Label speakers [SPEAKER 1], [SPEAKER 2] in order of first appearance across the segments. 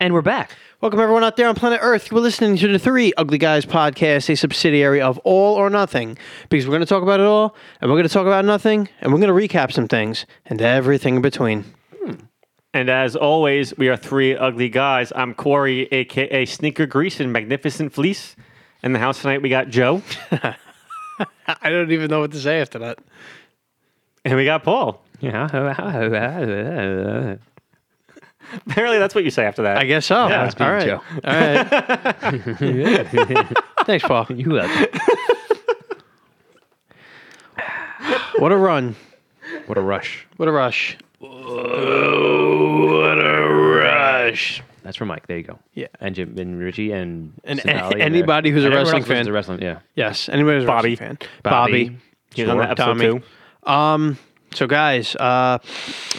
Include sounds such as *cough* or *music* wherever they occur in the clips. [SPEAKER 1] And we're back.
[SPEAKER 2] Welcome, everyone out there on planet Earth. We're listening to the Three Ugly Guys podcast, a subsidiary of All or Nothing, because we're going to talk about it all, and we're going to talk about nothing, and we're going to recap some things, and everything in between.
[SPEAKER 3] And as always, we are three ugly guys. I'm Corey, aka Sneaker Grease and Magnificent Fleece. In the house tonight, we got Joe
[SPEAKER 2] I don't even know what to say after that.
[SPEAKER 3] and we got Paul. *laughs*
[SPEAKER 1] Yeah.
[SPEAKER 3] Apparently, that's what you say after that.
[SPEAKER 2] I guess so.
[SPEAKER 3] Yeah, it's
[SPEAKER 2] all right.
[SPEAKER 1] Joe.
[SPEAKER 2] All right. *laughs* Thanks, Paul.
[SPEAKER 1] you up?
[SPEAKER 2] What a run.
[SPEAKER 1] What a rush.
[SPEAKER 2] What a rush. what a rush.
[SPEAKER 1] That's for Mike. There you go.
[SPEAKER 2] Yeah.
[SPEAKER 1] And Jim and Richie and
[SPEAKER 2] And
[SPEAKER 1] Sinali
[SPEAKER 2] a-
[SPEAKER 1] there.
[SPEAKER 2] anybody who's a
[SPEAKER 1] And everyone
[SPEAKER 2] wrestling
[SPEAKER 1] else who's
[SPEAKER 2] fan.
[SPEAKER 1] a wrestling, yeah.
[SPEAKER 2] Yes. Anybody's
[SPEAKER 3] Bobby.
[SPEAKER 2] fan.
[SPEAKER 1] Bobby.
[SPEAKER 2] Bobby.
[SPEAKER 3] He was on
[SPEAKER 2] Sure.
[SPEAKER 3] the episode
[SPEAKER 2] Tommy.
[SPEAKER 3] two.
[SPEAKER 2] Um. So, guys, uh,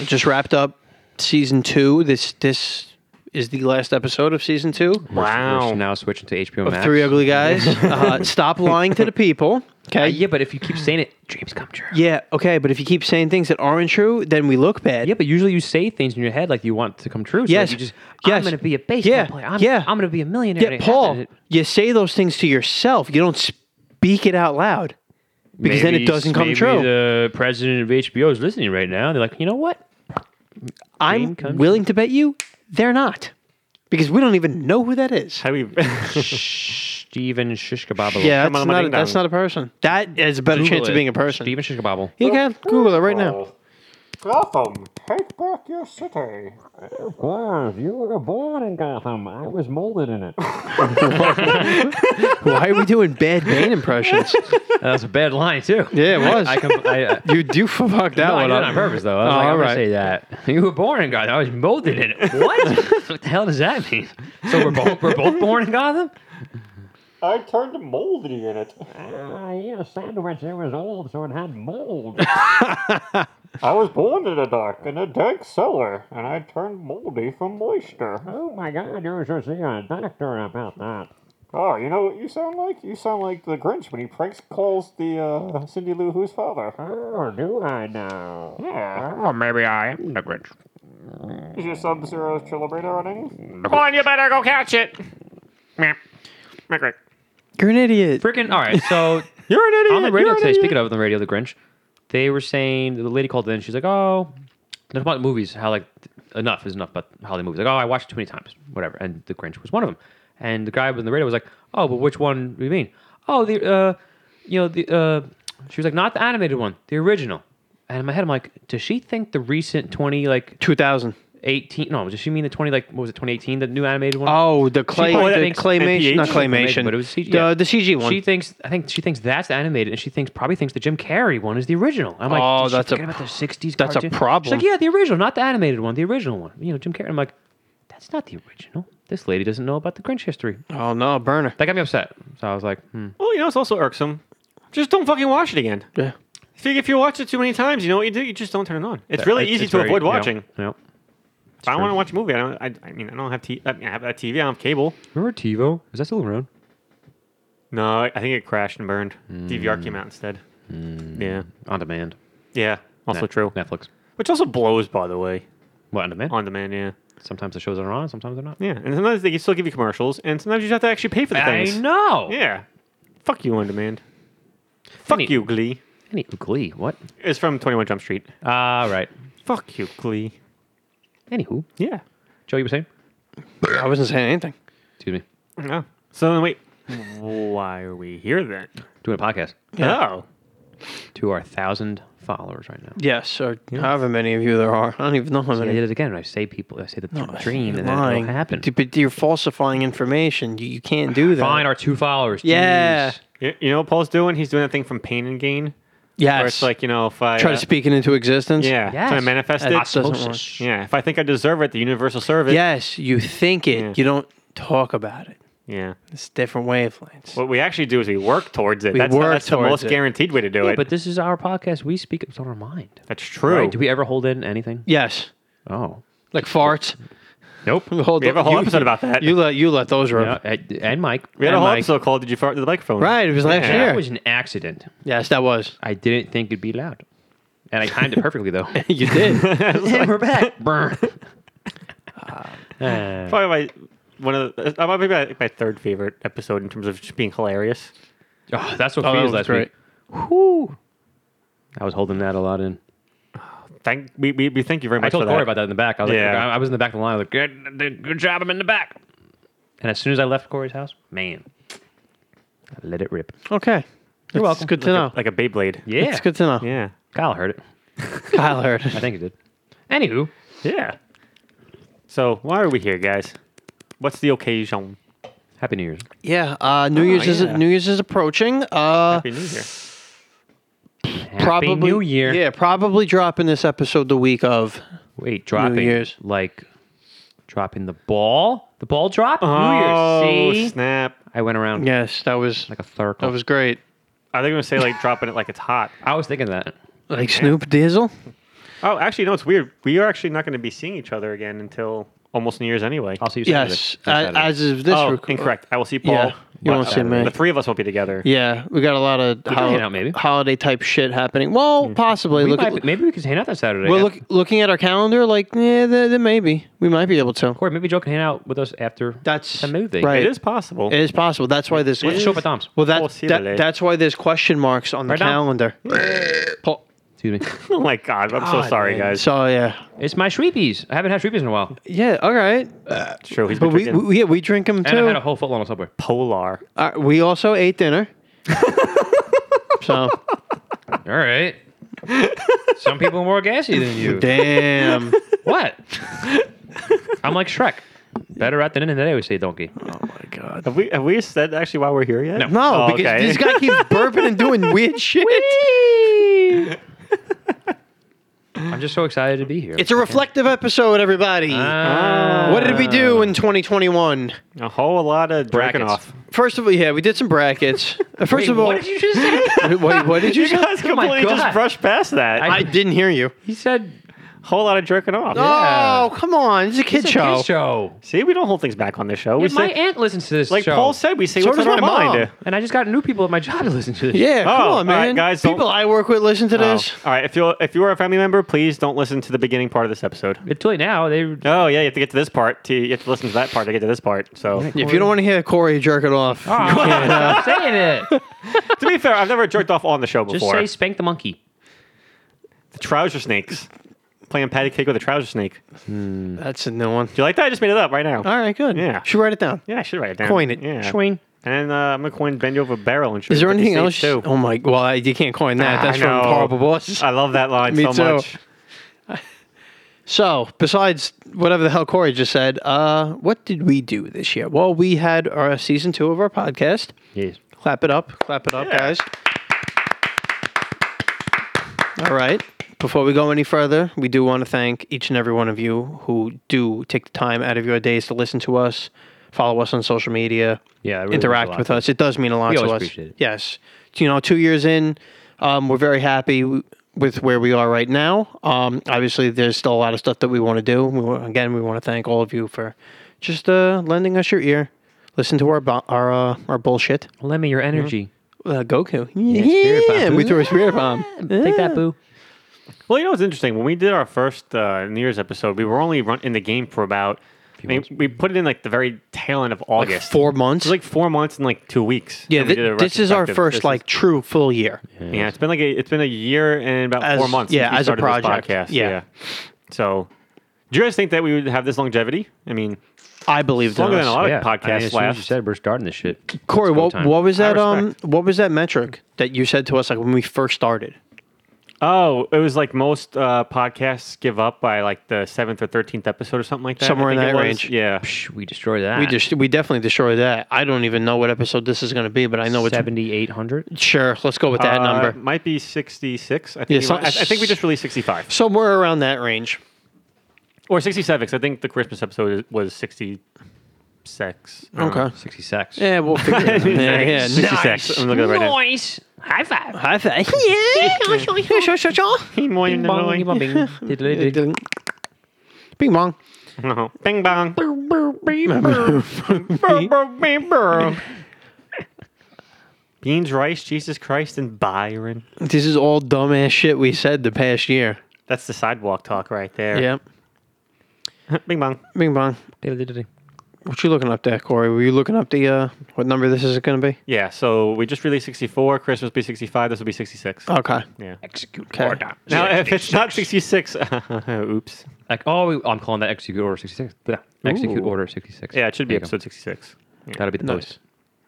[SPEAKER 2] just wrapped up season two. This this is the last episode of season two
[SPEAKER 1] We're-
[SPEAKER 3] Wow.
[SPEAKER 1] We're now switching to HBO
[SPEAKER 2] of
[SPEAKER 1] Max.
[SPEAKER 2] Three Ugly Guys. uh, stop lying to the people.
[SPEAKER 1] Uh,
[SPEAKER 2] Okay.
[SPEAKER 1] yeah, but if you keep saying it, dreams come true.
[SPEAKER 2] Yeah. Okay. But if you keep saying things that aren't true, then we look bad.
[SPEAKER 1] Yeah, but usually you say things in your head like you want to come true. So
[SPEAKER 2] Yes.
[SPEAKER 1] You just,
[SPEAKER 2] Yes.
[SPEAKER 1] I'm going to be a baseball
[SPEAKER 2] Yeah.
[SPEAKER 1] player. I'm,
[SPEAKER 2] Yeah.
[SPEAKER 1] I'm going to be a millionaire.
[SPEAKER 2] Yeah,
[SPEAKER 1] And uh, it
[SPEAKER 2] Paul,
[SPEAKER 1] happened. It-
[SPEAKER 2] you say those things to yourself. You don't speak it out loud because then it
[SPEAKER 1] Maybe-
[SPEAKER 2] doesn't come
[SPEAKER 1] maybe
[SPEAKER 2] true.
[SPEAKER 1] The president of HBO is listening right now. They're like, you know what?
[SPEAKER 2] I'm
[SPEAKER 1] dream come
[SPEAKER 2] willing to bet you they're not because we don't even know who that is.
[SPEAKER 3] How we?
[SPEAKER 1] Steven Shishkabobble.
[SPEAKER 2] Yeah,
[SPEAKER 3] Come
[SPEAKER 2] that's
[SPEAKER 3] on, my
[SPEAKER 2] not, a,
[SPEAKER 3] ding
[SPEAKER 2] that's
[SPEAKER 3] dong.
[SPEAKER 2] not a person. That is a better
[SPEAKER 1] Google
[SPEAKER 2] chance
[SPEAKER 1] it.
[SPEAKER 2] of being a person.
[SPEAKER 1] Steven Shishkabobble.
[SPEAKER 2] You can *laughs* Google it right
[SPEAKER 3] Oh.
[SPEAKER 2] now.
[SPEAKER 4] Gotham, take back your city. Of course, you were born in Gotham. I was molded in it.
[SPEAKER 2] Why are we doing bad Bane impressions?
[SPEAKER 1] *laughs* That was a bad
[SPEAKER 5] *laughs*
[SPEAKER 1] line too.
[SPEAKER 2] Yeah, it was.
[SPEAKER 1] I, I, com- I, uh,
[SPEAKER 2] you do fuck that
[SPEAKER 1] no, I
[SPEAKER 2] one
[SPEAKER 1] did it
[SPEAKER 2] up
[SPEAKER 1] on purpose though. I was
[SPEAKER 2] Oh,
[SPEAKER 1] like, I'm
[SPEAKER 2] alright.
[SPEAKER 1] gonna say that. You were born in Gotham. I was molded in
[SPEAKER 5] *laughs*
[SPEAKER 1] it. What? what the hell does that mean? So we're both we're both born in Gotham.
[SPEAKER 4] I turned moldy in it. Ah, yeah, sandwich. It was old, so it had
[SPEAKER 1] *laughs*
[SPEAKER 4] mold. I was born in the dark, in a dank cellar, and I turned moldy from moisture. Oh my God, you should see a doctor about that. Oh, you know what you sound like? You sound like the Grinch when he pranks calls the uh, Cindy Lou Who's father. Oh, do I
[SPEAKER 5] *laughs*
[SPEAKER 4] Hmm. now? Yeah.
[SPEAKER 5] Or Oh, maybe I am the Grinch.
[SPEAKER 4] Is your Sub-Zero Chilibrator running?
[SPEAKER 5] Come on, you better go catch it. Meh. Meh, Grinch.
[SPEAKER 2] You're an idiot.
[SPEAKER 1] Freaking all right. So
[SPEAKER 3] *laughs* You're an idiot.
[SPEAKER 1] on the radio
[SPEAKER 3] You're an
[SPEAKER 1] today,
[SPEAKER 3] idiot.
[SPEAKER 1] speaking of the radio, the Grinch, they were saying the lady called in. She's like, "Oh, they're talking about movies. How like enough is enough about holiday movies. Like, oh, I watched it too many times, whatever." And the Grinch was one of them. And the guy on the radio was like, "Oh, but which one do you mean? Oh, the uh, you know the uh, she was like, not the animated one, the original." And in my head, I'm like, does she think the recent 20 like
[SPEAKER 2] 2000.
[SPEAKER 1] 18? No, does she mean the 20 like what was it 2018 the new animated one?
[SPEAKER 2] Oh, the clay,
[SPEAKER 3] probably
[SPEAKER 2] the
[SPEAKER 3] thinks
[SPEAKER 2] claymation,
[SPEAKER 3] NPH.
[SPEAKER 2] not claymation,
[SPEAKER 1] But it was CG.
[SPEAKER 2] The- the, CG one.
[SPEAKER 1] She thinks I think she thinks that's the animated, and she thinks probably thinks the Jim Carrey one is the original. I'm like,
[SPEAKER 2] Oh,
[SPEAKER 1] did she
[SPEAKER 2] that's a
[SPEAKER 1] forget about the '60s.
[SPEAKER 2] that's a
[SPEAKER 1] cartoon?
[SPEAKER 2] problem.
[SPEAKER 1] She's like, yeah, the original, not the animated one, the original one. You know, Jim Carrey. I'm like, that's not the original. This lady doesn't know about the Grinch history.
[SPEAKER 2] oh no, burner.
[SPEAKER 1] That got me upset. So I was like, hmm.
[SPEAKER 3] Well, you know, it's also irksome. Just don't fucking watch it again.
[SPEAKER 2] Yeah.
[SPEAKER 3] If you, if you watch it too many times, you know what you do? You just don't turn it on. It's really
[SPEAKER 1] It's-
[SPEAKER 3] easy
[SPEAKER 1] it's
[SPEAKER 3] to
[SPEAKER 1] very-
[SPEAKER 3] avoid
[SPEAKER 1] yeah,
[SPEAKER 3] watching.
[SPEAKER 1] Yeah.
[SPEAKER 3] If I want to watch a movie, I don't. I, I mean, I don't have. T- I, mean, I have a TV. I don't have cable.
[SPEAKER 1] Remember TiVo? Is that still around?
[SPEAKER 3] No, I I think it crashed and burned. DVR came out instead.
[SPEAKER 1] Hmm.
[SPEAKER 3] Yeah,
[SPEAKER 1] On demand.
[SPEAKER 3] yeah. Also
[SPEAKER 1] Net-
[SPEAKER 3] true.
[SPEAKER 1] Netflix.
[SPEAKER 3] Which also blows, by the way,
[SPEAKER 1] What on demand?
[SPEAKER 3] on demand. Yeah,
[SPEAKER 1] Sometimes the shows are on, sometimes they're not.
[SPEAKER 3] yeah. And sometimes they can still give you commercials, and sometimes you just have to actually pay for the things.
[SPEAKER 1] I know.
[SPEAKER 3] Yeah. Fuck you on demand. Fuck
[SPEAKER 1] Any-
[SPEAKER 3] you, Glee.
[SPEAKER 1] Any Glee? What?
[SPEAKER 3] It's from Twenty One Jump Street.
[SPEAKER 1] Ah, right.
[SPEAKER 3] Fuck you, Glee.
[SPEAKER 1] Anywho,
[SPEAKER 3] Yeah.
[SPEAKER 1] Joe, you were saying?
[SPEAKER 2] I wasn't saying anything.
[SPEAKER 1] Excuse me.
[SPEAKER 3] No. Oh. So then wait, why are we here then? Oh.
[SPEAKER 1] Doing a podcast.
[SPEAKER 3] No.
[SPEAKER 1] to our thousand followers right now.
[SPEAKER 2] Yes, or however many of you there are. I don't even know how
[SPEAKER 1] And
[SPEAKER 2] many.
[SPEAKER 1] I did it again. and I say people, I say the dream,
[SPEAKER 2] You're
[SPEAKER 1] and then
[SPEAKER 2] lying.
[SPEAKER 1] it'll happen.
[SPEAKER 2] D- But you're falsifying information. You, you can't do that.
[SPEAKER 1] Find our two followers.
[SPEAKER 2] Yeah.
[SPEAKER 1] jeez.
[SPEAKER 3] You, you know what Paul's doing? He's doing that thing from Pain and Gain,
[SPEAKER 2] yes.
[SPEAKER 3] where it's like you know if I
[SPEAKER 2] try
[SPEAKER 3] uh,
[SPEAKER 2] to speak it into existence.
[SPEAKER 3] Yeah.
[SPEAKER 1] Yes.
[SPEAKER 3] Try to manifest
[SPEAKER 2] That
[SPEAKER 3] it.
[SPEAKER 2] doesn't work.
[SPEAKER 1] Osmosis.
[SPEAKER 3] Yeah. If I think I deserve it, the universal service.
[SPEAKER 2] Yes, you think it.
[SPEAKER 3] Yeah.
[SPEAKER 2] You don't talk about it.
[SPEAKER 3] Yeah.
[SPEAKER 2] It's different wavelenghes.
[SPEAKER 3] What we actually do is we work towards it.
[SPEAKER 2] We
[SPEAKER 3] that's
[SPEAKER 2] work
[SPEAKER 3] that's the
[SPEAKER 2] towards
[SPEAKER 3] most
[SPEAKER 2] it.
[SPEAKER 3] guaranteed way to do
[SPEAKER 1] Yeah,
[SPEAKER 3] it.
[SPEAKER 1] but this is our podcast. We speak what's on our mind.
[SPEAKER 3] that's true.
[SPEAKER 1] Right? Do we ever hold in anything?
[SPEAKER 2] yes,
[SPEAKER 1] Oh,
[SPEAKER 2] like farts.
[SPEAKER 1] nope.
[SPEAKER 2] We hold-
[SPEAKER 3] We have a whole
[SPEAKER 2] you-
[SPEAKER 3] episode about that.
[SPEAKER 2] You let you let those rip.
[SPEAKER 1] Yeah, and and Mike.
[SPEAKER 3] we had
[SPEAKER 1] and
[SPEAKER 3] a whole
[SPEAKER 1] Mike.
[SPEAKER 3] episode called "Did You Fart to the Microphone?"
[SPEAKER 2] Right, it was last
[SPEAKER 3] Yeah.
[SPEAKER 1] That
[SPEAKER 2] year.
[SPEAKER 1] was an accident.
[SPEAKER 2] Yes, that was.
[SPEAKER 1] I didn't think it'd be loud, and I timed it perfectly though.
[SPEAKER 2] You did.
[SPEAKER 1] *laughs* and we're back. Burn. Uh,
[SPEAKER 3] Probably my one of the, uh, maybe my, my third favorite episode in terms of just being hilarious.
[SPEAKER 1] oh, that's
[SPEAKER 2] *laughs*
[SPEAKER 1] what
[SPEAKER 2] Oh, that
[SPEAKER 1] feels
[SPEAKER 2] was
[SPEAKER 1] last
[SPEAKER 2] great.
[SPEAKER 1] week. I was holding that a lot in.
[SPEAKER 3] Thank we, we, we thank you very
[SPEAKER 1] I
[SPEAKER 3] much
[SPEAKER 1] told
[SPEAKER 3] for
[SPEAKER 1] Corey
[SPEAKER 3] that.
[SPEAKER 1] about that in the back. I was like,
[SPEAKER 3] Yeah.
[SPEAKER 1] I was in the back of the line. I was like, good, good- good job. I'm in the back. And as soon as I left Corey's house, man, I let it rip.
[SPEAKER 2] Okay. You're
[SPEAKER 1] welcome.
[SPEAKER 2] It's good to know.
[SPEAKER 3] like a Beyblade.
[SPEAKER 1] Yeah,
[SPEAKER 2] It's good to know.
[SPEAKER 3] Yeah.
[SPEAKER 1] Kyle heard it.
[SPEAKER 2] Kyle heard.
[SPEAKER 1] I think he did. Anywho,
[SPEAKER 3] Yeah. So why are we here, guys? What's the occasion?
[SPEAKER 1] Happy New Year's.
[SPEAKER 2] Yeah. Uh, New Year's is
[SPEAKER 3] yeah.
[SPEAKER 2] New Year's is approaching. Uh,
[SPEAKER 3] Happy New Year.
[SPEAKER 2] probably
[SPEAKER 1] Happy New Year.
[SPEAKER 2] Yeah, probably dropping this episode the week of.
[SPEAKER 1] Wait, dropping
[SPEAKER 2] Year's.
[SPEAKER 1] like dropping the ball. The ball drop.
[SPEAKER 2] Oh,
[SPEAKER 1] New Year's. See,
[SPEAKER 3] snap!
[SPEAKER 1] I went around
[SPEAKER 2] Yes, that was
[SPEAKER 1] like a circle.
[SPEAKER 2] that was great.
[SPEAKER 3] Are they going to say like dropping it like it's hot?
[SPEAKER 1] I was thinking that.
[SPEAKER 2] Like Snoop Diesel.
[SPEAKER 3] Oh, actually, no. It's weird. We are actually not going to be seeing each other again until almost New Year's anyway.
[SPEAKER 1] I'll see you. Saturday.
[SPEAKER 2] Yes,
[SPEAKER 1] Next
[SPEAKER 2] uh,
[SPEAKER 1] Saturday.
[SPEAKER 2] as of this.
[SPEAKER 3] oh,
[SPEAKER 2] rec-
[SPEAKER 3] incorrect. I will see Paul.
[SPEAKER 2] Yeah, you won't see me.
[SPEAKER 3] The three of us won't be together.
[SPEAKER 2] Yeah, we got a lot of
[SPEAKER 1] can hang
[SPEAKER 2] hol-
[SPEAKER 1] out maybe. Mm.
[SPEAKER 2] holiday type shit happening. Well, possibly.
[SPEAKER 1] We
[SPEAKER 2] Look,
[SPEAKER 1] might be- maybe we could hang out that Saturday.
[SPEAKER 2] we're
[SPEAKER 1] Yeah.
[SPEAKER 2] look, looking at our calendar. Like, yeah, th- then maybe we might be able to.
[SPEAKER 1] Corey, maybe Joe can hang out with us after
[SPEAKER 2] That's
[SPEAKER 1] the movie.
[SPEAKER 2] right.
[SPEAKER 3] It is possible.
[SPEAKER 2] It is possible. That's why this.
[SPEAKER 1] Let's show up at Dom's.
[SPEAKER 2] Well, that,
[SPEAKER 3] Possibly.
[SPEAKER 2] that that's why there's question marks on the
[SPEAKER 1] Right now.
[SPEAKER 2] calendar. Paul-
[SPEAKER 1] Excuse me.
[SPEAKER 3] *laughs* oh my God! I'm so sorry, guys.
[SPEAKER 2] So yeah,
[SPEAKER 1] It's my Shreepies. I haven't had Shreepies in a while.
[SPEAKER 2] yeah. All right,
[SPEAKER 3] It's true. He's
[SPEAKER 2] but
[SPEAKER 3] been
[SPEAKER 2] we,
[SPEAKER 3] drinking
[SPEAKER 2] we yeah, we drink them
[SPEAKER 1] And I
[SPEAKER 2] too.
[SPEAKER 1] had a whole footlong on Subway.
[SPEAKER 3] Polar.
[SPEAKER 1] Oh
[SPEAKER 2] Uh, we also ate
[SPEAKER 1] *laughs*
[SPEAKER 2] dinner. so
[SPEAKER 1] All right. Some people are more gassy than
[SPEAKER 2] *laughs*
[SPEAKER 1] you. *laughs*
[SPEAKER 2] damn.
[SPEAKER 1] What? I'm like Shrek. Better at than in the day, we say donkey.
[SPEAKER 3] Have we have we said actually why we're here yet? No.
[SPEAKER 2] No,
[SPEAKER 3] Oh,
[SPEAKER 2] because
[SPEAKER 3] okay.
[SPEAKER 2] this guy keeps burping and doing
[SPEAKER 1] *laughs*
[SPEAKER 2] weird shit.
[SPEAKER 1] I'm just so excited to be here.
[SPEAKER 2] It's a reflective episode, everybody.
[SPEAKER 1] Ah.
[SPEAKER 2] what did we do in 2021?
[SPEAKER 3] a whole lot of breaking
[SPEAKER 1] Brackets.
[SPEAKER 3] off.
[SPEAKER 2] First of all, yeah, we did some brackets. Uh, First
[SPEAKER 1] Wait,
[SPEAKER 2] of all,
[SPEAKER 1] what did you just say?
[SPEAKER 2] Wait, what, what did *laughs* you
[SPEAKER 3] You
[SPEAKER 2] say?
[SPEAKER 3] guys
[SPEAKER 1] Oh my
[SPEAKER 3] completely just
[SPEAKER 1] God.
[SPEAKER 3] brushed past that.
[SPEAKER 1] *laughs* I-
[SPEAKER 3] A
[SPEAKER 2] I didn't hear you.
[SPEAKER 1] he said
[SPEAKER 3] whole lot of jerking off.
[SPEAKER 1] Yeah.
[SPEAKER 2] Oh, come on. It's a kid
[SPEAKER 1] it's a
[SPEAKER 2] show.
[SPEAKER 1] kid's show.
[SPEAKER 3] See, we don't hold things back on this show.
[SPEAKER 1] Yeah,
[SPEAKER 3] we
[SPEAKER 1] my
[SPEAKER 3] say,
[SPEAKER 1] aunt listens to this
[SPEAKER 3] like
[SPEAKER 1] show.
[SPEAKER 3] Paul said, we say
[SPEAKER 2] So
[SPEAKER 3] what's
[SPEAKER 2] does
[SPEAKER 3] on our
[SPEAKER 2] my mom.
[SPEAKER 3] mind.
[SPEAKER 1] and I just got new people at my job to listen to this.
[SPEAKER 2] Yeah,
[SPEAKER 3] Oh,
[SPEAKER 2] come
[SPEAKER 3] all right,
[SPEAKER 2] on, man.
[SPEAKER 3] guys, don't-
[SPEAKER 2] People I work with listen to
[SPEAKER 3] Oh.
[SPEAKER 2] this.
[SPEAKER 3] All right, if you if you are a family member, please don't listen to the beginning part of this episode.
[SPEAKER 1] Until
[SPEAKER 2] *laughs*
[SPEAKER 1] now, they *laughs*
[SPEAKER 3] Oh yeah, you have to get to this part. To, you have to listen to that part to get to this part. So
[SPEAKER 2] If you don't want to hear Corey jerk it off,
[SPEAKER 1] Oh, stop saying it.
[SPEAKER 3] to be fair, I've never jerked off on the show
[SPEAKER 1] Just
[SPEAKER 3] before.
[SPEAKER 1] say spank the monkey.
[SPEAKER 3] the trouser snakes, playing patty cake with a trouser snake. Do
[SPEAKER 2] that's a new one.
[SPEAKER 3] you like that? I just made it up right now.
[SPEAKER 2] All right, good.
[SPEAKER 3] Yeah.
[SPEAKER 2] Should write it down.
[SPEAKER 3] Yeah, I should write it down.
[SPEAKER 2] Coin it.
[SPEAKER 3] Yeah.
[SPEAKER 1] Swing.
[SPEAKER 3] And uh, I'm gonna coin bend you over barrel and shit.
[SPEAKER 2] Is there
[SPEAKER 3] Fifty
[SPEAKER 2] anything else?
[SPEAKER 3] States, Too.
[SPEAKER 2] Oh my! Well, I- you can't coin that.
[SPEAKER 3] I
[SPEAKER 2] That's from
[SPEAKER 3] know.
[SPEAKER 2] horrible boss.
[SPEAKER 3] I love that line
[SPEAKER 2] Me
[SPEAKER 3] so
[SPEAKER 2] too.
[SPEAKER 3] much.
[SPEAKER 2] So, besides whatever the hell Corey just said, uh, what did we do this year? Well, we had our season two of our podcast.
[SPEAKER 1] Yes.
[SPEAKER 2] Clap it up, clap it up,
[SPEAKER 3] Yeah.
[SPEAKER 2] guys. All right. Before we go any further, we do want to thank each and every one of you who do take the time out of your days to listen to us, follow us on social media,
[SPEAKER 1] Yeah. it really means a
[SPEAKER 2] interact
[SPEAKER 1] lot.
[SPEAKER 2] with us. It does mean a lot
[SPEAKER 1] We
[SPEAKER 2] to
[SPEAKER 1] always
[SPEAKER 2] us.
[SPEAKER 1] appreciate it.
[SPEAKER 2] Yes. You know, two years in, um, we're very happy w- with where we are right now. Um, obviously, there's still a lot of stuff that we want to do. We, wa- again, we want to thank all of you for just uh, lending us your ear. Listen to our bo- our uh, our bullshit.
[SPEAKER 1] Lend me your energy.
[SPEAKER 2] Uh, Goku.
[SPEAKER 1] spirit
[SPEAKER 2] Yeah,
[SPEAKER 1] bomb.
[SPEAKER 2] we threw a spirit bomb.
[SPEAKER 1] Take that, boo.
[SPEAKER 3] Well, you know what's interesting? When we did our first uh, New Year's episode, we were only run- in the game for about. I mean, we put it in like the very tail end of
[SPEAKER 2] Like
[SPEAKER 3] August.
[SPEAKER 2] four months.
[SPEAKER 3] It's like four months and like two weeks.
[SPEAKER 2] yeah,
[SPEAKER 3] that we
[SPEAKER 2] thi-
[SPEAKER 3] did a
[SPEAKER 2] this is our
[SPEAKER 3] retrospective. This
[SPEAKER 2] first
[SPEAKER 3] is-
[SPEAKER 2] like true full year.
[SPEAKER 3] yeah, it's been like a, it's been a year and about
[SPEAKER 2] As-
[SPEAKER 3] four months.
[SPEAKER 2] yeah,
[SPEAKER 3] since we
[SPEAKER 2] as a
[SPEAKER 3] started this
[SPEAKER 2] project.
[SPEAKER 3] podcast.
[SPEAKER 2] Yeah.
[SPEAKER 3] So, do you guys think that we would have this longevity? I mean,
[SPEAKER 2] I believe
[SPEAKER 3] it's longer than
[SPEAKER 2] us.
[SPEAKER 3] a lot
[SPEAKER 1] yeah.
[SPEAKER 3] of
[SPEAKER 1] I mean, as
[SPEAKER 3] podcasts
[SPEAKER 1] soon as
[SPEAKER 3] last.
[SPEAKER 1] you said we're starting this shit.
[SPEAKER 2] Corey,
[SPEAKER 1] It's go
[SPEAKER 2] what,
[SPEAKER 1] time.
[SPEAKER 2] what was
[SPEAKER 3] I
[SPEAKER 2] that um
[SPEAKER 3] respect.
[SPEAKER 2] what was that metric that you said to us like when we first started?
[SPEAKER 3] oh, it was like most uh, podcasts give up by like the seventh or thirteenth episode or something like that. I
[SPEAKER 2] Somewhere in
[SPEAKER 3] think it
[SPEAKER 2] that
[SPEAKER 3] was.
[SPEAKER 2] range.
[SPEAKER 3] Yeah.
[SPEAKER 1] Psh, we destroy that.
[SPEAKER 3] Ah.
[SPEAKER 2] We just we definitely destroyed that. I don't even know what episode this is going to be, but I know it's
[SPEAKER 1] seventy-eight hundred.
[SPEAKER 2] sure. Let's go with that
[SPEAKER 3] Uh,
[SPEAKER 2] number.
[SPEAKER 3] might be 66. I think,
[SPEAKER 2] Yeah,
[SPEAKER 3] we
[SPEAKER 2] so-
[SPEAKER 3] might- I, I think we just released 65
[SPEAKER 2] Somewhere around that range.
[SPEAKER 3] or 67 'cause I think the Christmas episode is- was 66. I don't know.
[SPEAKER 1] Sixty-six.
[SPEAKER 2] Yeah, we'll figure it
[SPEAKER 3] *laughs*
[SPEAKER 2] out. yeah, yeah.
[SPEAKER 3] 66. I'm looking at it right now.
[SPEAKER 5] Noise. High five.
[SPEAKER 2] I think. *laughs* Yeah. Sure, sure, sure.
[SPEAKER 3] Bing boing,
[SPEAKER 1] Bing bong,
[SPEAKER 3] bing
[SPEAKER 1] bing bong,
[SPEAKER 3] boing.
[SPEAKER 1] bing. Diddly-diddly.
[SPEAKER 2] Bing bong.
[SPEAKER 3] No. Bing bong. Beans, rice, Jesus Christ, and Byron.
[SPEAKER 2] This is all dumbass shit we said the past year.
[SPEAKER 3] That's the sidewalk talk right there.
[SPEAKER 2] Yep.
[SPEAKER 3] *laughs* Bing bong.
[SPEAKER 2] Bing bong. What you looking up there, Corey? Were you looking up the uh, what number this is going to be?
[SPEAKER 3] Yeah, so we just released 64. Christmas will be 65. This will be 66.
[SPEAKER 2] Okay.
[SPEAKER 3] Yeah.
[SPEAKER 5] Execute
[SPEAKER 2] Okay.
[SPEAKER 5] order.
[SPEAKER 3] Now, if it's not 66, *laughs* oops.
[SPEAKER 1] Like, oh, we- I'm calling that execute order 66. Yeah, execute
[SPEAKER 3] Ooh.
[SPEAKER 1] order 66.
[SPEAKER 3] Yeah, it should be
[SPEAKER 1] There you go.
[SPEAKER 3] episode 66.
[SPEAKER 1] That'll be the
[SPEAKER 2] Nice.
[SPEAKER 1] post.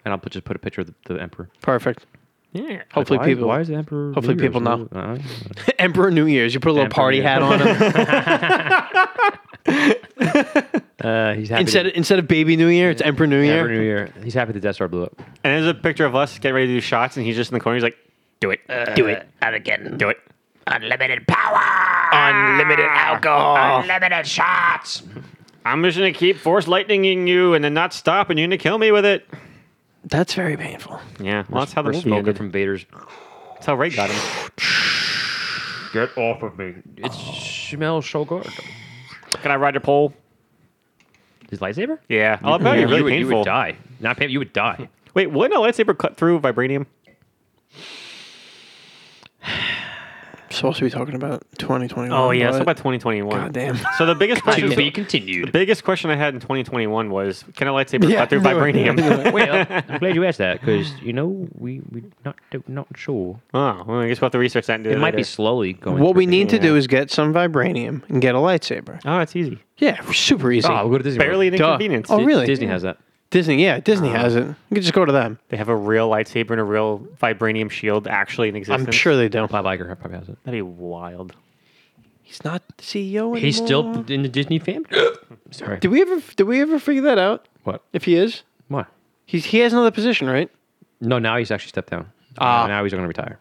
[SPEAKER 1] And I'll put, just put a picture of the, the emperor.
[SPEAKER 2] Perfect.
[SPEAKER 3] Yeah.
[SPEAKER 2] Hopefully
[SPEAKER 1] why,
[SPEAKER 2] people-
[SPEAKER 1] Why is the emperor?
[SPEAKER 2] hopefully
[SPEAKER 1] New Year's?
[SPEAKER 2] people know.
[SPEAKER 1] Uh,
[SPEAKER 2] Emperor New Year's. You put a little
[SPEAKER 1] Emperor
[SPEAKER 2] party
[SPEAKER 1] New
[SPEAKER 2] hat on him.
[SPEAKER 1] uh, he's
[SPEAKER 2] *laughs*
[SPEAKER 1] happy.
[SPEAKER 2] instead
[SPEAKER 1] to,
[SPEAKER 2] of, instead of baby New Year, it's Emperor New Year.
[SPEAKER 1] Emperor New Year. He's happy the Death Star blew up.
[SPEAKER 3] And there's a picture of us getting ready to do shots, and he's just in the corner. He's like, do it.
[SPEAKER 5] Do it. And again.
[SPEAKER 3] do it.
[SPEAKER 5] Unlimited power. Unlimited alcohol. Unlimited shots.
[SPEAKER 3] I'm just going to keep force lightninging you and then not stop, and you're going to kill me with it.
[SPEAKER 2] That's very painful.
[SPEAKER 3] Yeah. Well, that's how the
[SPEAKER 1] We're
[SPEAKER 3] movie
[SPEAKER 1] smoking
[SPEAKER 3] ended.
[SPEAKER 1] from Vader's.
[SPEAKER 3] That's how Ray got him.
[SPEAKER 4] Get off of me.
[SPEAKER 1] It smells so good.
[SPEAKER 3] Can I ride a pole?
[SPEAKER 1] His lightsaber?
[SPEAKER 3] Yeah. Oh, that'd be
[SPEAKER 1] you,
[SPEAKER 3] really
[SPEAKER 1] would, you would
[SPEAKER 3] painful.
[SPEAKER 1] die. Not pain. You
[SPEAKER 2] *laughs*
[SPEAKER 1] would die.
[SPEAKER 3] Wait, wouldn't a lightsaber cut through vibranium?
[SPEAKER 2] supposed to be talking about 2021.
[SPEAKER 3] Oh, yeah. So
[SPEAKER 2] but-
[SPEAKER 3] about 2021.
[SPEAKER 2] Goddamn.
[SPEAKER 3] So the biggest question
[SPEAKER 1] to be continued.
[SPEAKER 2] *laughs*
[SPEAKER 3] The biggest question I had in 2021 was, can a lightsaber
[SPEAKER 2] Yeah,
[SPEAKER 3] cut through
[SPEAKER 2] no,
[SPEAKER 3] vibranium?
[SPEAKER 1] well, I'm glad you asked that because you know we we not not sure.
[SPEAKER 3] oh, well, I guess we'll have to research that. And do
[SPEAKER 1] It might be
[SPEAKER 3] later.
[SPEAKER 1] slowly going.
[SPEAKER 2] What
[SPEAKER 1] through
[SPEAKER 2] we need to
[SPEAKER 1] things.
[SPEAKER 2] do is get some vibranium and get a lightsaber.
[SPEAKER 3] Oh, it's easy.
[SPEAKER 2] Yeah, super easy.
[SPEAKER 1] Oh, we'll go to Disney.
[SPEAKER 3] Barely an
[SPEAKER 1] World.
[SPEAKER 2] Duh.
[SPEAKER 3] inconvenience.
[SPEAKER 2] Oh,
[SPEAKER 1] Di-
[SPEAKER 2] really?
[SPEAKER 1] Disney has that.
[SPEAKER 2] Disney, yeah, Disney has it. You can just go to them.
[SPEAKER 3] They have a real lightsaber and a real vibranium shield actually in existence.
[SPEAKER 2] I'm sure they do.
[SPEAKER 1] Bob Iger probably has it.
[SPEAKER 3] That'd be wild.
[SPEAKER 2] He's not the CEO anymore.
[SPEAKER 1] He's still in the Disney
[SPEAKER 2] *gasps*
[SPEAKER 1] family. Sorry.
[SPEAKER 2] Did we ever? Did we ever figure that out?
[SPEAKER 1] What?
[SPEAKER 2] If he is,
[SPEAKER 1] What?
[SPEAKER 2] he's he has another position, right?
[SPEAKER 1] No, now he's actually stepped down. Uh,
[SPEAKER 2] Ah.
[SPEAKER 1] Now- now he's going to retire.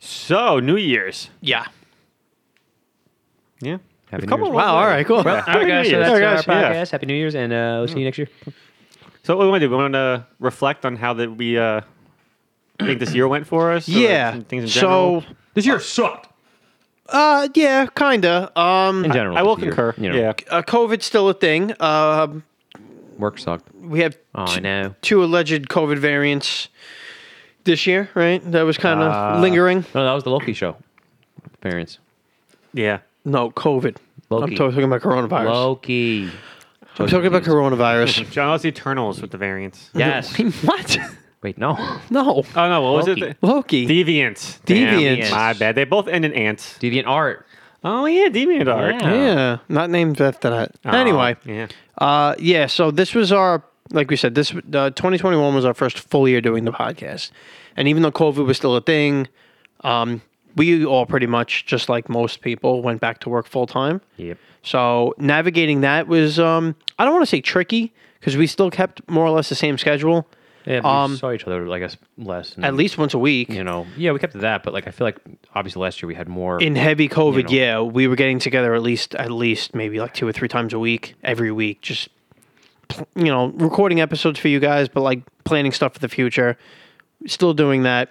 [SPEAKER 3] So, New Year's.
[SPEAKER 2] Yeah.
[SPEAKER 3] Yeah.
[SPEAKER 1] Happy
[SPEAKER 3] We've
[SPEAKER 1] New
[SPEAKER 3] come a
[SPEAKER 1] Year's.
[SPEAKER 3] long
[SPEAKER 2] Wow.
[SPEAKER 3] way.
[SPEAKER 2] All right. Cool.
[SPEAKER 1] All right,
[SPEAKER 3] Happy
[SPEAKER 1] guys.
[SPEAKER 3] New
[SPEAKER 1] So
[SPEAKER 3] Year's.
[SPEAKER 1] that's
[SPEAKER 3] Yeah,
[SPEAKER 1] our
[SPEAKER 3] guys, yeah.
[SPEAKER 1] podcast. Happy New Year's, and uh, we'll see you next year.
[SPEAKER 3] So, what do we want to do? We want to reflect on how that we uh, think this year went for us. or
[SPEAKER 2] Yeah.
[SPEAKER 3] some Things in general.
[SPEAKER 2] so,
[SPEAKER 1] This year sucked.
[SPEAKER 2] uh, yeah, kinda. Um,
[SPEAKER 1] In general,
[SPEAKER 3] I will
[SPEAKER 1] this year,
[SPEAKER 3] concur.
[SPEAKER 1] you know,
[SPEAKER 3] Yeah.
[SPEAKER 2] uh, COVID's still a thing. Um,
[SPEAKER 1] work sucked.
[SPEAKER 2] we have
[SPEAKER 1] Oh, I know.
[SPEAKER 2] two alleged COVID variants this year, right? That was kind of lingering.
[SPEAKER 1] No, that was the Loki show. Parents.
[SPEAKER 3] Yeah.
[SPEAKER 2] No, COVID.
[SPEAKER 1] Loki.
[SPEAKER 2] I'm talking about coronavirus.
[SPEAKER 3] *laughs*
[SPEAKER 1] Loki.
[SPEAKER 2] I'm talking about coronavirus.
[SPEAKER 3] John Lost Eternals with the variants.
[SPEAKER 1] Yes.
[SPEAKER 2] what?
[SPEAKER 1] Wait, no.
[SPEAKER 2] No.
[SPEAKER 3] Oh, no. What was
[SPEAKER 1] Loki.
[SPEAKER 3] it?
[SPEAKER 2] Loki.
[SPEAKER 3] Deviants.
[SPEAKER 2] Deviants.
[SPEAKER 3] Damn, my bad. They both end in ants.
[SPEAKER 1] Deviant art.
[SPEAKER 3] Oh yeah, Deviant Art.
[SPEAKER 2] yeah, not named after that.
[SPEAKER 3] Oh,
[SPEAKER 2] Anyway,
[SPEAKER 3] yeah.
[SPEAKER 2] uh, yeah. So this was our, like we said, this uh, 2021 was our first full year doing the podcast, and even though COVID was still a thing, um, we all pretty much, just like most people, went back to work full time.
[SPEAKER 1] Yep.
[SPEAKER 2] So navigating that was, um, I don't want to say tricky because we still kept more or less the same schedule,
[SPEAKER 1] Yeah, we
[SPEAKER 2] Um,
[SPEAKER 1] saw each other, I guess, less. and,
[SPEAKER 2] at least once a week.
[SPEAKER 1] you know. Yeah, we kept to that, but like I feel like obviously last year we had more.
[SPEAKER 2] in heavy COVID,
[SPEAKER 1] You
[SPEAKER 2] yeah, we were getting together at least at least maybe like two or three times a week, every week, just pl- you know, recording episodes for you guys, but like planning stuff for the future. Still doing that.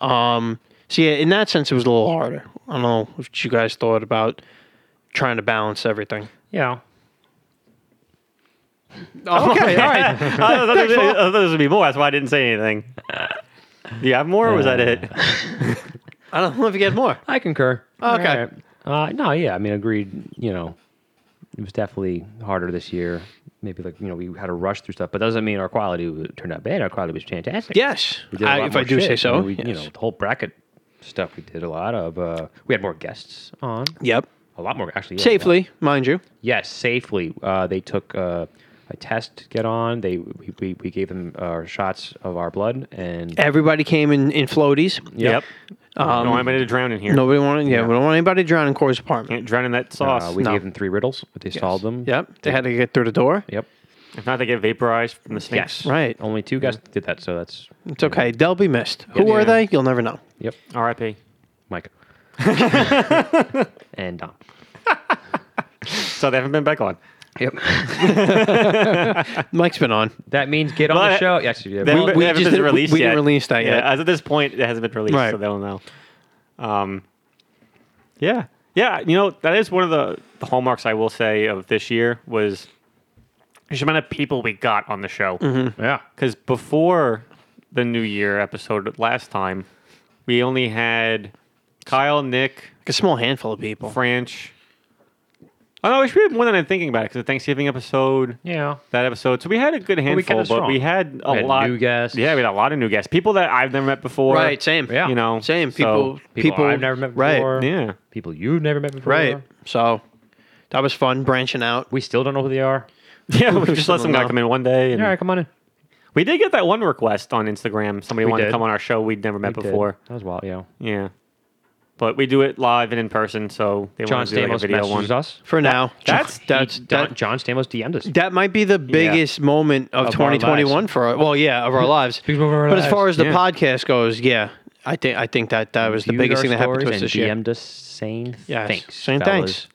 [SPEAKER 2] Um, so yeah, in that sense, it was a little harder. I don't know if you guys thought about trying to balance everything.
[SPEAKER 1] *laughs* yeah.
[SPEAKER 2] *laughs* Okay, all right.
[SPEAKER 3] I thought there was- I thought there was gonna be more. That's why I didn't say anything. Do you have more, or was that
[SPEAKER 2] Uh,
[SPEAKER 3] it?
[SPEAKER 2] I don't know if you get more.
[SPEAKER 1] I concur.
[SPEAKER 2] Okay.
[SPEAKER 1] All right. Uh, no, yeah, I mean, agreed. You know, it was definitely harder this year. Maybe like you know we had to rush through stuff, but that doesn't mean our quality w- turned out bad. Our quality was fantastic.
[SPEAKER 2] Yes,
[SPEAKER 1] We did a
[SPEAKER 2] I,
[SPEAKER 1] lot
[SPEAKER 2] if
[SPEAKER 1] more
[SPEAKER 2] I do
[SPEAKER 1] shit.
[SPEAKER 2] say so.
[SPEAKER 1] mean, we, You
[SPEAKER 2] yes.
[SPEAKER 1] know, the whole bracket stuff we did a lot of. Uh, we had more guests on.
[SPEAKER 2] Yep.
[SPEAKER 1] A lot more actually. yeah, a lot.
[SPEAKER 2] Safely, mind you.
[SPEAKER 1] Yes, safely. Uh, they took uh, a test to get on. They we, we, we gave them our shots of our blood and
[SPEAKER 2] Everybody came in in floaties.
[SPEAKER 1] Yep.
[SPEAKER 3] I
[SPEAKER 2] um,
[SPEAKER 3] don't want anybody to drown in here.
[SPEAKER 2] Nobody wanted. Yeah, we don't want anybody drowning in Corey's apartment.
[SPEAKER 3] Can't drown in that sauce.
[SPEAKER 1] uh, we
[SPEAKER 2] No.
[SPEAKER 1] gave them three riddles. But they solved them.
[SPEAKER 2] Yep. They had to get through the door.
[SPEAKER 1] Yep.
[SPEAKER 3] if not, they get vaporized from the snakes.
[SPEAKER 1] Yes.
[SPEAKER 2] Right.
[SPEAKER 1] Only two guys did that, so that's
[SPEAKER 2] It's okay. They'll be missed. Who were
[SPEAKER 3] Yeah.
[SPEAKER 2] they? You'll never know.
[SPEAKER 1] yep.
[SPEAKER 3] R.I.P.
[SPEAKER 1] Mike.
[SPEAKER 2] *laughs*
[SPEAKER 1] and Dom.
[SPEAKER 3] So they haven't been back on.
[SPEAKER 1] Yep.
[SPEAKER 2] Mike's been on.
[SPEAKER 1] that means get on
[SPEAKER 3] Well,
[SPEAKER 1] the show. Yes, you did.
[SPEAKER 3] They
[SPEAKER 1] Well,
[SPEAKER 3] haven't,
[SPEAKER 2] we
[SPEAKER 3] they haven't
[SPEAKER 2] just
[SPEAKER 3] been
[SPEAKER 2] didn't-
[SPEAKER 3] released
[SPEAKER 2] we
[SPEAKER 3] yet.
[SPEAKER 2] didn't release that yet.
[SPEAKER 3] Yeah, as of this point, it hasn't been released,
[SPEAKER 2] Right.
[SPEAKER 3] so they don't know. Um, yeah, yeah. You know, that is one of the, the hallmarks I will say of this year was the amount of people we got on the show.
[SPEAKER 2] Mm-hmm.
[SPEAKER 1] yeah.
[SPEAKER 3] because before the New Year episode last time, we only had Kyle, Nick,
[SPEAKER 2] Like a small handful of people.
[SPEAKER 3] French, Oh no, we should have more than I'm thinking about it because the Thanksgiving episode,
[SPEAKER 1] Yeah.
[SPEAKER 3] that episode. So we had a good
[SPEAKER 1] we
[SPEAKER 3] handful,
[SPEAKER 1] kept
[SPEAKER 3] but
[SPEAKER 1] it strong.
[SPEAKER 3] we had a
[SPEAKER 1] We had
[SPEAKER 3] lot
[SPEAKER 1] new guests.
[SPEAKER 3] Yeah, we had a lot of new guests. People that I've never met before.
[SPEAKER 2] Right, same.
[SPEAKER 1] Yeah.
[SPEAKER 3] You know,
[SPEAKER 2] Same.
[SPEAKER 3] so-
[SPEAKER 2] People,
[SPEAKER 1] People,
[SPEAKER 2] people,
[SPEAKER 1] I've never met
[SPEAKER 2] right,
[SPEAKER 1] before.
[SPEAKER 3] *laughs* yeah.
[SPEAKER 1] People you've never met before.
[SPEAKER 2] Right. So that was fun branching out.
[SPEAKER 1] We still don't know who they are.
[SPEAKER 3] Yeah, we just
[SPEAKER 2] Someone
[SPEAKER 3] let some guy
[SPEAKER 2] know.
[SPEAKER 3] come in one day. And
[SPEAKER 1] All right, come on in.
[SPEAKER 3] We did get that one request on Instagram. Somebody
[SPEAKER 1] We
[SPEAKER 3] wanted
[SPEAKER 1] did.
[SPEAKER 3] to come on our show we'd never met
[SPEAKER 1] We did.
[SPEAKER 3] before.
[SPEAKER 1] That was wild, yeah.
[SPEAKER 3] Yeah. But we do it live and in person, so they
[SPEAKER 1] John
[SPEAKER 3] want to do like a
[SPEAKER 1] Stamos
[SPEAKER 3] video one.
[SPEAKER 1] messages us.
[SPEAKER 2] For now,
[SPEAKER 3] that's-
[SPEAKER 2] that's
[SPEAKER 1] He- Don-
[SPEAKER 2] that,
[SPEAKER 1] John Stamos DM'd us.
[SPEAKER 2] that might be the biggest moment of,
[SPEAKER 1] Of our
[SPEAKER 2] 2021 for our, well, yeah, *laughs* of our lives.
[SPEAKER 1] Biggest moment of our
[SPEAKER 2] but as
[SPEAKER 1] lives.
[SPEAKER 2] far as the
[SPEAKER 3] Yeah.
[SPEAKER 2] podcast goes, yeah, I think I think that that was the
[SPEAKER 1] Viewed
[SPEAKER 2] biggest
[SPEAKER 1] our
[SPEAKER 2] thing that happened to
[SPEAKER 1] stories
[SPEAKER 2] us this
[SPEAKER 1] and
[SPEAKER 2] year.
[SPEAKER 1] DM'd us saying
[SPEAKER 2] Yes.
[SPEAKER 1] thanks.
[SPEAKER 2] Saying
[SPEAKER 1] fellas.
[SPEAKER 2] thanks.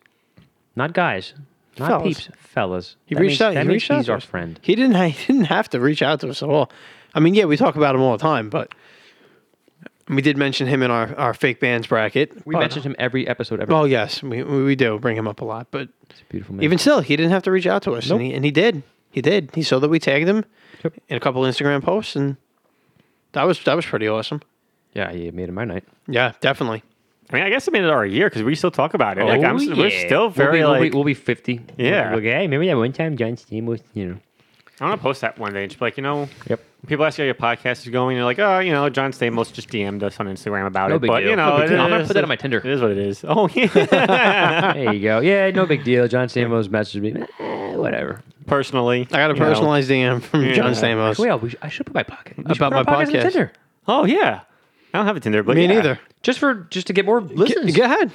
[SPEAKER 1] Not guys. Not
[SPEAKER 2] Fellas.
[SPEAKER 1] peeps. Fellas.
[SPEAKER 2] He
[SPEAKER 1] That
[SPEAKER 2] reached
[SPEAKER 1] means-
[SPEAKER 2] out.
[SPEAKER 1] That
[SPEAKER 2] he
[SPEAKER 1] means
[SPEAKER 2] reached out
[SPEAKER 1] he's
[SPEAKER 2] to
[SPEAKER 1] our
[SPEAKER 2] us.
[SPEAKER 1] friend.
[SPEAKER 2] He didn't. *laughs* He didn't have to reach out to us at all. I mean, yeah, we talk about him all the time, but we did mention him in our, our fake bands bracket.
[SPEAKER 1] We
[SPEAKER 2] but-
[SPEAKER 1] mentioned him every episode ever.
[SPEAKER 2] Oh yes, we we do bring him up a lot, but
[SPEAKER 1] He's a beautiful man.
[SPEAKER 2] even still, he didn't have to reach out to us,
[SPEAKER 1] Nope.
[SPEAKER 2] and he and he did. He did. He saw that we tagged him
[SPEAKER 1] Yep.
[SPEAKER 2] in a couple Instagram posts, and that was that was pretty awesome.
[SPEAKER 1] yeah, he made it my night.
[SPEAKER 2] Yeah, definitely.
[SPEAKER 3] I mean, I guess it made it our year because we still talk about it. like, I'm,
[SPEAKER 1] Oh,
[SPEAKER 3] We're
[SPEAKER 1] yeah.
[SPEAKER 3] still very
[SPEAKER 1] we'll be, we'll
[SPEAKER 3] like.
[SPEAKER 1] be, we'll be 50.
[SPEAKER 3] Yeah.
[SPEAKER 1] We'll be like, hey, remember that one time John Stamos, you know.
[SPEAKER 3] I'm gonna post that one day and just be like, you know,
[SPEAKER 1] Yep.
[SPEAKER 3] people ask you how your podcast is going, and you're like, oh, you know, John Stamos just DM'd us on Instagram about
[SPEAKER 1] No
[SPEAKER 3] it,
[SPEAKER 1] big
[SPEAKER 3] but
[SPEAKER 1] deal.
[SPEAKER 3] you
[SPEAKER 1] No
[SPEAKER 3] know,
[SPEAKER 1] big
[SPEAKER 3] it
[SPEAKER 1] deal. I'm gonna
[SPEAKER 3] is-
[SPEAKER 1] put that on my Tinder.
[SPEAKER 3] It is what it is. Oh
[SPEAKER 1] *laughs*
[SPEAKER 3] yeah,
[SPEAKER 1] *laughs* There you go. Yeah, no big deal. John Stamos messaged me. Eh, whatever.
[SPEAKER 3] personally,
[SPEAKER 2] I got a
[SPEAKER 3] you know.
[SPEAKER 2] personalized DM from John Stamos.
[SPEAKER 1] Well, we should, I should put my pocket. we should
[SPEAKER 2] About
[SPEAKER 1] put
[SPEAKER 2] my
[SPEAKER 1] our pockets on
[SPEAKER 2] podcast.
[SPEAKER 1] Tinder.
[SPEAKER 3] Oh yeah, I don't have a Tinder, but
[SPEAKER 2] Me
[SPEAKER 3] yeah.
[SPEAKER 2] neither.
[SPEAKER 1] Just for just to get more
[SPEAKER 2] Get,
[SPEAKER 1] listens.
[SPEAKER 2] go ahead,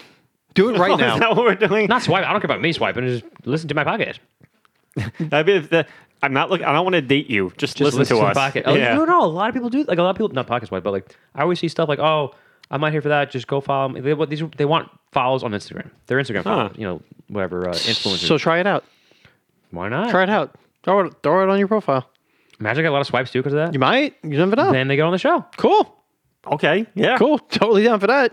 [SPEAKER 2] do it
[SPEAKER 1] *laughs*
[SPEAKER 3] Oh,
[SPEAKER 2] right
[SPEAKER 3] is
[SPEAKER 2] now.
[SPEAKER 3] that what we're doing?
[SPEAKER 1] Not swipe. I don't care about me swiping. Just listen to my podcast.
[SPEAKER 3] That'd be the, I'm not looking. I don't want to date you. Just,
[SPEAKER 1] Just
[SPEAKER 3] listen, to us.
[SPEAKER 1] Pocket. Oh,
[SPEAKER 3] Yeah.
[SPEAKER 1] No, no. A lot of people do. Like a lot of people, not pocket swipe, but like I always see stuff like, oh, I'm not here for that. Just go follow me. They, what, these they want follows on Instagram. Their Instagram followers. You know, whatever uh, influencers.
[SPEAKER 2] So try it out.
[SPEAKER 1] Why not?
[SPEAKER 2] Try it out. Throw it, throw it on your profile.
[SPEAKER 1] Imagine I got a lot of swipes too because of that.
[SPEAKER 2] You might. You never know.
[SPEAKER 1] Then they get on the show.
[SPEAKER 2] Cool.
[SPEAKER 3] Okay. Yeah.
[SPEAKER 2] Cool. Totally down for that.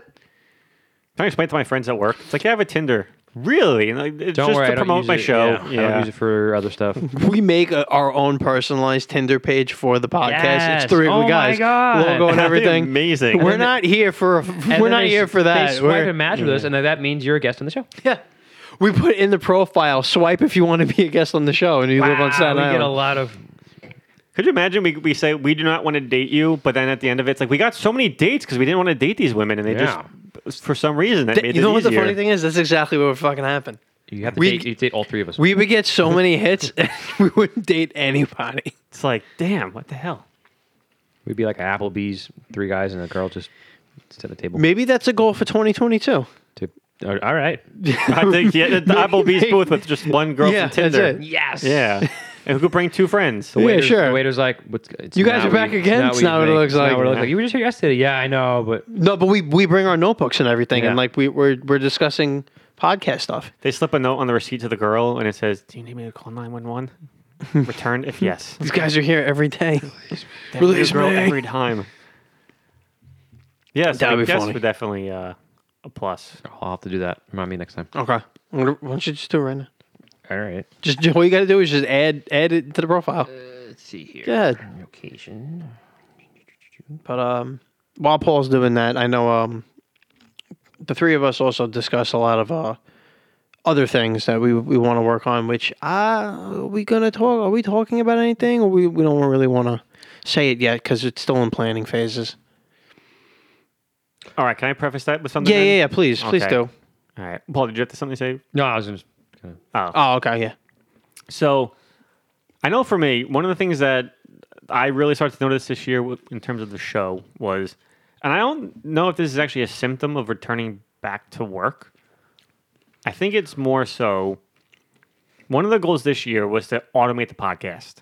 [SPEAKER 3] Trying to explain to my friends at work. It's like yeah, I have a Tinder. Really? And like, it's
[SPEAKER 1] Don't
[SPEAKER 3] just
[SPEAKER 1] worry. I
[SPEAKER 3] to
[SPEAKER 1] don't
[SPEAKER 3] promote
[SPEAKER 1] use
[SPEAKER 3] my
[SPEAKER 1] it.
[SPEAKER 3] show.
[SPEAKER 1] Yeah, I don't use it for
[SPEAKER 2] *laughs*
[SPEAKER 1] other stuff.
[SPEAKER 2] We make a, our own personalized Tinder page for the podcast.
[SPEAKER 1] Yes.
[SPEAKER 2] It's three
[SPEAKER 1] Oh
[SPEAKER 2] ugly
[SPEAKER 1] my
[SPEAKER 2] guys.
[SPEAKER 1] God.
[SPEAKER 2] Logo
[SPEAKER 1] *laughs*
[SPEAKER 2] and
[SPEAKER 3] That'd be
[SPEAKER 2] everything.
[SPEAKER 3] amazing.
[SPEAKER 2] We're
[SPEAKER 3] And then
[SPEAKER 2] not here for
[SPEAKER 1] And
[SPEAKER 2] we're
[SPEAKER 1] then
[SPEAKER 2] not
[SPEAKER 1] they-
[SPEAKER 2] here for that.
[SPEAKER 1] They swipe
[SPEAKER 2] We're-
[SPEAKER 1] and match with us, and then that means you're a guest on the show.
[SPEAKER 2] yeah. *laughs* We put in the profile swipe if you want to be a guest on the show and you live on Staten
[SPEAKER 1] we get a
[SPEAKER 2] Island.
[SPEAKER 1] lot of
[SPEAKER 3] Could you imagine we, we say we do not want to date you, but then at the end of it, it's like we got so many dates because we didn't want to date these women, and they
[SPEAKER 1] Yeah.
[SPEAKER 3] just for some reason that made
[SPEAKER 2] you
[SPEAKER 3] it
[SPEAKER 2] know what the
[SPEAKER 3] easier.
[SPEAKER 2] funny thing is? That's exactly what would fucking happen.
[SPEAKER 1] you have to
[SPEAKER 2] We-
[SPEAKER 1] date, you date all three of us.
[SPEAKER 2] We would get so many hits, *laughs* and we wouldn't date anybody.
[SPEAKER 3] It's like, damn, what the
[SPEAKER 1] *laughs*
[SPEAKER 3] hell?
[SPEAKER 1] We'd be like Applebee's, three guys and a girl just sit at the table.
[SPEAKER 2] Maybe that's a goal for 2022.
[SPEAKER 1] To, all all right.
[SPEAKER 3] I think yeah, the Applebee's booth with just one girl
[SPEAKER 2] Yeah,
[SPEAKER 3] from Tinder.
[SPEAKER 2] that's it.
[SPEAKER 1] Yes.
[SPEAKER 3] Yeah,
[SPEAKER 1] *laughs*
[SPEAKER 3] and who could bring two friends?
[SPEAKER 2] Yeah,
[SPEAKER 1] Waiter's-
[SPEAKER 2] sure.
[SPEAKER 1] The waiter's like, What's, it's
[SPEAKER 2] You guys
[SPEAKER 1] not
[SPEAKER 2] are back
[SPEAKER 1] what you-
[SPEAKER 2] again? It's not what it
[SPEAKER 1] think.
[SPEAKER 2] looks
[SPEAKER 1] It's not
[SPEAKER 2] like.
[SPEAKER 1] what it looks You were just here yesterday. Yeah, I know, but
[SPEAKER 2] No, but we we bring our notebooks and everything,
[SPEAKER 1] Yeah.
[SPEAKER 2] and like we we're we're discussing podcast stuff.
[SPEAKER 3] They slip a note on the receipt to the girl, and it says, "Do you need me to call nine one one? Return if yes."
[SPEAKER 2] These guys are here every day.
[SPEAKER 3] That new
[SPEAKER 2] Release
[SPEAKER 3] girl
[SPEAKER 2] me.
[SPEAKER 3] every time. Yes,
[SPEAKER 2] That'd
[SPEAKER 3] I
[SPEAKER 2] be
[SPEAKER 3] guess
[SPEAKER 2] funny.
[SPEAKER 3] we're definitely uh, a plus.
[SPEAKER 1] I'll have to do that. Remind me next time.
[SPEAKER 2] Okay, I'm gonna- why don't you just do it right now?
[SPEAKER 1] All right.
[SPEAKER 2] Just *laughs* all you got to do is just add add it to the profile.
[SPEAKER 1] Let's see here.
[SPEAKER 2] Good.
[SPEAKER 1] Location.
[SPEAKER 2] But um, while Paul's doing that, I know um, the three of us also discuss a lot of uh, other things that we we want to work on. Which uh, are we gonna talk? Are we talking about anything? Or we we don't really want to say it yet because it's still in planning phases.
[SPEAKER 3] All right, can I preface that with something?
[SPEAKER 2] Yeah, yeah, yeah. Please, please
[SPEAKER 3] Okay.
[SPEAKER 2] do.
[SPEAKER 3] yeah. All right, Paul, did you have something to say?
[SPEAKER 1] No, I was just. Gonna,
[SPEAKER 3] Oh,
[SPEAKER 2] Oh, okay, yeah.
[SPEAKER 3] so I know for me, one of the things that I really started to notice this year w- in terms of the show was, and I don't know if this is actually a symptom of returning back to work. I think it's more so. One of the goals this year was to automate the podcast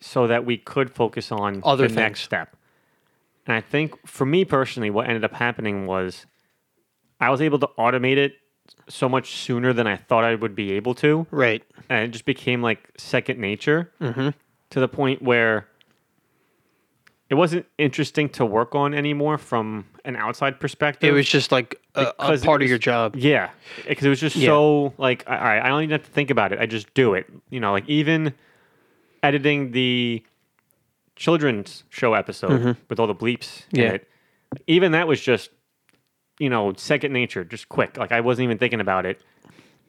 [SPEAKER 3] so that we could focus on
[SPEAKER 2] Mm-hmm. Other
[SPEAKER 3] the next
[SPEAKER 2] things.
[SPEAKER 3] step. And I think for me personally, what ended up happening was I was able to automate it so much sooner than I thought I would be able to
[SPEAKER 2] Right.
[SPEAKER 3] and it just became like second nature
[SPEAKER 2] Mm-hmm.
[SPEAKER 3] to the point where it wasn't interesting to work on anymore from an outside perspective.
[SPEAKER 2] It was just like a, a
[SPEAKER 3] Because it
[SPEAKER 2] part of
[SPEAKER 3] was-
[SPEAKER 2] your job.
[SPEAKER 3] yeah, because it was just so like I- all right, I don't even have to think about it. I just do it. You know, like even editing the children's show episode with all the bleeps
[SPEAKER 2] Yeah.
[SPEAKER 3] in it. Even that was just you know second nature, just quick. Like I wasn't even thinking about it,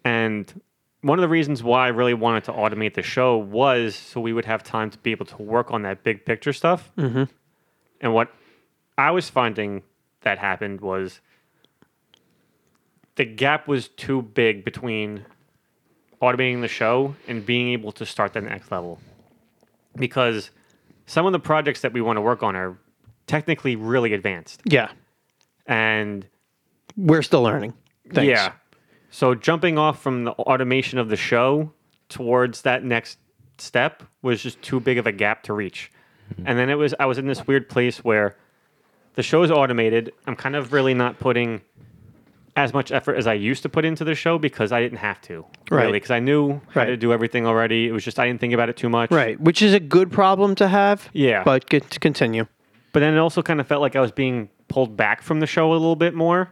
[SPEAKER 3] and one of the reasons why I really wanted to automate the show was so we would have time to be able to work on that big picture stuff. Mm-hmm. And what I was finding that happened was the gap was too big between automating the show and being able to start the next level. Because some of the projects that we want to work on are technically really advanced.
[SPEAKER 2] Yeah.
[SPEAKER 3] And
[SPEAKER 2] We're still learning. Thanks.
[SPEAKER 3] yeah. So jumping off from the automation of the show towards that next step was just too big of a gap to reach.
[SPEAKER 2] Mm-hmm.
[SPEAKER 3] And then it was I was in this weird place where the show's automated. I'm kind of really not putting as much effort as I used to put into the show because I didn't have to.
[SPEAKER 2] Right.
[SPEAKER 3] Really, because I knew how to
[SPEAKER 2] Right.
[SPEAKER 3] do everything already. It was just I didn't think about it too much.
[SPEAKER 2] Right, which is a good problem to have.
[SPEAKER 3] Yeah.
[SPEAKER 2] But c- to continue.
[SPEAKER 3] But then it also kind of felt like I was being pulled back from the show a little bit more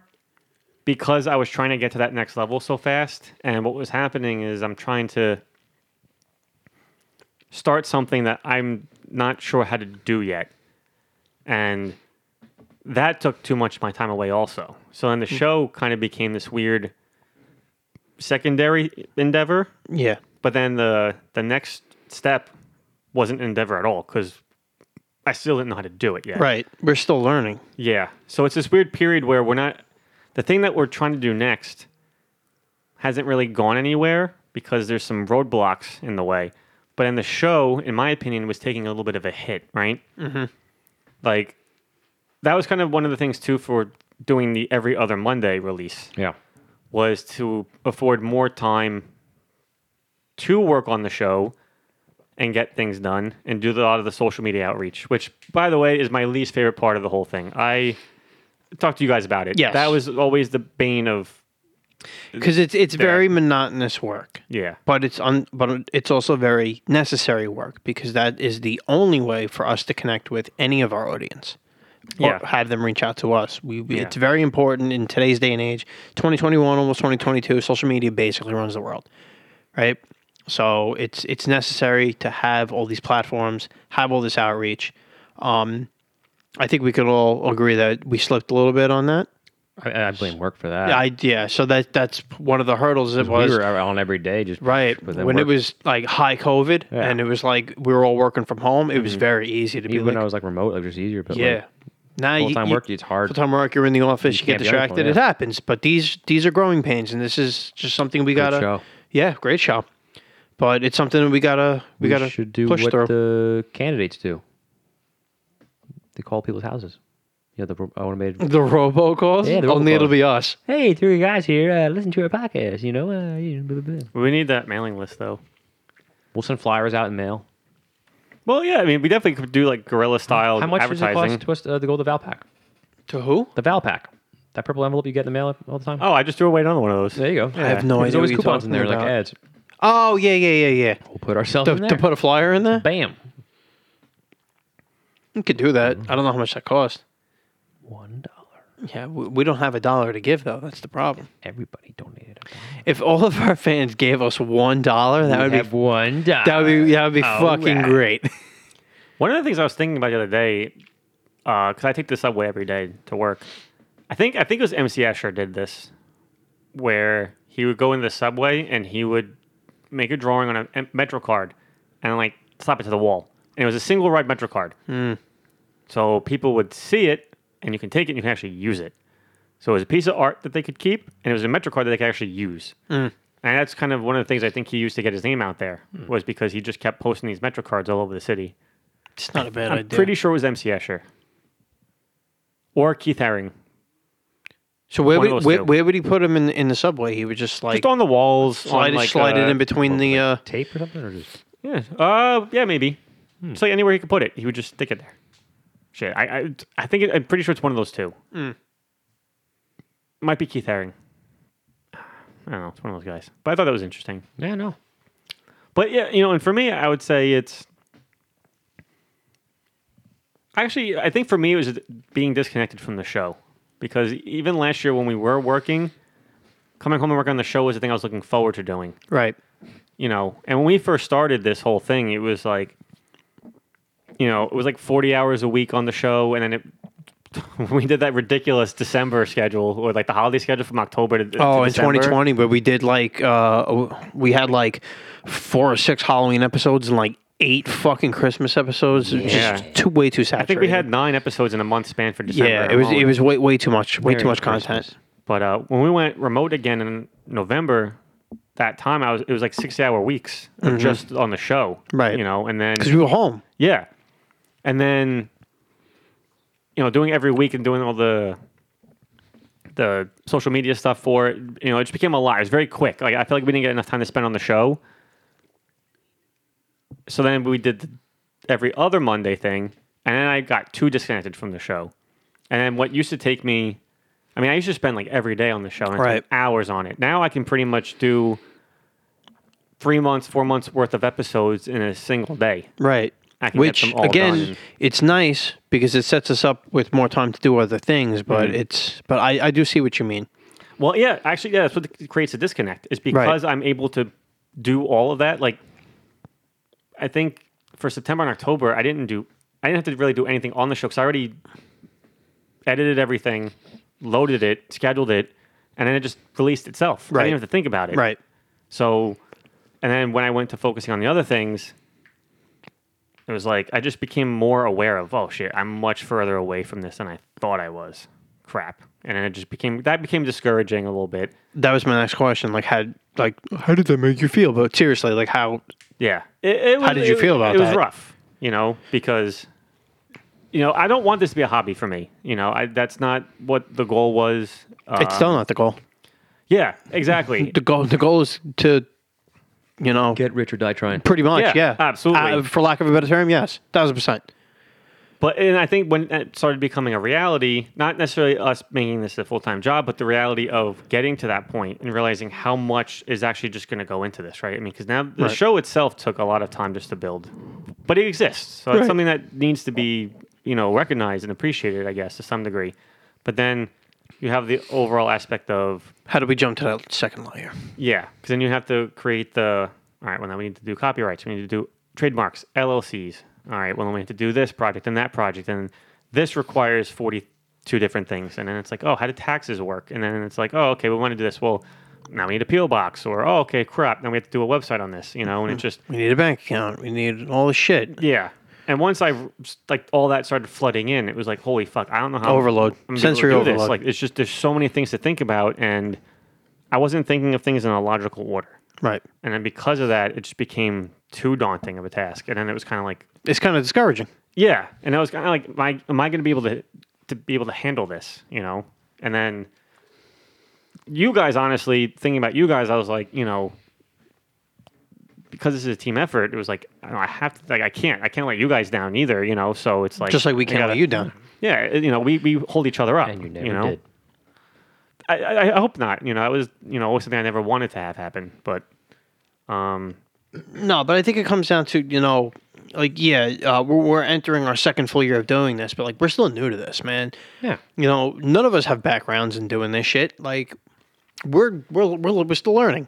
[SPEAKER 3] because I was trying to get to that next level so fast. And what was happening is I'm trying to start something that I'm not sure how to do yet. And that took too much of my time away also. So then the show kind of became this weird secondary endeavor
[SPEAKER 2] Yeah.
[SPEAKER 3] but then the the next step wasn't an endeavor at all because I still didn't know how to do it yet.
[SPEAKER 2] Right. We're still learning.
[SPEAKER 3] Yeah. So it's this weird period where we're not the thing that we're trying to do next hasn't really gone anywhere because there's some roadblocks in the way. But in the show, in my opinion, was taking a little bit of a hit, right? Mm-hmm. Like that was kind of one of the things too for doing the every other Monday release
[SPEAKER 1] Yeah.
[SPEAKER 3] was to afford more time to work on the show and get things done and do a lot of the social media outreach, which, by the way, is my least favorite part of the whole thing. I talked to you guys about it.
[SPEAKER 2] Yes.
[SPEAKER 3] That was always the bane of,
[SPEAKER 2] Because it's it's very monotonous work.
[SPEAKER 3] yeah.
[SPEAKER 2] But it's un, but it's also very necessary work because that is the only way for us to connect with any of our audience.
[SPEAKER 3] Yeah.
[SPEAKER 2] Or have them reach out to us. We, we- It's very important in today's day and age, 2021, almost 2022, social media basically runs the world, right? So it's it's necessary to have all these platforms, have all this outreach. Um, I think we could all agree that we slipped a little bit on that.
[SPEAKER 1] I, I blame work for that.
[SPEAKER 2] I, yeah, so that that's one of the hurdles it was.
[SPEAKER 1] we were on every day just
[SPEAKER 2] Right.
[SPEAKER 1] but then
[SPEAKER 2] When it
[SPEAKER 1] work-
[SPEAKER 2] was like high COVID
[SPEAKER 1] Yeah. Mm-hmm.
[SPEAKER 2] and it was like we were all working from home, it was very easy to be
[SPEAKER 1] even
[SPEAKER 2] like,
[SPEAKER 1] when I was like remote, like just easier. But
[SPEAKER 2] yeah.
[SPEAKER 1] like,
[SPEAKER 2] now you-
[SPEAKER 1] full-time
[SPEAKER 2] you,
[SPEAKER 1] work, it's hard.
[SPEAKER 2] Full time work, you're in the office, you, get
[SPEAKER 1] can't be on your phone,
[SPEAKER 2] distracted. It
[SPEAKER 1] yeah.
[SPEAKER 2] happens, but these these are growing pains, and this is just something we gotta.
[SPEAKER 1] show.
[SPEAKER 2] Yeah, great show. But it's something that we gotta we,
[SPEAKER 1] we
[SPEAKER 2] gotta
[SPEAKER 1] should do
[SPEAKER 2] push
[SPEAKER 1] what
[SPEAKER 2] through.
[SPEAKER 1] the candidates do. They call people's houses. Yeah, the automated.
[SPEAKER 2] the robocalls.
[SPEAKER 1] Yeah, the
[SPEAKER 2] only it'll
[SPEAKER 1] robocalls.
[SPEAKER 2] be us.
[SPEAKER 1] *laughs* Hey, three guys here. Uh, listen to our podcast. You know, uh, you know, blah, blah, blah.
[SPEAKER 3] We need that mailing list, though.
[SPEAKER 1] we'll send flyers out in mail.
[SPEAKER 3] Well, yeah, I mean, we definitely could do like guerrilla
[SPEAKER 2] Oh,
[SPEAKER 3] style
[SPEAKER 1] How much does it
[SPEAKER 3] advertising.
[SPEAKER 1] cost to us uh, to go to the Valpak?
[SPEAKER 2] To who?
[SPEAKER 1] The Valpak, that purple envelope you get in the mail all the time.
[SPEAKER 3] Oh, I just threw away another one of those.
[SPEAKER 1] there you go.
[SPEAKER 2] I have no
[SPEAKER 1] There's
[SPEAKER 2] idea
[SPEAKER 1] always
[SPEAKER 2] what you're
[SPEAKER 1] coupons in there,
[SPEAKER 2] talking
[SPEAKER 1] like
[SPEAKER 2] about.
[SPEAKER 1] ads.
[SPEAKER 2] Oh yeah yeah yeah yeah.
[SPEAKER 1] We'll put ourselves
[SPEAKER 2] To,
[SPEAKER 1] in there.
[SPEAKER 2] to put a flyer in there,
[SPEAKER 1] Bam.
[SPEAKER 2] you could do that.
[SPEAKER 1] Mm-hmm.
[SPEAKER 2] I don't know how much that cost.
[SPEAKER 1] One dollar.
[SPEAKER 2] Yeah, we, we don't have a dollar to give though. That's the problem.
[SPEAKER 1] Everybody donated. A dollar.
[SPEAKER 2] If all of our fans gave us one dollar, that
[SPEAKER 1] We
[SPEAKER 2] would be
[SPEAKER 1] have one Oh, dollar.
[SPEAKER 2] that would be that would be
[SPEAKER 1] All
[SPEAKER 2] fucking
[SPEAKER 1] right.
[SPEAKER 2] great.
[SPEAKER 3] One of the things I was thinking about the other day, because I take the subway every day to work. I think I think it was MC Escher did this, where he would go in the subway and he would make a drawing on a M- Metro card and like slap it to the wall. And it was a single ride Metro card. So people would see it and you can take it and you can actually use it. So it was a piece of art that they could keep and it was a Metro card that they could actually use. And that's kind of one of the things I think he used to get his name out there was because he just kept posting these Metro cards all over the city.
[SPEAKER 2] It's not a *laughs* bad
[SPEAKER 3] I'm
[SPEAKER 2] idea.
[SPEAKER 3] pretty sure it was MC Escher or Keith Haring.
[SPEAKER 2] so where
[SPEAKER 3] one of
[SPEAKER 2] would
[SPEAKER 3] those
[SPEAKER 2] where,
[SPEAKER 3] two.
[SPEAKER 2] where would he put him in in the subway? He would just like
[SPEAKER 3] Just on the walls,
[SPEAKER 2] slide
[SPEAKER 3] on
[SPEAKER 2] it
[SPEAKER 3] like
[SPEAKER 2] slide it
[SPEAKER 3] uh,
[SPEAKER 2] in between the uh,
[SPEAKER 1] tape or something, or just
[SPEAKER 3] Yeah, uh, yeah, maybe.
[SPEAKER 2] Hmm.
[SPEAKER 3] It's like anywhere he could put it, he would just stick it there. Shit, I, I, I think it, I'm pretty sure it's one of those two.
[SPEAKER 2] Hmm.
[SPEAKER 3] Might be Keith Haring. I don't know. It's one of those guys. But I thought that was interesting.
[SPEAKER 1] yeah, no.
[SPEAKER 3] But yeah, you know, and for me, I would say it's actually. I think for me, it was being disconnected from the show because even last year when we were working, coming home and working on the show was the thing I was looking forward to doing.
[SPEAKER 2] right.
[SPEAKER 3] You know, and when we first started this whole thing, it *laughs* was like, you know, it was like forty hours a week on the show, and then it we did that ridiculous December schedule or like the holiday schedule from October to, to
[SPEAKER 2] Oh, in
[SPEAKER 3] December.
[SPEAKER 2] 2020, where we did like uh, we had like four or six Halloween episodes and like eight fucking Christmas episodes. It was
[SPEAKER 3] Yeah.
[SPEAKER 2] Just too way too saturated.
[SPEAKER 3] I think we had nine episodes in a month span for December. Oh,
[SPEAKER 2] yeah, it was it
[SPEAKER 3] alone.
[SPEAKER 2] was way way too much, way too much content.
[SPEAKER 3] But uh, when we went remote again in November, that time I was it was like sixty hour weeks of just on the show,
[SPEAKER 2] Right.
[SPEAKER 3] You know, and then
[SPEAKER 2] because we were home.
[SPEAKER 3] yeah, and then you know doing every week and doing all the the social media stuff for it, you know, it just became a lot. It was very quick. Like I feel like we didn't get enough time to spend on the show. So then we did the every other Monday thing, and then I got too disconnected from the show. And then what used to take me, I mean, I used to spend like every day on the show, and I
[SPEAKER 2] Right.
[SPEAKER 3] spent hours on it. Now I can pretty much do three months, four months worth of episodes in a single day.
[SPEAKER 2] Right.
[SPEAKER 3] I can get
[SPEAKER 2] Which
[SPEAKER 3] them all
[SPEAKER 2] again,
[SPEAKER 3] done.
[SPEAKER 2] it's nice because it sets us up with more time to do other things. But
[SPEAKER 3] Mm-hmm.
[SPEAKER 2] it's but I, I do see what you mean.
[SPEAKER 3] Well, yeah, actually, yeah, that's what creates a disconnect. Is because I'm able to do all of that. Like, I think for September and October, I didn't do, I didn't have to really do anything on the show because I already edited everything, loaded it, scheduled it, and then it just released itself. I
[SPEAKER 2] Right.
[SPEAKER 3] didn't have to think about it.
[SPEAKER 2] Right.
[SPEAKER 3] So, and then when I went to focusing on the other things, it was like I just became more aware of, oh shit, I'm much further away from this than I thought I was. Crap. And then it just became, that became discouraging a little bit.
[SPEAKER 2] That was my next question. Like how like how did that make you feel? But seriously, like how
[SPEAKER 3] Yeah. It, it was,
[SPEAKER 2] How did you
[SPEAKER 3] it-
[SPEAKER 2] feel about
[SPEAKER 3] it was
[SPEAKER 2] that?
[SPEAKER 3] rough, you know, because, you know, I don't want this to be a hobby for me. You know, I, that's not what the goal was. Uh,
[SPEAKER 2] it's still not the goal.
[SPEAKER 3] yeah, *laughs* exactly.
[SPEAKER 2] The goal the goal is to you know
[SPEAKER 1] Get rich or die trying.
[SPEAKER 2] pretty much
[SPEAKER 3] Yeah,
[SPEAKER 2] yeah,
[SPEAKER 3] absolutely.
[SPEAKER 2] Uh, for lack of a better term yes thousand percent
[SPEAKER 3] But and I think when it started becoming a reality, not necessarily us making this a full time job, but the reality of getting to that point and realizing how much is actually just going to go into this, right? I mean, because now the
[SPEAKER 2] Right.
[SPEAKER 3] show itself took a lot of time just to build, but it exists, so it's
[SPEAKER 2] Right.
[SPEAKER 3] something that needs to be you know recognized and appreciated, I guess, to some degree. But then you have the overall aspect of
[SPEAKER 2] how do we jump to that second layer
[SPEAKER 3] yeah, because then you have to create the. All right, well now we need to do copyrights. We need to do trademarks, LLCs. All right, well then we have to do this project and that project, and this requires forty-two different things. And then it's like, oh, how do taxes work? And then it's like, oh, okay, we want to do this. Well, now we need a peel box, or oh, okay, crap, now we have to do a website on this. You know, and it just
[SPEAKER 2] we need a bank account we need all the shit
[SPEAKER 3] yeah. And once I like all that started flooding in, it was like, holy fuck, I don't know how I'm-
[SPEAKER 2] overload
[SPEAKER 3] I'm gonna be able to
[SPEAKER 2] sensory
[SPEAKER 3] do
[SPEAKER 2] overload
[SPEAKER 3] This. Like it's just there's so many things to think about, and I wasn't thinking of things in a logical order.
[SPEAKER 2] right
[SPEAKER 3] And then because of that, it just became too daunting of a task. And then it was kind of like,
[SPEAKER 2] it's kind of discouraging
[SPEAKER 3] yeah. And I was kind of like, am I, am I going to be able to to be able to handle this? You know. And then you guys, honestly, thinking about you guys, I was like, you know, because this is a team effort, it was like I, don't know, I have to, like, I can't, I can't let you guys down either. You know. So it's like
[SPEAKER 2] just like we
[SPEAKER 3] I
[SPEAKER 2] can't let
[SPEAKER 3] gotta-
[SPEAKER 2] you down
[SPEAKER 3] Yeah, uh, you know, we, we hold each other up.
[SPEAKER 1] And you never
[SPEAKER 3] know?
[SPEAKER 1] did.
[SPEAKER 3] I, I, I hope not. You know, it was you know always something I never wanted to have happen, but um,
[SPEAKER 2] no but i think it comes down to you know like yeah uh, we're, we're entering our second full year of doing this but like we're still new to this man
[SPEAKER 1] Yeah.
[SPEAKER 2] you know none of us have backgrounds in doing this shit like we're we're we're, we're still learning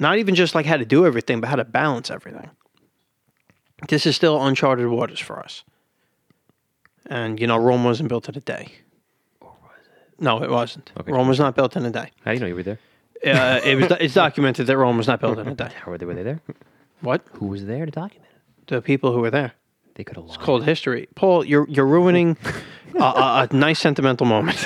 [SPEAKER 2] not even just like how to do everything but how to balance everything this is still uncharted waters for us and you know rome wasn't built in a day no, it wasn't.
[SPEAKER 1] Okay.
[SPEAKER 2] Rome was not built in a day.
[SPEAKER 1] How do you know you were there?
[SPEAKER 2] Uh, it was. It's documented that Rome was not built in a day.
[SPEAKER 1] How were they? Were they there?
[SPEAKER 2] *laughs* What?
[SPEAKER 1] Who was there to document it?
[SPEAKER 2] The people who were there.
[SPEAKER 1] They could have lied.
[SPEAKER 2] Cold history. Paul, you're you're ruining a, a, a nice sentimental moment.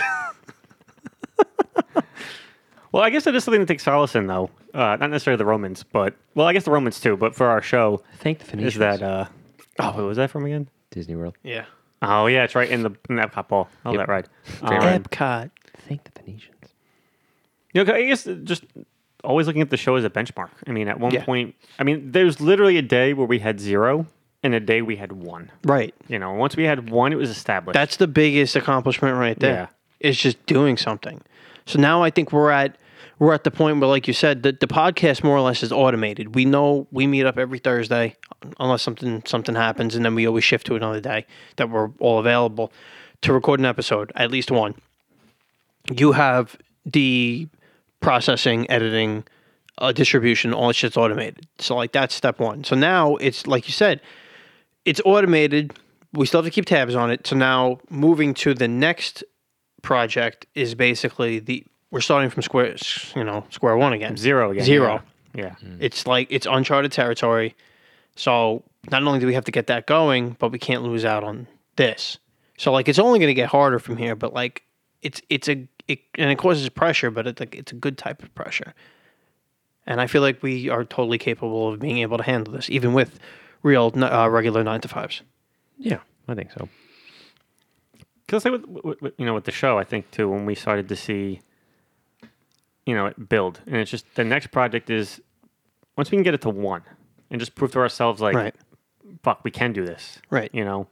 [SPEAKER 3] Well, I guess that is something to take solace in, though. Uh, not necessarily the Romans, but well, I guess the Romans too. But for our show,
[SPEAKER 1] Thank the Phoenicians.
[SPEAKER 3] is that uh, oh, who was that from again?
[SPEAKER 1] Disney World?
[SPEAKER 2] *laughs* yeah.
[SPEAKER 3] Oh yeah, it's right in the in the Epcot Ball. Oh, that ride. Um,
[SPEAKER 2] Epcot.
[SPEAKER 1] Thank the Phoenicians.
[SPEAKER 3] you know, I guess just always looking at the show as a benchmark. I mean, at one
[SPEAKER 2] Yeah.
[SPEAKER 3] point, I mean, there's literally a day where we had zero and a day we had one.
[SPEAKER 2] Right.
[SPEAKER 3] You know, once we had one, it was established.
[SPEAKER 2] That's the biggest accomplishment right there. It's just doing something. So now I think we're at we're at the point where, like you said, the, the podcast more or less is automated. We know we meet up every Thursday, unless something something happens, and then we always shift to another day that we're all available to record an episode, at least one. You have the processing, editing, uh, distribution, all that shit's automated. So like that's step one. So now it's like you said, it's automated we still have to keep tabs on it. So now moving to the next project is basically the we're starting from square, s- you know, square one again.
[SPEAKER 3] Zero again.
[SPEAKER 2] Zero.
[SPEAKER 3] Yeah. yeah.
[SPEAKER 2] It's like it's uncharted territory. So not only do we have to get that going, but we can't lose out on this. So like it's only going to get harder from here. But like it's it's a it, and it causes pressure, but it's like it's a good type of pressure. And I feel like we are totally capable of being able to handle this, even with real n- uh, regular nine to fives.
[SPEAKER 1] Yeah, I think so.
[SPEAKER 3] Because like with, with, with- you know with the show, I think too when we started to see, you know, it build, and it's just the next project is once we can get it to one, and just prove to ourselves like,
[SPEAKER 2] Right.
[SPEAKER 3] fuck, we can do this.
[SPEAKER 2] Right.
[SPEAKER 3] You know,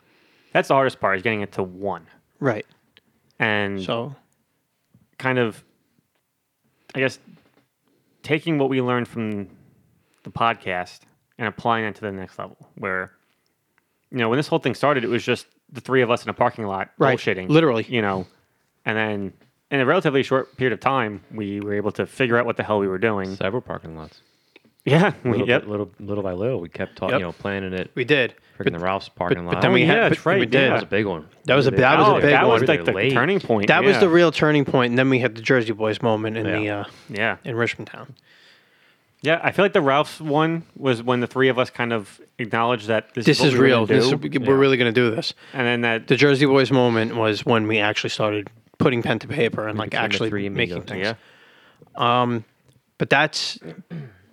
[SPEAKER 3] that's the hardest part is getting it to one,
[SPEAKER 2] Right.
[SPEAKER 3] and
[SPEAKER 2] So
[SPEAKER 3] kind of, I guess, taking what we learned from the podcast and applying it to the next level. Where, you know, when this whole thing started, it was just the three of us in a parking lot
[SPEAKER 2] Right.
[SPEAKER 3] bullshitting,
[SPEAKER 2] Literally.
[SPEAKER 3] You know, and then in a relatively short period of time, we were able to figure out what the hell we were doing.
[SPEAKER 1] Several parking lots.
[SPEAKER 3] yeah, we,
[SPEAKER 1] Little,
[SPEAKER 3] yep.
[SPEAKER 1] little, little by little, we kept talking,
[SPEAKER 2] Yep.
[SPEAKER 1] you know, planning it.
[SPEAKER 2] we did.
[SPEAKER 1] Freaking the Ralph's parking lot.
[SPEAKER 2] But then we
[SPEAKER 3] Oh,
[SPEAKER 2] had
[SPEAKER 3] yeah,
[SPEAKER 2] but
[SPEAKER 3] that's right,
[SPEAKER 2] we did.
[SPEAKER 1] that
[SPEAKER 3] yeah.
[SPEAKER 1] was a big one.
[SPEAKER 2] That was a-
[SPEAKER 1] They-
[SPEAKER 2] that was a
[SPEAKER 1] they-
[SPEAKER 2] big
[SPEAKER 3] Oh, that
[SPEAKER 2] one.
[SPEAKER 3] was
[SPEAKER 1] they
[SPEAKER 3] like the
[SPEAKER 1] late.
[SPEAKER 3] turning point.
[SPEAKER 2] That was
[SPEAKER 3] yeah.
[SPEAKER 2] the real turning point, and then we had the Jersey Boys moment in the
[SPEAKER 1] Yeah.
[SPEAKER 2] uh,
[SPEAKER 3] yeah.
[SPEAKER 2] in Richmond Town.
[SPEAKER 3] Yeah, I feel like the Ralph's one was when the three of us kind of acknowledged that this,
[SPEAKER 2] This
[SPEAKER 3] what
[SPEAKER 2] is
[SPEAKER 3] we were gonna
[SPEAKER 2] real. This is,
[SPEAKER 3] do,
[SPEAKER 2] we're really going to do this.
[SPEAKER 3] and then that
[SPEAKER 2] The Jersey Boys moment was when we actually started putting pen to paper and like
[SPEAKER 1] became the
[SPEAKER 2] actually
[SPEAKER 1] three
[SPEAKER 2] making
[SPEAKER 1] amigos.
[SPEAKER 2] things.
[SPEAKER 3] yeah,
[SPEAKER 2] But that's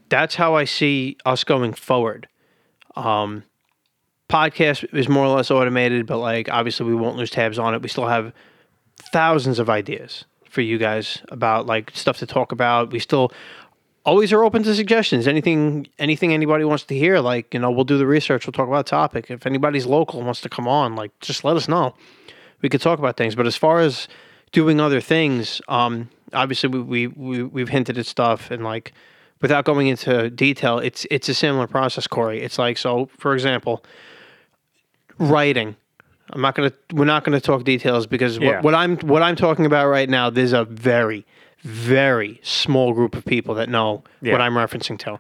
[SPEAKER 2] that's how I see us going forward. Um, podcast is more or less automated, but like obviously we won't lose tabs on it. We still have thousands of ideas for you guys about like stuff to talk about. We still always are open to suggestions. Anything anything anybody wants to hear, like, you know, we'll do the research, we'll talk about a topic. If anybody's local and wants to come on, like just let us know. We could talk about things. But as far as doing other things, um, obviously we, we, we we've hinted at stuff and like without going into detail, it's it's a similar process, Corey. It's like so for example, writing. I'm not gonna. We're not gonna talk details because
[SPEAKER 3] Yeah.
[SPEAKER 2] what, what I'm what I'm talking about right now. There's a very, very small group of people that know
[SPEAKER 3] Yeah.
[SPEAKER 2] what I'm referencing to.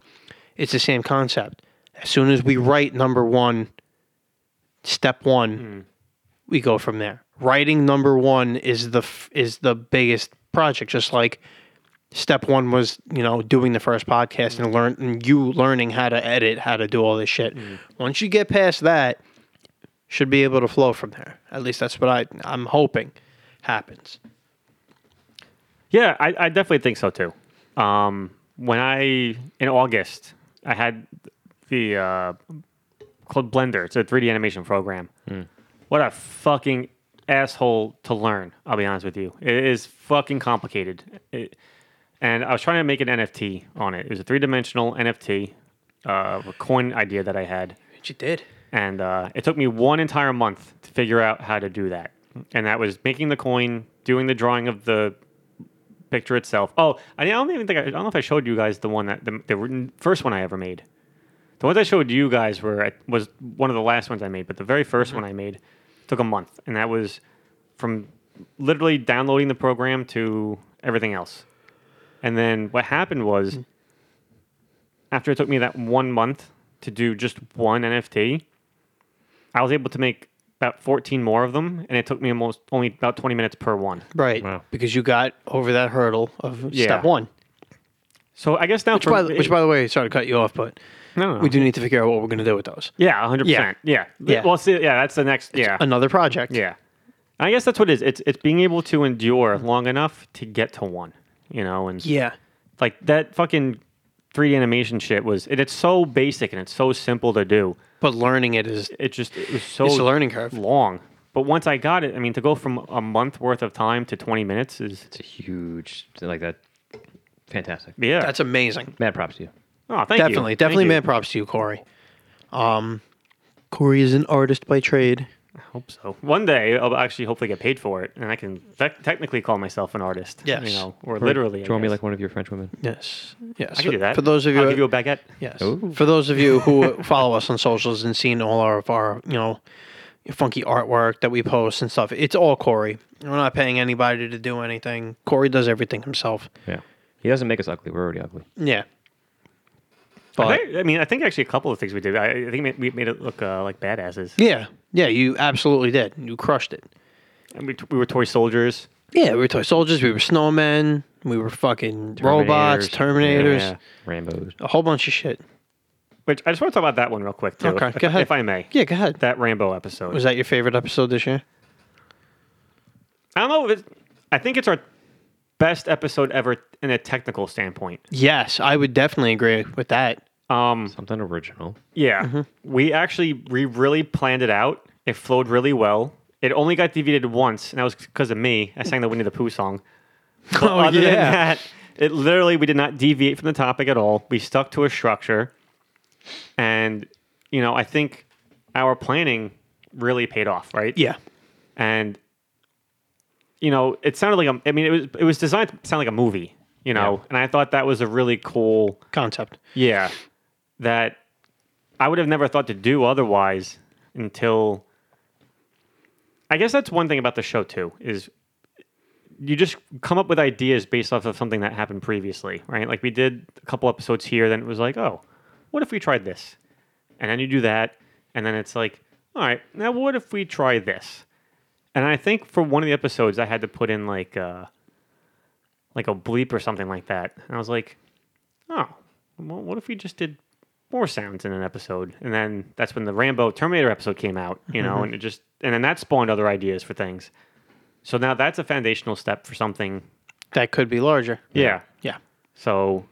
[SPEAKER 2] It's the same concept. As soon as we write number one, step one, we go from there. Writing number one is the f- is the biggest project. Just like step one was you know doing the first podcast and learn and you learning how to edit how to do all this shit once you get past that should be able to flow from there at least that's what i i'm hoping happens
[SPEAKER 3] yeah, I, I definitely think so too. Um, when I in August, I had the uh, called Blender. It's a 3D animation program. What a fucking asshole to learn. I'll be honest with you. It is fucking complicated. It, and I was trying to make an NFT on it. It was a three dimensional NFT, uh, a coin idea that I had.
[SPEAKER 2] you did
[SPEAKER 3] And uh, it took me one entire month to figure out how to do that. And that was making the coin, doing the drawing of the picture itself. Oh, I don't even think I, I don't know if I showed you guys the one that the, the first one I ever made. The ones I showed you guys were was one of the last ones I made, but the very 1st one I made took a month, and that was from literally downloading the program to everything else. And then what happened was, after it took me that one month to do just one NFT, I was able to make about 14 more of them, and it took me almost only about 20 minutes per one.
[SPEAKER 2] right
[SPEAKER 1] Wow.
[SPEAKER 2] because you got over that hurdle of
[SPEAKER 3] Yeah.
[SPEAKER 2] step one
[SPEAKER 3] So I guess now,
[SPEAKER 2] which by, the- which by the way sorry to cut you off but
[SPEAKER 3] no, no,
[SPEAKER 2] we do need to figure out what we're going to do with those
[SPEAKER 3] yeah, 100. percent Yeah,
[SPEAKER 2] Yeah.
[SPEAKER 3] Well, see, yeah, that's the next. yeah,
[SPEAKER 2] another project
[SPEAKER 3] Yeah. I guess that's what it is. It's it's being able to endure long enough to get to one. You know, and
[SPEAKER 2] yeah
[SPEAKER 3] like that fucking 3D animation shit was and it's so basic and it's so simple to do.
[SPEAKER 2] but learning it is
[SPEAKER 3] It just it was so
[SPEAKER 2] It's a learning curve.
[SPEAKER 3] long. But once I got it, I mean to go from a month worth of time to 20 minutes is
[SPEAKER 1] It's a huge, like that. Fantastic.
[SPEAKER 3] yeah.
[SPEAKER 2] that's amazing
[SPEAKER 1] Mad props to you.
[SPEAKER 3] oh, thank you.
[SPEAKER 2] definitely
[SPEAKER 3] Thank
[SPEAKER 2] definitely
[SPEAKER 3] you.
[SPEAKER 2] man props to you corey um corey is an artist by trade
[SPEAKER 3] I hope so. One day I'll actually hopefully get paid for it and I can te- technically call myself an artist.
[SPEAKER 2] Yes.
[SPEAKER 3] You know, or literally. I
[SPEAKER 1] Draw me
[SPEAKER 3] guess.
[SPEAKER 1] like one of your French women.
[SPEAKER 2] Yes. Yes.
[SPEAKER 3] I can do that.
[SPEAKER 2] For those of you,
[SPEAKER 3] I'll give you a baguette.
[SPEAKER 2] yes.
[SPEAKER 1] Ooh.
[SPEAKER 2] For those of you who *laughs* follow us on socials and seen all our- of our, you know, funky artwork that we post and stuff, it's all Corey. We're not paying anybody to do anything. Corey does everything himself.
[SPEAKER 1] Yeah. He doesn't make us ugly. We're already ugly.
[SPEAKER 2] Yeah.
[SPEAKER 3] I,
[SPEAKER 1] But
[SPEAKER 3] think- I mean, I think actually a couple of things we did. I, I think ma- we made it look uh, like badasses.
[SPEAKER 2] Yeah, yeah, you absolutely did. You crushed it.
[SPEAKER 3] And we, t- we were toy soldiers.
[SPEAKER 2] Yeah, we were toy soldiers. We were snowmen. We were fucking robots, Terminators,
[SPEAKER 3] Yeah.
[SPEAKER 1] Rambo's.
[SPEAKER 2] a whole bunch of shit.
[SPEAKER 3] Which I just want to talk about that one real quick too.
[SPEAKER 2] Okay,
[SPEAKER 3] if,
[SPEAKER 2] go ahead.
[SPEAKER 3] if I may.
[SPEAKER 2] Yeah, go ahead.
[SPEAKER 3] That Rambo episode.
[SPEAKER 2] Was that your favorite episode this year?
[SPEAKER 3] I don't know if it's. I think it's our best episode ever in a technical standpoint.
[SPEAKER 2] Yes, I would definitely agree with that.
[SPEAKER 3] Um,
[SPEAKER 1] Something original.
[SPEAKER 3] yeah,
[SPEAKER 2] Mm-hmm.
[SPEAKER 3] we actually we really planned it out. It flowed really well. It only got deviated once, and that was because of me. I sang the Winnie the
[SPEAKER 2] *laughs*
[SPEAKER 3] Pooh song. But
[SPEAKER 2] Oh,
[SPEAKER 3] other than
[SPEAKER 2] yeah.
[SPEAKER 3] that, it literally we did not deviate from the topic at all. We stuck to a structure, and you know I think our planning really paid off, right?
[SPEAKER 2] Yeah,
[SPEAKER 3] and you know it sounded like a, I mean it was it was designed to sound like a movie you know and i thought that was a really cool
[SPEAKER 2] concept.
[SPEAKER 3] yeah that i would have never thought to do otherwise until i guess that's one thing about the show too is you just come up with ideas based off of something that happened previously right like we did a couple episodes here then it was like oh what if we tried this and then you do that and then it's like all right now what if we try this and i think for one of the episodes i had to put in like uh like a bleep or something like that and i was like oh well, what if we just did more sounds in an episode and then that's when the rambo terminator episode came out you know and it just and then that spawned other ideas for things so now that's a foundational step for something
[SPEAKER 2] That could be larger.
[SPEAKER 3] yeah
[SPEAKER 2] Yeah.
[SPEAKER 3] so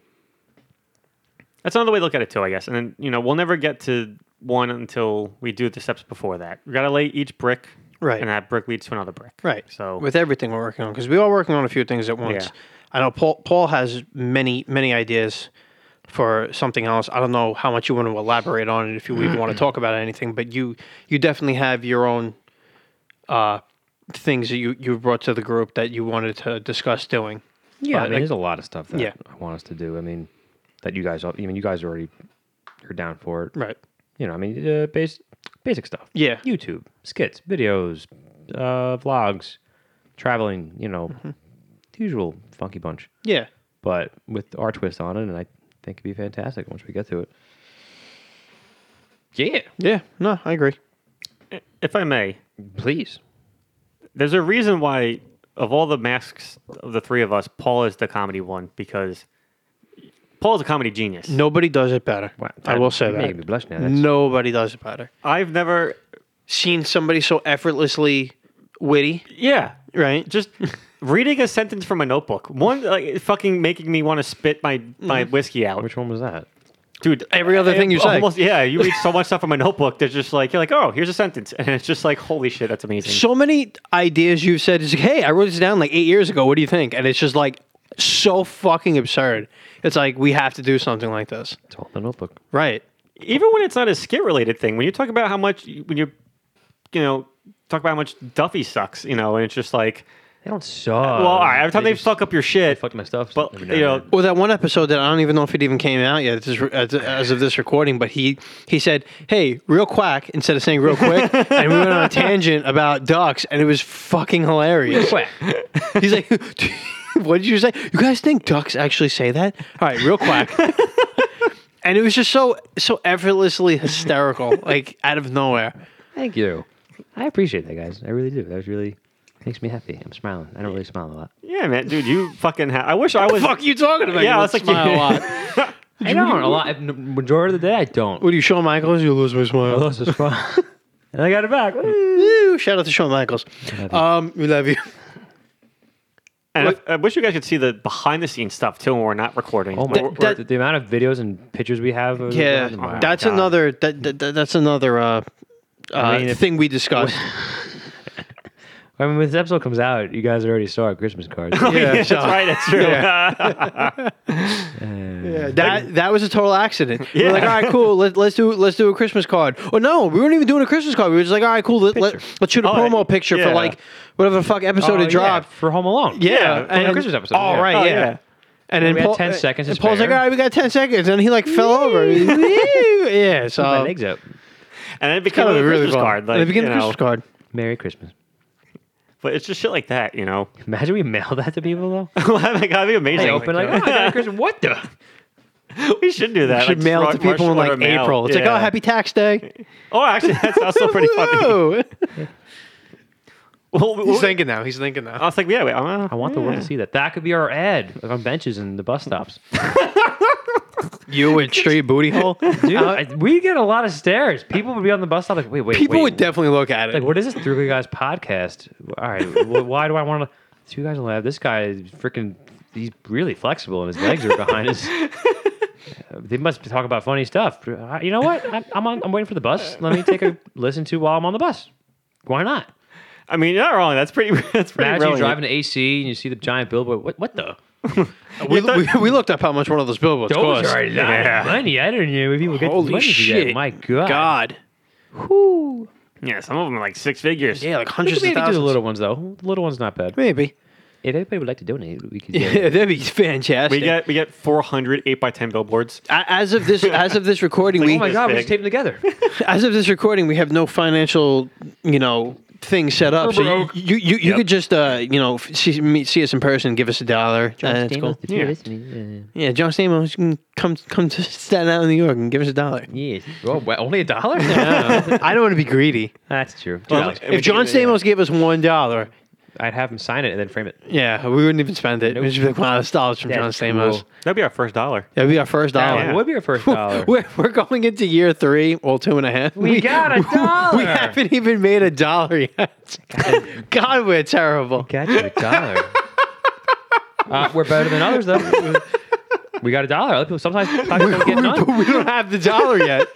[SPEAKER 3] that's another way to look at it too, I guess. And then you know we'll never get to one until we do the steps before that. We gotta lay each brick,
[SPEAKER 2] Right.
[SPEAKER 3] And that brick leads to another brick,
[SPEAKER 2] Right.
[SPEAKER 3] So
[SPEAKER 2] with everything we're working on, because we are working on a few things at once. I know Paul. Paul has many many ideas for something else. I don't know how much you want to elaborate on it if you even *clears throat* want to talk about anything, but you you definitely have your own uh, things that you you brought to the group that you wanted to discuss doing.
[SPEAKER 1] Yeah, I mean,
[SPEAKER 2] like-
[SPEAKER 1] there's a lot of stuff that
[SPEAKER 2] Yeah.
[SPEAKER 1] I want us to do. I mean, that you guys, all- I mean, you guys already you're down for it.
[SPEAKER 2] Right.
[SPEAKER 1] You know, I mean, uh, base, basic stuff.
[SPEAKER 2] Yeah.
[SPEAKER 1] YouTube, skits, videos, uh, vlogs, traveling. You know, the usual funky bunch.
[SPEAKER 2] Yeah.
[SPEAKER 1] But with our twist on it, and I think it'd be fantastic once we get to it. Yeah,
[SPEAKER 2] Yeah. No, I agree.
[SPEAKER 3] if I may,
[SPEAKER 1] please.
[SPEAKER 3] there's a reason why of all the masks of the three of us, Paul is the comedy one because Paul's a comedy genius.
[SPEAKER 2] Nobody does it better. I will say
[SPEAKER 1] You're
[SPEAKER 2] that.
[SPEAKER 1] making me blush now. That's-
[SPEAKER 2] Nobody does it better.
[SPEAKER 3] I've never,
[SPEAKER 2] Seen somebody so effortlessly witty,
[SPEAKER 3] yeah,
[SPEAKER 2] right? *laughs*
[SPEAKER 3] just reading a sentence from a notebook. One like fucking making me want to spit my my whiskey out.
[SPEAKER 1] Oh, Which one was that?
[SPEAKER 3] dude.
[SPEAKER 2] Mm-hmm. Every other
[SPEAKER 3] I-
[SPEAKER 2] thing you say.
[SPEAKER 3] almost, Yeah, you read so much stuff from a notebook. That's just like you're like, oh, here's a sentence, and it's just like, holy shit, that's amazing.
[SPEAKER 2] so many ideas you've said is like, hey, I wrote this down like eight years ago. What do you think? And it's just like so fucking absurd. It's like we have to do something like this,
[SPEAKER 1] It's all in the notebook.
[SPEAKER 2] right?
[SPEAKER 3] Even when it's not a skit related thing, when you talk about how much when you you know talk about how much Duffy sucks, you know, and it's just like,
[SPEAKER 1] They don't suck.
[SPEAKER 3] well,
[SPEAKER 2] Um,
[SPEAKER 3] all right, every time they,
[SPEAKER 1] just
[SPEAKER 3] fuck up your shit,
[SPEAKER 1] fuck my stuff.
[SPEAKER 3] but
[SPEAKER 1] every now
[SPEAKER 3] you know,
[SPEAKER 1] and then.
[SPEAKER 2] Well, that one episode that I don't even know if it even came out yet. This is, as, as of this recording, but he he said, "Hey, real quack," instead of saying "real quick," and we went on a tangent about ducks, and it was fucking hilarious.
[SPEAKER 3] *laughs*
[SPEAKER 2] He's like, *laughs* "What did you say? You guys think ducks actually say that?" All right, real
[SPEAKER 3] *laughs*
[SPEAKER 2] quack. and it was just so so effortlessly hysterical, like out of nowhere.
[SPEAKER 1] Thank you. I appreciate that, guys. I really do. That was really makes me happy. I'm smiling. I don't really smile a lot.
[SPEAKER 3] yeah, man, dude, you fucking. Ha- I wish I was.
[SPEAKER 2] Fuck you talking about?
[SPEAKER 3] Yeah,
[SPEAKER 2] you
[SPEAKER 3] I was like, *laughs*
[SPEAKER 2] smile a lot.
[SPEAKER 1] I don't a lot. Majority of the day, I don't.
[SPEAKER 2] What do you, Shawn Michaels? You lose my smile.
[SPEAKER 3] *laughs*
[SPEAKER 1] Those was fun. *laughs* and I got it back.
[SPEAKER 2] Woo, shout out to Shawn Michaels. Um, we
[SPEAKER 3] *laughs*
[SPEAKER 2] love you.
[SPEAKER 3] And I, I wish you guys could see the behind the scenes stuff too when we're not recording.
[SPEAKER 1] Oh my!
[SPEAKER 2] That- that-
[SPEAKER 1] the, the amount of videos and pictures we have. of-
[SPEAKER 2] Yeah,
[SPEAKER 1] oh my
[SPEAKER 2] that's
[SPEAKER 1] God.
[SPEAKER 2] another that, that that- that's another uh, uh,
[SPEAKER 1] mean, if-
[SPEAKER 2] thing we
[SPEAKER 3] *laughs*
[SPEAKER 2] discussed.
[SPEAKER 1] I mean, when this episode comes out, you guys already saw our Christmas cards.
[SPEAKER 3] *laughs*
[SPEAKER 2] yeah,
[SPEAKER 3] that's
[SPEAKER 2] so-
[SPEAKER 3] right. That's true.
[SPEAKER 2] yeah, that that was a total accident. We We're like, all right, cool. Let, let's do let's do a Christmas card. Or no, we weren't even doing a Christmas card. We were just like, all right, cool. Let, let, let's shoot a
[SPEAKER 3] Oh,
[SPEAKER 2] promo
[SPEAKER 3] yeah.
[SPEAKER 2] picture for
[SPEAKER 3] Yeah.
[SPEAKER 2] like whatever the fuck
[SPEAKER 1] Oh,
[SPEAKER 2] episode
[SPEAKER 1] yeah,
[SPEAKER 2] it dropped.
[SPEAKER 1] for Home Alone.
[SPEAKER 2] Yeah,
[SPEAKER 3] Yeah,
[SPEAKER 1] on the Christmas episode,
[SPEAKER 2] All
[SPEAKER 1] yeah.
[SPEAKER 2] right,
[SPEAKER 3] Oh,
[SPEAKER 2] yeah.
[SPEAKER 3] yeah.
[SPEAKER 2] And
[SPEAKER 1] And
[SPEAKER 2] then
[SPEAKER 1] we had
[SPEAKER 2] Paul,
[SPEAKER 1] 10 seconds to
[SPEAKER 2] And Paul's like,
[SPEAKER 1] spare.
[SPEAKER 2] all right, we got ten seconds, and he like fell over. Woo! yeah, so
[SPEAKER 1] my legs up.
[SPEAKER 3] And it became
[SPEAKER 2] kind of
[SPEAKER 3] a
[SPEAKER 2] really
[SPEAKER 3] Christmas
[SPEAKER 2] fun.
[SPEAKER 3] card. Like,
[SPEAKER 2] and it became
[SPEAKER 3] you
[SPEAKER 2] a
[SPEAKER 3] know,
[SPEAKER 2] Christmas card.
[SPEAKER 1] Merry Christmas. *laughs*
[SPEAKER 3] But it's just shit like that, you know. *laughs*
[SPEAKER 1] Imagine we mail that to people though.
[SPEAKER 3] oh my god, that'd be amazing.
[SPEAKER 1] They open like, oh, I got a Christmas. What the?
[SPEAKER 3] we should do that.
[SPEAKER 2] should
[SPEAKER 3] like,
[SPEAKER 2] mail it to
[SPEAKER 3] Rock
[SPEAKER 2] people in
[SPEAKER 3] Marshall
[SPEAKER 2] like
[SPEAKER 3] order mail.
[SPEAKER 2] April. It's like,
[SPEAKER 3] Yeah.
[SPEAKER 2] oh, happy tax day.
[SPEAKER 3] Oh, actually, that's also
[SPEAKER 2] *laughs*
[SPEAKER 3] pretty funny.
[SPEAKER 2] Woo!
[SPEAKER 3] Well, we-
[SPEAKER 2] He's
[SPEAKER 3] we-
[SPEAKER 2] thinking now. He's thinking
[SPEAKER 3] *laughs* I
[SPEAKER 2] now.
[SPEAKER 3] was like, yeah, wait, I'm, uh,
[SPEAKER 1] I want the world to see that. That could be our ad like, on benches and the bus stops.
[SPEAKER 2] You would straight booty hole. Uh,
[SPEAKER 1] Dude, I, we get a lot of stares. People would be on the bus stop like, wait, wait,
[SPEAKER 2] People
[SPEAKER 1] wait.
[SPEAKER 2] would definitely look at
[SPEAKER 1] like,
[SPEAKER 2] it.
[SPEAKER 1] what is this three guys podcast? All right, wh- why do I want to? Two guys in the lab. This guy is freaking. He's really flexible, and his legs are behind his. *laughs* They must talk about funny stuff. Uh, You know what? I- I'm on, I'm waiting for the bus. Let me take a listen to while I'm on the bus. Why not?
[SPEAKER 3] I mean, you're not wrong. That's pretty. *laughs* That's pretty.
[SPEAKER 1] Imagine you
[SPEAKER 3] brilliant.
[SPEAKER 1] driving to AC and you see the giant billboard. What? What the?
[SPEAKER 2] We, we, we looked up how much one of those billboards
[SPEAKER 1] Those
[SPEAKER 2] cost.
[SPEAKER 1] are a lot
[SPEAKER 3] Ah.
[SPEAKER 1] of money. I don't know if people get
[SPEAKER 2] Holy
[SPEAKER 1] money for that.
[SPEAKER 2] shit!
[SPEAKER 1] My God.
[SPEAKER 2] God.
[SPEAKER 3] Yeah, some of them are like six figures.
[SPEAKER 2] Yeah, like
[SPEAKER 1] We
[SPEAKER 2] hundreds
[SPEAKER 1] could
[SPEAKER 2] of
[SPEAKER 1] maybe do
[SPEAKER 2] thousands.
[SPEAKER 1] the little ones though. The little ones not bad.
[SPEAKER 2] Maybe.
[SPEAKER 1] If anybody would like to donate,
[SPEAKER 2] *laughs*
[SPEAKER 1] we could. do it.
[SPEAKER 2] Yeah, that'd be fantastic.
[SPEAKER 3] We get we get 400 8 by 10 billboards.
[SPEAKER 2] A- as of
[SPEAKER 1] *laughs*
[SPEAKER 2] this as of this recording,
[SPEAKER 1] Oh
[SPEAKER 2] we
[SPEAKER 1] my
[SPEAKER 3] This
[SPEAKER 1] God! We
[SPEAKER 3] big.
[SPEAKER 1] just taped
[SPEAKER 2] *laughs*
[SPEAKER 1] them together.
[SPEAKER 2] as of this recording, we have no financial, you know, thing set up. So you you, you, you could just uh, you know f- see me, see us in person, give us a dollar. Uh, that's cool.
[SPEAKER 3] Yeah.
[SPEAKER 1] uh,
[SPEAKER 2] Yeah, John Stamos can come come to Staten Island, New York, and give us a dollar.
[SPEAKER 1] Yes. Oh, well, only a dollar?
[SPEAKER 2] *laughs* I don't want to be greedy.
[SPEAKER 1] That's true. Two dollars.
[SPEAKER 2] If John Stamos gave us one dollar,
[SPEAKER 1] I'd have him sign it and then frame it.
[SPEAKER 2] yeah, we wouldn't even spend it. We'd just be like, wow, this dollar's from
[SPEAKER 1] That's
[SPEAKER 2] John
[SPEAKER 1] cool.
[SPEAKER 2] Stamos.
[SPEAKER 3] That'd be our first dollar.
[SPEAKER 2] That'd be our first dollar.
[SPEAKER 1] That would be our
[SPEAKER 2] *laughs*
[SPEAKER 1] first dollar.
[SPEAKER 2] We're, we're going into year three, well, two and a half. We,
[SPEAKER 1] got a
[SPEAKER 2] We
[SPEAKER 1] dollar.
[SPEAKER 2] haven't even made a dollar yet. God, we're terrible.
[SPEAKER 1] Got you
[SPEAKER 2] *laughs*
[SPEAKER 1] a dollar. uh, we're better than others, though. we got a dollar. Other people sometimes, sometimes don't get
[SPEAKER 2] *laughs*
[SPEAKER 1] none.
[SPEAKER 2] we don't have the dollar yet.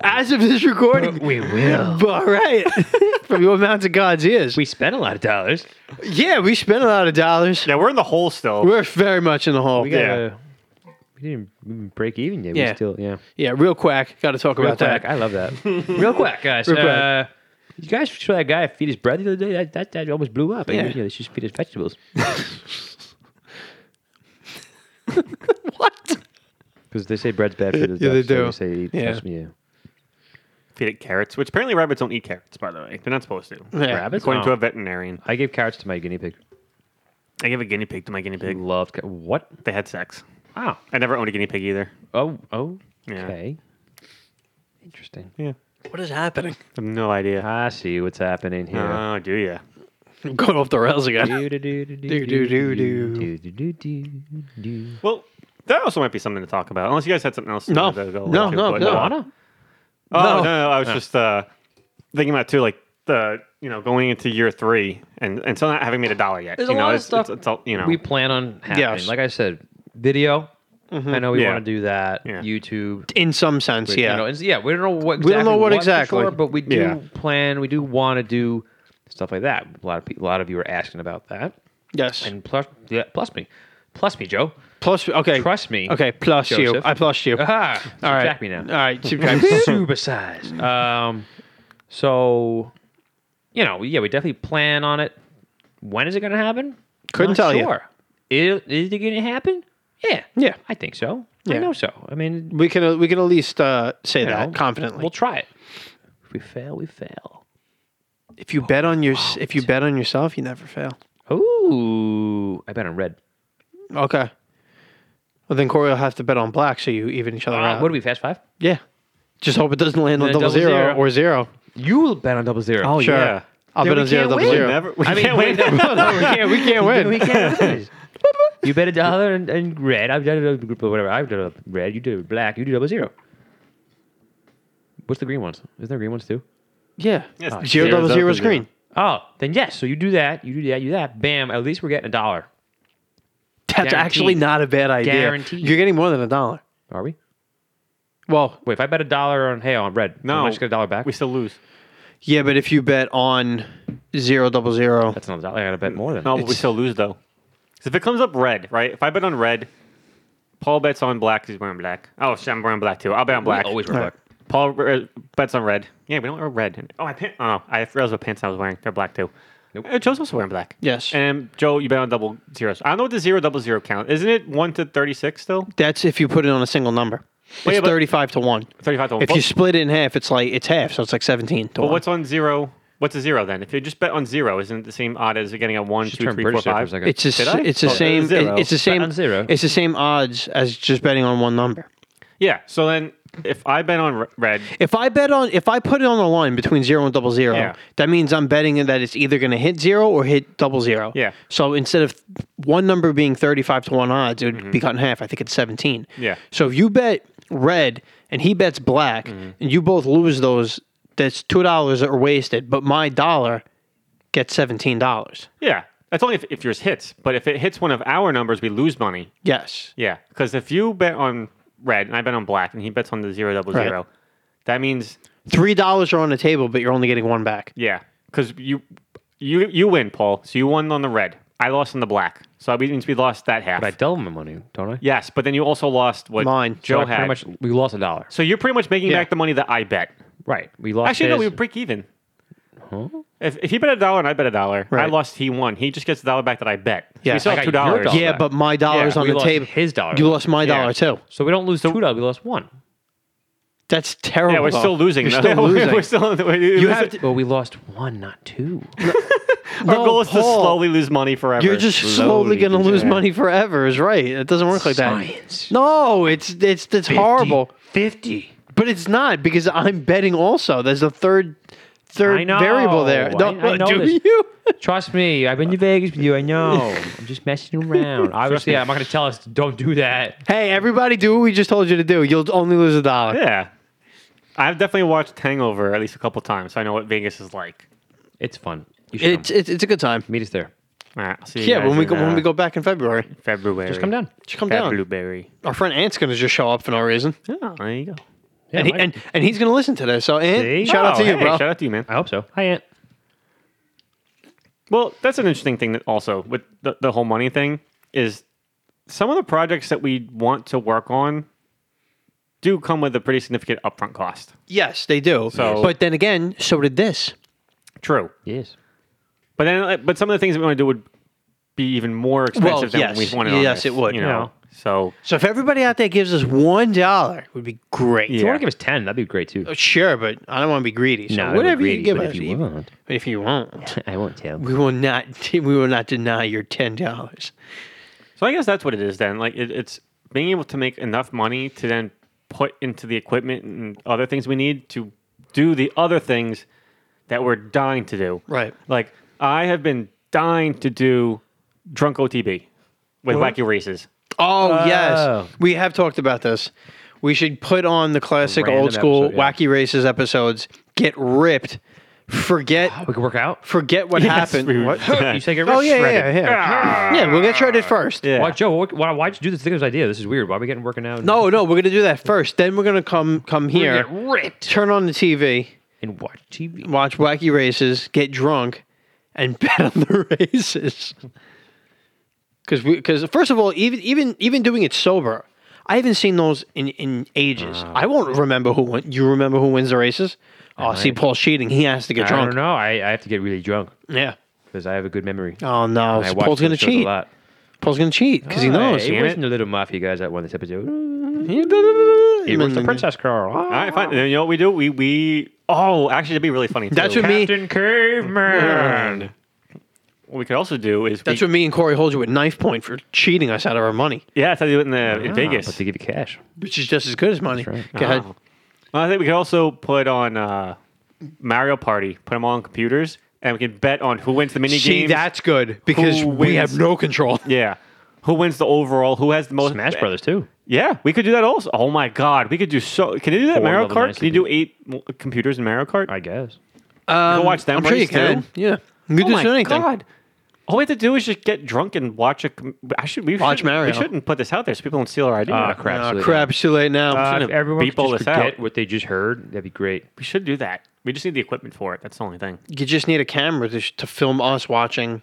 [SPEAKER 2] As of this recording,
[SPEAKER 1] We will.
[SPEAKER 2] all right.
[SPEAKER 1] *laughs*
[SPEAKER 2] From your mouth to God's ears.
[SPEAKER 1] We spent a lot of dollars.
[SPEAKER 2] yeah, we spent a lot of dollars.
[SPEAKER 3] Yeah, we're in the hole still.
[SPEAKER 2] We're very much in the hole.
[SPEAKER 1] We got
[SPEAKER 3] Yeah.
[SPEAKER 1] a, we didn't even break even yet.
[SPEAKER 2] Yeah.
[SPEAKER 1] We still, yeah.
[SPEAKER 2] yeah, real quack. Got to talk
[SPEAKER 1] Real
[SPEAKER 2] about
[SPEAKER 1] quick.
[SPEAKER 2] that.
[SPEAKER 1] I love that. Real quick, guys.
[SPEAKER 2] Real quick.
[SPEAKER 1] Uh, you guys saw that guy feed his bread the other day? That, that, that almost blew up.
[SPEAKER 2] Yeah.
[SPEAKER 1] You know, they should feed his vegetables.
[SPEAKER 2] *laughs* What?
[SPEAKER 1] Because they say bread's bad for the
[SPEAKER 2] *laughs* Yeah, they
[SPEAKER 1] so
[SPEAKER 2] do.
[SPEAKER 1] say eat
[SPEAKER 2] Yeah.
[SPEAKER 1] sesame, yeah.
[SPEAKER 3] Feed it carrots, which apparently rabbits don't eat carrots, by the way. They're not supposed to.
[SPEAKER 2] Yeah.
[SPEAKER 1] Rabbits?
[SPEAKER 3] According
[SPEAKER 1] No.
[SPEAKER 3] to a veterinarian,
[SPEAKER 1] I gave carrots to my guinea pig.
[SPEAKER 3] I gave a guinea pig to my guinea
[SPEAKER 1] They
[SPEAKER 3] pig.
[SPEAKER 1] loved ca- What?
[SPEAKER 3] They had sex.
[SPEAKER 1] Oh.
[SPEAKER 3] I never owned a guinea pig either.
[SPEAKER 1] Oh, oh.
[SPEAKER 3] Yeah.
[SPEAKER 1] Okay. Interesting.
[SPEAKER 3] Yeah.
[SPEAKER 2] What is happening?
[SPEAKER 3] I have no idea.
[SPEAKER 1] I see what's happening here.
[SPEAKER 2] Uh,
[SPEAKER 3] Oh, do you?
[SPEAKER 2] I'm going off the rails again. Do-do-do-do.
[SPEAKER 1] Do-do-do-do-do.
[SPEAKER 3] Well, that also might be something to talk about. Unless you guys had something else. you
[SPEAKER 2] No.
[SPEAKER 3] wanted to go
[SPEAKER 2] No,
[SPEAKER 3] into,
[SPEAKER 2] no,
[SPEAKER 3] but,
[SPEAKER 2] no.
[SPEAKER 3] uh,
[SPEAKER 1] Lana?
[SPEAKER 3] Oh
[SPEAKER 2] No.
[SPEAKER 3] no, no, I was just uh, thinking about too, like the you know going into year three and and still not having made a dollar yet.
[SPEAKER 1] There's
[SPEAKER 3] you
[SPEAKER 1] a
[SPEAKER 3] know,
[SPEAKER 1] lot of
[SPEAKER 3] it's,
[SPEAKER 1] stuff
[SPEAKER 3] It's, it's all, you know,
[SPEAKER 1] We plan on happening.
[SPEAKER 2] Yes.
[SPEAKER 1] Like I said, video. I know we
[SPEAKER 3] Yeah.
[SPEAKER 1] want to do that.
[SPEAKER 3] Yeah.
[SPEAKER 1] YouTube.
[SPEAKER 2] In some sense,
[SPEAKER 1] You
[SPEAKER 2] yeah.
[SPEAKER 1] know, it's- yeah, we don't know what exactly
[SPEAKER 2] We don't know what
[SPEAKER 1] for
[SPEAKER 2] exactly.
[SPEAKER 1] sure, but we do
[SPEAKER 3] Yeah.
[SPEAKER 1] plan, we do want to do stuff like that. A lot of people, a lot of you are asking about that.
[SPEAKER 2] yes.
[SPEAKER 1] And plus yeah, plus me. Plus me, Joe.
[SPEAKER 2] plus, okay.
[SPEAKER 1] Trust me.
[SPEAKER 2] Okay, plus you.
[SPEAKER 1] Joseph.
[SPEAKER 2] I plus you.
[SPEAKER 1] Aha.
[SPEAKER 2] All right. Uh,
[SPEAKER 1] Subtract me now.
[SPEAKER 2] All right. subtract.
[SPEAKER 1] super size. Um, so, you know, yeah, we definitely plan on it. When is it going to happen?
[SPEAKER 2] Couldn't
[SPEAKER 1] Not
[SPEAKER 2] tell you.
[SPEAKER 1] sure. Is, is it going to happen? Yeah.
[SPEAKER 2] Yeah.
[SPEAKER 1] I think so.
[SPEAKER 2] Yeah.
[SPEAKER 1] I know so. I mean,
[SPEAKER 2] we can we can at least uh, say
[SPEAKER 1] you
[SPEAKER 2] that
[SPEAKER 1] know,
[SPEAKER 2] confidently.
[SPEAKER 1] We'll try it. If we fail, we fail.
[SPEAKER 2] if you bet on your if you bet on yourself, you never fail.
[SPEAKER 1] Ooh, I bet on red.
[SPEAKER 2] Okay. Well, then Corey will have to bet on black, so you even each other
[SPEAKER 1] Uh,
[SPEAKER 2] out.
[SPEAKER 1] what are we, fast five?
[SPEAKER 2] yeah. Just hope it doesn't land on
[SPEAKER 1] Yeah,
[SPEAKER 2] double
[SPEAKER 1] double
[SPEAKER 2] zero
[SPEAKER 1] zero.
[SPEAKER 2] or zero.
[SPEAKER 1] You'll bet on double zero.
[SPEAKER 2] sure.
[SPEAKER 3] yeah.
[SPEAKER 2] I'll
[SPEAKER 1] Then
[SPEAKER 2] bet
[SPEAKER 1] we
[SPEAKER 2] on zero
[SPEAKER 1] can't
[SPEAKER 2] double
[SPEAKER 1] win.
[SPEAKER 2] zero.
[SPEAKER 3] never. We
[SPEAKER 1] I mean,
[SPEAKER 3] can't
[SPEAKER 1] wait,
[SPEAKER 3] win.
[SPEAKER 1] no, no, *laughs* we
[SPEAKER 2] Yeah, we can't
[SPEAKER 1] *laughs* And we
[SPEAKER 2] win.
[SPEAKER 1] can't lose. you bet a dollar and, and red. I've done a group of whatever. I've done a red. You did a black. You do double zero. What's the green ones? Isn't there green ones too?
[SPEAKER 2] Yeah.
[SPEAKER 3] Yes,
[SPEAKER 2] Zero double zero
[SPEAKER 3] zero is up
[SPEAKER 2] is
[SPEAKER 3] and zero.
[SPEAKER 2] green.
[SPEAKER 1] Oh, then yes. So you do that. You do that. You do that. Bam. At least we're getting a dollar.
[SPEAKER 2] That's actually
[SPEAKER 1] Guaranteed.
[SPEAKER 2] not a bad idea.
[SPEAKER 1] Guaranteed.
[SPEAKER 2] You're getting more than a dollar.
[SPEAKER 1] Are we?
[SPEAKER 2] Well,
[SPEAKER 1] Wait, if I bet a dollar on hey on red,
[SPEAKER 3] No.
[SPEAKER 1] am I just get a dollar back?
[SPEAKER 3] We still lose.
[SPEAKER 2] yeah, but if you bet on zero double zero,
[SPEAKER 1] That's another dollar. I gotta bet more than.
[SPEAKER 3] No, but we
[SPEAKER 2] It's-
[SPEAKER 3] still lose though. 'Cause if it comes up red, right? If I bet on red, Paul bets on black. 'cause He's wearing black. Oh, shit, I'm wearing black too. I'll bet on black.
[SPEAKER 1] We always were
[SPEAKER 2] Alright.
[SPEAKER 1] black.
[SPEAKER 3] Paul re- uh, bets on red. Yeah, we don't wear red. Oh, I pant. Oh, I realized what pants I was wearing. They're black too.
[SPEAKER 1] Nope.
[SPEAKER 3] Uh, Joe's also wearing black.
[SPEAKER 2] Yes.
[SPEAKER 3] And Joe, you bet on double zeros. I don't know what the zero double zero count. Isn't it one to thirty six still?
[SPEAKER 2] that's if you put it on a single number. It's
[SPEAKER 3] yeah, but-
[SPEAKER 2] thirty-five to one.
[SPEAKER 3] Thirty five to one.
[SPEAKER 2] If
[SPEAKER 3] What-
[SPEAKER 2] you split it in half, it's like it's half, so it's like seventeen to
[SPEAKER 3] but
[SPEAKER 2] one.
[SPEAKER 3] what's on zero What's a zero then? If you just bet on zero, isn't it the same odd as getting a one,
[SPEAKER 1] Should
[SPEAKER 3] two,
[SPEAKER 1] turn
[SPEAKER 3] three, four,
[SPEAKER 1] there for a
[SPEAKER 3] five?
[SPEAKER 1] second.
[SPEAKER 2] It's just,
[SPEAKER 3] Did I?
[SPEAKER 2] it's the
[SPEAKER 3] Oh,
[SPEAKER 2] same. it-
[SPEAKER 3] zero.
[SPEAKER 2] It's the same
[SPEAKER 1] on zero.
[SPEAKER 2] It's the same odds as just betting on one number.
[SPEAKER 3] Yeah. So then, if I bet on re- red,
[SPEAKER 2] If I bet on, if I put it on the line between zero and double zero,
[SPEAKER 3] Yeah.
[SPEAKER 2] that means I'm betting that it's either going to hit zero or hit double zero.
[SPEAKER 3] Yeah.
[SPEAKER 2] So instead of one number being 35 to one odds, it would be cut in half. I think it's 17.
[SPEAKER 3] Mm-hmm. Yeah.
[SPEAKER 2] So if you bet red and he bets black
[SPEAKER 3] Mm-hmm.
[SPEAKER 2] and you both lose those, that's two dollars that are wasted. But my dollar gets seventeen dollars.
[SPEAKER 3] yeah, that's only if, if yours hits. But if it hits one of our numbers, we lose money.
[SPEAKER 2] Yes.
[SPEAKER 3] Yeah. Because if you bet on red and I bet on black and he bets on the zero double zero,
[SPEAKER 2] Right.
[SPEAKER 3] that means
[SPEAKER 2] Three dollars are on the table, but you're only getting one back.
[SPEAKER 3] yeah, because you you you win, Paul. So you won on the red. I lost on the black. So that means we lost that half.
[SPEAKER 1] But I double my money, don't I?
[SPEAKER 3] yes, but then you also lost what
[SPEAKER 2] Mine.
[SPEAKER 1] So
[SPEAKER 3] Joe
[SPEAKER 1] I
[SPEAKER 3] had.
[SPEAKER 1] pretty much we lost a dollar.
[SPEAKER 3] so you're pretty much making
[SPEAKER 2] Yeah.
[SPEAKER 3] back the money that I bet.
[SPEAKER 1] Right. We lost.
[SPEAKER 3] Actually, no, we
[SPEAKER 1] his-
[SPEAKER 3] would break even. If, if he bet a dollar and I bet a dollar, I
[SPEAKER 2] Right.
[SPEAKER 3] lost. He won. He just gets the dollar back that I bet.
[SPEAKER 2] Yeah.
[SPEAKER 3] we still
[SPEAKER 2] I
[SPEAKER 3] have two
[SPEAKER 1] got your
[SPEAKER 3] dollars.
[SPEAKER 1] dollar.
[SPEAKER 2] Yeah,
[SPEAKER 1] back.
[SPEAKER 2] but my dollar's
[SPEAKER 1] Yeah,
[SPEAKER 2] on
[SPEAKER 1] we
[SPEAKER 2] the
[SPEAKER 1] lost
[SPEAKER 2] table.
[SPEAKER 1] his dollar
[SPEAKER 2] You
[SPEAKER 1] back.
[SPEAKER 2] lost my
[SPEAKER 3] Yeah.
[SPEAKER 2] dollar too.
[SPEAKER 1] so we don't lose two dollars. We lost one.
[SPEAKER 2] That's terrible.
[SPEAKER 3] Yeah, we're still losing.
[SPEAKER 2] You're
[SPEAKER 3] though.
[SPEAKER 2] still losing.
[SPEAKER 3] *laughs* we're still.
[SPEAKER 2] You have to.
[SPEAKER 1] Well, we lost one, not two.
[SPEAKER 3] Our goal is
[SPEAKER 2] Paul.
[SPEAKER 3] to slowly lose money forever.
[SPEAKER 2] You're just slowly going to lose money forever. Is right. It doesn't work like
[SPEAKER 1] Science.
[SPEAKER 2] that. No, it's it's it's horrible.
[SPEAKER 1] Fifty.
[SPEAKER 2] But it's not because I'm betting also. There's a third third
[SPEAKER 1] I know.
[SPEAKER 2] variable there.
[SPEAKER 1] I-
[SPEAKER 2] No,
[SPEAKER 1] I know
[SPEAKER 2] do
[SPEAKER 1] this.
[SPEAKER 2] you? *laughs*
[SPEAKER 1] Trust me, I've been to Vegas with you. I *laughs* know. I'm just messing around. Obviously, I'm not going to tell us don't do that.
[SPEAKER 2] hey, everybody, do what we just told you to do. You'll only lose a dollar.
[SPEAKER 3] Yeah, I've definitely watched Hangover at least a couple times, so I know what Vegas is like.
[SPEAKER 1] It's fun. You should
[SPEAKER 2] It's, it's it's a good time.
[SPEAKER 1] come. meet us there.
[SPEAKER 3] All right, I'll see you
[SPEAKER 2] Yeah,
[SPEAKER 3] guys
[SPEAKER 2] when we
[SPEAKER 3] in,
[SPEAKER 2] go when
[SPEAKER 3] uh,
[SPEAKER 2] we go back in February,
[SPEAKER 3] February,
[SPEAKER 1] Just come down.
[SPEAKER 2] just come down.
[SPEAKER 3] February.
[SPEAKER 2] Our friend Ant's gonna just show up for no reason,
[SPEAKER 3] Oh, there you go.
[SPEAKER 1] Yeah,
[SPEAKER 2] and, he,
[SPEAKER 1] right.
[SPEAKER 2] and and he's gonna listen to this. So Ant,
[SPEAKER 1] See?
[SPEAKER 2] shout out
[SPEAKER 3] Oh,
[SPEAKER 2] to you,
[SPEAKER 3] hey,
[SPEAKER 2] bro.
[SPEAKER 3] Shout out to you, man.
[SPEAKER 1] I hope so. Hi, Aunt.
[SPEAKER 3] Well, that's an interesting thing that also with the, the whole money thing is some of the projects that we want to work on do come with a pretty significant upfront cost.
[SPEAKER 2] Yes, they do.
[SPEAKER 3] So-
[SPEAKER 2] but then again, so did this.
[SPEAKER 3] True.
[SPEAKER 1] Yes.
[SPEAKER 3] But then uh, but some of the things that we want to do would be even more expensive than
[SPEAKER 2] yes.
[SPEAKER 3] we wanted on
[SPEAKER 2] Yes,
[SPEAKER 3] this,
[SPEAKER 2] it would.
[SPEAKER 3] You know. So
[SPEAKER 2] So if everybody out there gives us one dollar, it would be great.
[SPEAKER 1] If you
[SPEAKER 3] Yeah.
[SPEAKER 1] want to give us 10, that'd be great too.
[SPEAKER 2] Oh, Sure, but I don't want to be greedy. So
[SPEAKER 1] No,
[SPEAKER 2] whatever you give
[SPEAKER 1] but
[SPEAKER 2] us,
[SPEAKER 1] if you won't,
[SPEAKER 2] if you won't,
[SPEAKER 1] *laughs*
[SPEAKER 2] *laughs*
[SPEAKER 1] I won't tell.
[SPEAKER 2] we will not. *laughs* We will not deny your ten dollars.
[SPEAKER 3] so I guess that's what it is then. Like it, it's being able to make enough money to then put into the equipment and other things we need to do the other things that we're dying to do.
[SPEAKER 2] Right.
[SPEAKER 3] Like I have been dying to do drunk OTB with wacky races.
[SPEAKER 2] Oh
[SPEAKER 1] Oh.
[SPEAKER 2] yes, we have talked about this. We should put on the classic
[SPEAKER 1] Random
[SPEAKER 2] old school
[SPEAKER 1] episode, yeah.
[SPEAKER 2] wacky races episodes. Get ripped. Forget.
[SPEAKER 1] We could work *laughs* out.
[SPEAKER 2] Forget what happened.
[SPEAKER 3] we-
[SPEAKER 2] What?
[SPEAKER 1] You say get
[SPEAKER 2] Oh yeah,
[SPEAKER 1] shredded.
[SPEAKER 2] yeah,
[SPEAKER 1] Ah.
[SPEAKER 2] yeah. *laughs* yeah, we'll get shredded first.
[SPEAKER 3] Yeah.
[SPEAKER 1] Why, Joe, what, why, why'd you do this thing? This idea? This is weird. Why are we getting working out?
[SPEAKER 2] Oh, No, no, we're gonna do that first. Then we're gonna come come
[SPEAKER 1] We're
[SPEAKER 2] here.
[SPEAKER 1] gonna get ripped
[SPEAKER 2] Turn on the TV.
[SPEAKER 1] and watch TV.
[SPEAKER 2] watch wacky races, get drunk, and *laughs* bet on the races. Because because first of all, even even even doing it sober, I haven't seen those in in ages.
[SPEAKER 1] Uh-huh.
[SPEAKER 2] I won't remember who won. You remember who wins the races? Oh, see, Paul's cheating. He has to get
[SPEAKER 1] I
[SPEAKER 2] drunk.
[SPEAKER 1] don't know. I, I have to get really drunk
[SPEAKER 2] Yeah.
[SPEAKER 1] because I have a good memory.
[SPEAKER 2] Oh no,
[SPEAKER 1] And I
[SPEAKER 2] so
[SPEAKER 1] watch
[SPEAKER 2] Paul's gonna
[SPEAKER 1] those shows a
[SPEAKER 2] cheat.
[SPEAKER 1] lot. Oh,
[SPEAKER 2] Paul's gonna cheat because he knows.
[SPEAKER 1] Hey, it
[SPEAKER 3] damn
[SPEAKER 1] wasn't the little mafia guys that won this episode. It was the
[SPEAKER 2] Mm.
[SPEAKER 1] Princess Carl. Ah.
[SPEAKER 3] All right, fine. Then you know what we do? We we oh, actually, that'd be really funny. Too.
[SPEAKER 2] That's what me.
[SPEAKER 1] Captain Caveman.
[SPEAKER 3] What we could also do is
[SPEAKER 2] That's
[SPEAKER 3] we,
[SPEAKER 2] what me and Corey hold you at knife point for cheating us out of our money,
[SPEAKER 3] yeah, that's how they do it in, the, in
[SPEAKER 1] Ah,
[SPEAKER 3] Vegas.
[SPEAKER 1] But they give you cash.
[SPEAKER 2] which is just as good as money.
[SPEAKER 1] right.
[SPEAKER 2] Go ahead.
[SPEAKER 3] Oh. Well, I think we could also put on uh, Mario Party, put them all on computers, and we can bet on who wins the mini
[SPEAKER 2] See,
[SPEAKER 3] games.
[SPEAKER 2] that's good because
[SPEAKER 3] Who
[SPEAKER 2] we have
[SPEAKER 3] wins?
[SPEAKER 2] no control.
[SPEAKER 3] yeah. Who wins the overall? Who has the most?
[SPEAKER 1] Smash Brothers too.
[SPEAKER 3] Yeah, we could do that also. Oh my God, we could do so. Can you do that
[SPEAKER 1] Four
[SPEAKER 3] Mario
[SPEAKER 1] level
[SPEAKER 3] Kart?
[SPEAKER 1] nice
[SPEAKER 3] Can you do eight mo- computers in Mario Kart?
[SPEAKER 1] I guess.
[SPEAKER 2] Um,
[SPEAKER 3] can watch them
[SPEAKER 2] I'm sure you
[SPEAKER 3] race,
[SPEAKER 2] can.
[SPEAKER 3] too.
[SPEAKER 2] Yeah, you can
[SPEAKER 3] oh
[SPEAKER 2] just
[SPEAKER 3] my
[SPEAKER 2] do anything.
[SPEAKER 3] God. All we have to do is just get drunk and watch a. com- I should we
[SPEAKER 2] Watch
[SPEAKER 3] shouldn't-
[SPEAKER 2] Mario.
[SPEAKER 3] We shouldn't put this out there so people don't steal our idea.
[SPEAKER 1] Ah, crap.
[SPEAKER 2] Ah,
[SPEAKER 1] Absolutely.
[SPEAKER 2] crap, it's too late now.
[SPEAKER 1] Uh,
[SPEAKER 3] gonna
[SPEAKER 1] if everyone
[SPEAKER 3] beep all
[SPEAKER 1] could just
[SPEAKER 3] this out.
[SPEAKER 1] forget what they just heard, that'd be great.
[SPEAKER 3] We should do that. We just need the equipment for it. That's the only thing.
[SPEAKER 2] you just need a camera to, sh- to film us watching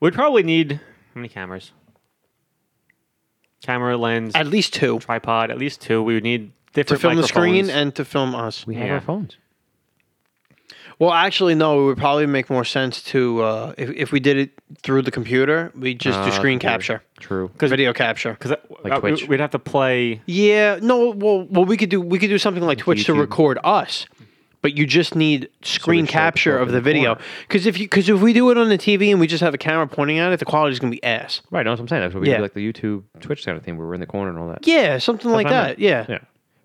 [SPEAKER 3] We'd probably need how many cameras? Camera lens,
[SPEAKER 2] at least two
[SPEAKER 3] tripod, at least two. We would need
[SPEAKER 2] to
[SPEAKER 3] different
[SPEAKER 2] film the screen
[SPEAKER 3] microphones.
[SPEAKER 2] and to film us.
[SPEAKER 1] We have
[SPEAKER 3] Yeah.
[SPEAKER 1] our phones.
[SPEAKER 2] Well, actually, no. It would probably make more sense to uh, if if we did it through the computer. We just do screen capture,
[SPEAKER 1] True.
[SPEAKER 2] video capture.
[SPEAKER 3] because
[SPEAKER 1] Like Twitch.
[SPEAKER 3] uh, we'd have to play.
[SPEAKER 2] Yeah, no. Well, well, we could do we could do something like Twitch to
[SPEAKER 1] YouTube.
[SPEAKER 2] record us, but you just need screen
[SPEAKER 1] show it
[SPEAKER 2] capture
[SPEAKER 1] up
[SPEAKER 2] of
[SPEAKER 1] in
[SPEAKER 2] the
[SPEAKER 1] the
[SPEAKER 2] video.
[SPEAKER 1] corner.
[SPEAKER 2] Because if you because if we do it on the TV and we just have a camera pointing at it, the quality's gonna be ass.
[SPEAKER 1] Right, that's what I'm saying. That's what we
[SPEAKER 2] Yeah.
[SPEAKER 1] do, like the YouTube, Twitch kind of thing, where we're in the corner and all that.
[SPEAKER 2] Yeah, something like
[SPEAKER 1] what I
[SPEAKER 2] that.
[SPEAKER 1] meant.
[SPEAKER 2] Yeah.
[SPEAKER 1] Yeah.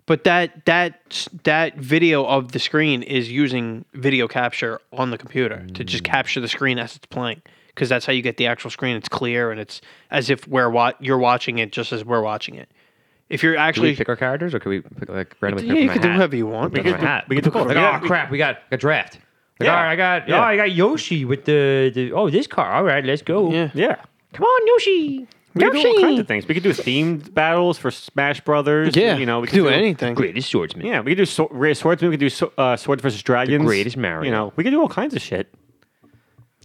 [SPEAKER 2] But that that that video of the screen is using video capture on the computer to
[SPEAKER 1] Mm.
[SPEAKER 2] just capture the screen as it's playing. Because that's how you get the actual screen. It's clear and it's as if we're wa- you're watching it just as we're watching it. If you're
[SPEAKER 1] Can we
[SPEAKER 2] actually
[SPEAKER 1] pick our characters, or could we pick, like randomly?
[SPEAKER 2] yeah,
[SPEAKER 1] pick
[SPEAKER 2] you
[SPEAKER 1] from
[SPEAKER 2] can
[SPEAKER 1] a
[SPEAKER 2] do
[SPEAKER 1] hat?
[SPEAKER 2] whatever you want.
[SPEAKER 1] We
[SPEAKER 2] That's
[SPEAKER 1] could,
[SPEAKER 2] fine.
[SPEAKER 1] hat.
[SPEAKER 3] we could do both.
[SPEAKER 1] like,
[SPEAKER 3] We
[SPEAKER 1] oh
[SPEAKER 3] got- we-
[SPEAKER 1] crap, we got a draft. Like,
[SPEAKER 3] Yeah.
[SPEAKER 1] all right, I got
[SPEAKER 3] Yeah.
[SPEAKER 1] oh, I got Yoshi with the, the oh this car. All right, let's go.
[SPEAKER 2] Yeah.
[SPEAKER 3] Yeah.
[SPEAKER 1] Come on, Yoshi.
[SPEAKER 3] We could do all kinds of things. We could do themed battles for Smash Brothers.
[SPEAKER 2] Yeah,
[SPEAKER 3] you know, we
[SPEAKER 2] could do anything.
[SPEAKER 1] Greatest swordsman.
[SPEAKER 3] Yeah, we could do so- ra- swordsman. We could do so- uh, swords versus dragons.
[SPEAKER 1] greatest Mario.
[SPEAKER 3] You know, we could do all kinds of shit.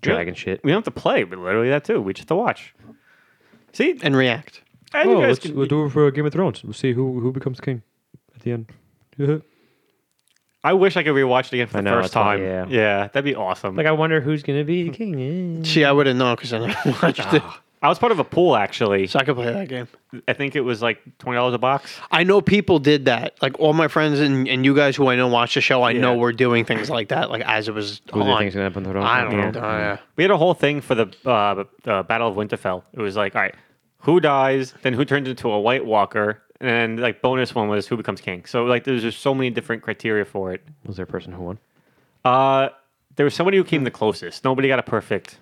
[SPEAKER 1] Dragon shit.
[SPEAKER 3] We don't have to play, but literally that too. We just have to watch. See,
[SPEAKER 2] And oh, react.
[SPEAKER 3] and you guys can,
[SPEAKER 1] Oh, do it for Game of Thrones. We'll see who who becomes king at the end. *laughs* like
[SPEAKER 3] I wish I could rewatch it again for
[SPEAKER 1] I
[SPEAKER 3] the
[SPEAKER 1] know,
[SPEAKER 3] first
[SPEAKER 1] that's why-
[SPEAKER 3] time.
[SPEAKER 1] yeah.
[SPEAKER 3] that'd be awesome.
[SPEAKER 1] I wonder who's gonna be the king.
[SPEAKER 2] See, I wouldn't know because I never *laughs* watched it.
[SPEAKER 1] Ah.
[SPEAKER 3] I was part of a pool actually.
[SPEAKER 2] So I could play that game.
[SPEAKER 3] I think it was like twenty dollars a box.
[SPEAKER 2] I know people did that. Like all my friends and, and you guys who I know watch the show, I know were doing things like that, like as it was
[SPEAKER 1] Who do you
[SPEAKER 2] on.
[SPEAKER 1] think is gonna happen to Thrones?
[SPEAKER 2] I don't
[SPEAKER 1] Yeah.
[SPEAKER 2] know. Uh,
[SPEAKER 3] We had a whole thing for the uh, the Battle of Winterfell. It was like, all right, who dies, then who turns into a White Walker, and then like bonus one was who becomes king. So like, there's just so many different criteria for it.
[SPEAKER 1] Was there a person who won?
[SPEAKER 3] Uh, there was somebody who came the closest. Nobody got a perfect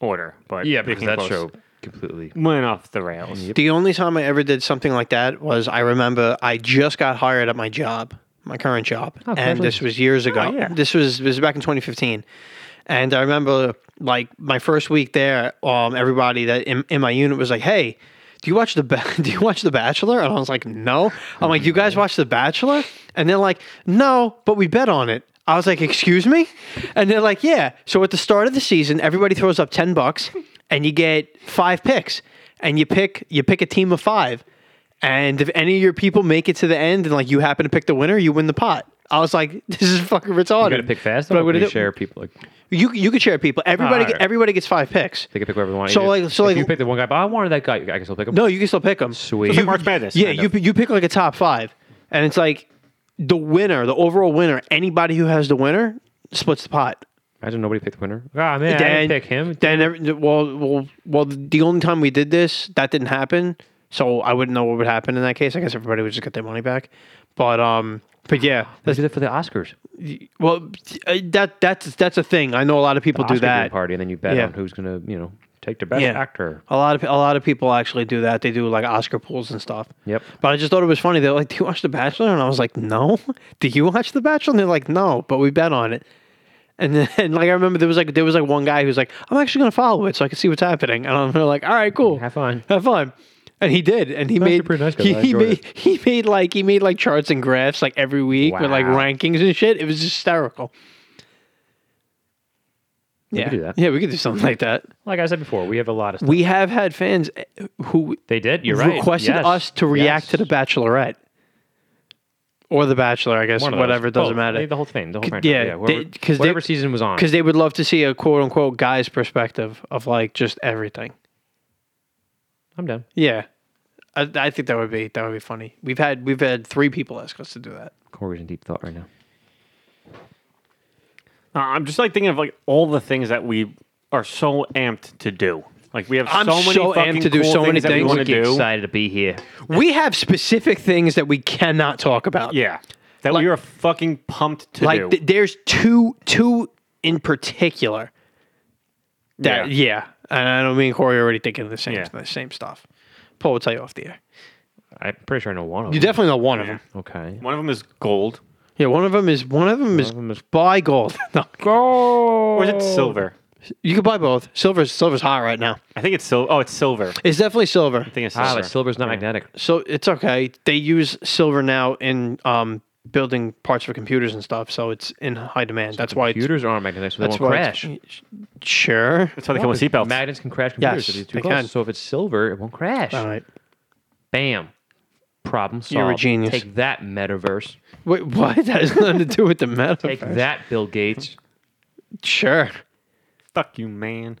[SPEAKER 3] order, but
[SPEAKER 1] Yeah,
[SPEAKER 3] they
[SPEAKER 1] because
[SPEAKER 3] came
[SPEAKER 1] that
[SPEAKER 3] close.
[SPEAKER 1] show
[SPEAKER 2] Mm.
[SPEAKER 1] completely.
[SPEAKER 3] went off the rails.
[SPEAKER 2] The only time I ever did something like that was I remember I just got hired at my job, my current job, and this was years ago.
[SPEAKER 3] yeah.
[SPEAKER 2] This was this was back in 2015, and I remember like my first week there, um, everybody that in, in my unit was like, "Hey, do you watch the Ba- *laughs* Do you watch The Bachelor?" And I was like, "No." I'm like, "You guys watch The Bachelor?" And they're like, "No, but we bet on it." I was like, "Excuse me?" And they're like, "Yeah." So at the start of the season, everybody throws up 10 bucks and you get five picks. And you pick you pick a team of 5. And if any of your people make it to the end and like you happen to pick the winner, you win the pot. I was like, *laughs* "This is fucking retarded."
[SPEAKER 1] You gotta pick fast.
[SPEAKER 2] But I
[SPEAKER 1] Or
[SPEAKER 2] would've
[SPEAKER 1] do you
[SPEAKER 2] did-
[SPEAKER 1] share people like
[SPEAKER 2] You you could share people. Everybody
[SPEAKER 1] Alright.
[SPEAKER 2] everybody gets five picks.
[SPEAKER 1] they can pick whoever they want.
[SPEAKER 2] So,
[SPEAKER 1] You-
[SPEAKER 2] like- so,
[SPEAKER 1] if
[SPEAKER 2] like-
[SPEAKER 1] you pick the one guy, but I wanted that guy. I guess I'll pick him.
[SPEAKER 2] No, you can still pick them.
[SPEAKER 1] Sweet.
[SPEAKER 3] It's like March Madness.
[SPEAKER 2] Yeah,
[SPEAKER 3] kind
[SPEAKER 2] you
[SPEAKER 3] of.
[SPEAKER 2] p- you pick like a top five, and it's like the winner, the overall winner. Anybody who has the winner splits the pot.
[SPEAKER 1] Imagine nobody picked the winner. Ah man, I
[SPEAKER 2] Then
[SPEAKER 1] didn't pick him.
[SPEAKER 2] Then every, well, well, well. The only time we did this, that didn't happen. So I wouldn't know what would happen in that case. I guess everybody would just get their money back. But um, but yeah,
[SPEAKER 1] Let's do that for the Oscars.
[SPEAKER 2] well, uh, that that's that's a thing. I know a lot of people
[SPEAKER 1] Oscar
[SPEAKER 2] do
[SPEAKER 1] viewing
[SPEAKER 2] that.
[SPEAKER 1] party, and then you bet
[SPEAKER 2] Yeah.
[SPEAKER 1] on who's gonna, you know, take the best
[SPEAKER 2] Yeah.
[SPEAKER 1] actor.
[SPEAKER 2] A lot of a lot of people actually do that. They do like Oscar pools and stuff.
[SPEAKER 1] Yep.
[SPEAKER 2] But I just thought it was funny. They're like, "Do you watch The Bachelor?" And I was like, "No." *laughs* Do you watch The Bachelor? And they're like, "No," but we bet on it. And then *laughs* and like I remember there was like there was like one guy who was like, "I'm actually gonna follow it so I can see what's happening." And I'm like, "All right, cool,
[SPEAKER 1] Have fun.
[SPEAKER 2] have fun." And he did, and he
[SPEAKER 1] That's
[SPEAKER 2] made
[SPEAKER 1] a pretty nice guy.
[SPEAKER 2] he,
[SPEAKER 1] I
[SPEAKER 2] he
[SPEAKER 1] enjoyed
[SPEAKER 2] made he made like he made like charts and graphs like every week with like
[SPEAKER 1] Wow.
[SPEAKER 2] rankings and shit. It was hysterical.
[SPEAKER 1] We
[SPEAKER 2] yeah,
[SPEAKER 1] could do that.
[SPEAKER 2] yeah, we could do something like that.
[SPEAKER 1] Like I said before, we have a lot of stuff.
[SPEAKER 2] We have had fans eh, who
[SPEAKER 1] They did. You're right.
[SPEAKER 2] requested
[SPEAKER 1] Yes.
[SPEAKER 2] us to react to
[SPEAKER 1] Yes.
[SPEAKER 2] The Bachelorette or The Bachelor, I guess,
[SPEAKER 1] One of those.
[SPEAKER 2] whatever doesn't
[SPEAKER 1] Both. They-
[SPEAKER 2] matter.
[SPEAKER 1] The whole thing. The whole
[SPEAKER 2] C-
[SPEAKER 1] franchise.
[SPEAKER 2] yeah,
[SPEAKER 1] Yeah.
[SPEAKER 2] they-
[SPEAKER 1] whatever,
[SPEAKER 2] 'cause they-
[SPEAKER 1] whatever season was on.
[SPEAKER 2] Because they would love to see a quote unquote guy's perspective of like just everything.
[SPEAKER 1] I'm down.
[SPEAKER 2] Yeah, I, I think that would be that would be funny. We've had we've had three people ask us to do that.
[SPEAKER 1] Corey's in deep thought right now.
[SPEAKER 3] Uh, I'm just like thinking of like all the things that we are so amped to do. Like we have
[SPEAKER 2] I'm
[SPEAKER 3] so many
[SPEAKER 2] so amped
[SPEAKER 3] fucking
[SPEAKER 2] to do
[SPEAKER 3] cool
[SPEAKER 2] so many
[SPEAKER 3] that we
[SPEAKER 2] things.
[SPEAKER 3] wanna
[SPEAKER 2] Wicked
[SPEAKER 3] do.
[SPEAKER 1] Excited to be here.
[SPEAKER 2] We have specific things that we cannot talk about.
[SPEAKER 3] Yeah, that
[SPEAKER 2] Like-
[SPEAKER 3] we are fucking pumped to do.
[SPEAKER 2] like th- there's two two in particular. That yeah. and I don't mean Corey already thinking of the same
[SPEAKER 3] Yeah.
[SPEAKER 2] the same stuff. Paul will tell you off the air.
[SPEAKER 1] I'm pretty sure I know one of
[SPEAKER 2] You
[SPEAKER 1] them.
[SPEAKER 2] definitely know one of them.
[SPEAKER 1] okay.
[SPEAKER 3] One of them is gold,
[SPEAKER 2] Yeah, one of them is one of them is,
[SPEAKER 1] them is-
[SPEAKER 2] buy gold. *laughs* No,
[SPEAKER 1] Go.
[SPEAKER 3] or is it
[SPEAKER 1] Oh.
[SPEAKER 3] silver?
[SPEAKER 2] you can buy both. Silver's silver's hot right now.
[SPEAKER 3] I think it's silver. Oh, it's silver. I
[SPEAKER 2] It's definitely silver.
[SPEAKER 3] think it's
[SPEAKER 1] Ah,
[SPEAKER 3] silver.
[SPEAKER 1] but silver's not magnetic.
[SPEAKER 2] So it's okay. They use silver now in um, building parts for computers and stuff. So it's in high demand. that's why. It's,
[SPEAKER 1] Computers aren't magnetic, so they
[SPEAKER 2] that's
[SPEAKER 1] won't
[SPEAKER 2] why.
[SPEAKER 1] crash.
[SPEAKER 2] it's- Sure.
[SPEAKER 3] That's why they come with seatbelts.
[SPEAKER 1] Magnets can crash computers.
[SPEAKER 2] Yes,
[SPEAKER 1] if it's
[SPEAKER 2] they
[SPEAKER 1] too close.
[SPEAKER 2] can.
[SPEAKER 1] So if it's silver, it won't crash.
[SPEAKER 2] All right.
[SPEAKER 1] Bam. Problem solved.
[SPEAKER 2] You're a genius.
[SPEAKER 1] Take that, metaverse.
[SPEAKER 2] Wait, *laughs* what? That has nothing to do with the metaverse.
[SPEAKER 1] Take that,
[SPEAKER 2] *laughs*
[SPEAKER 1] Bill Gates.
[SPEAKER 3] *laughs*
[SPEAKER 2] Sure.
[SPEAKER 3] Fuck you, man.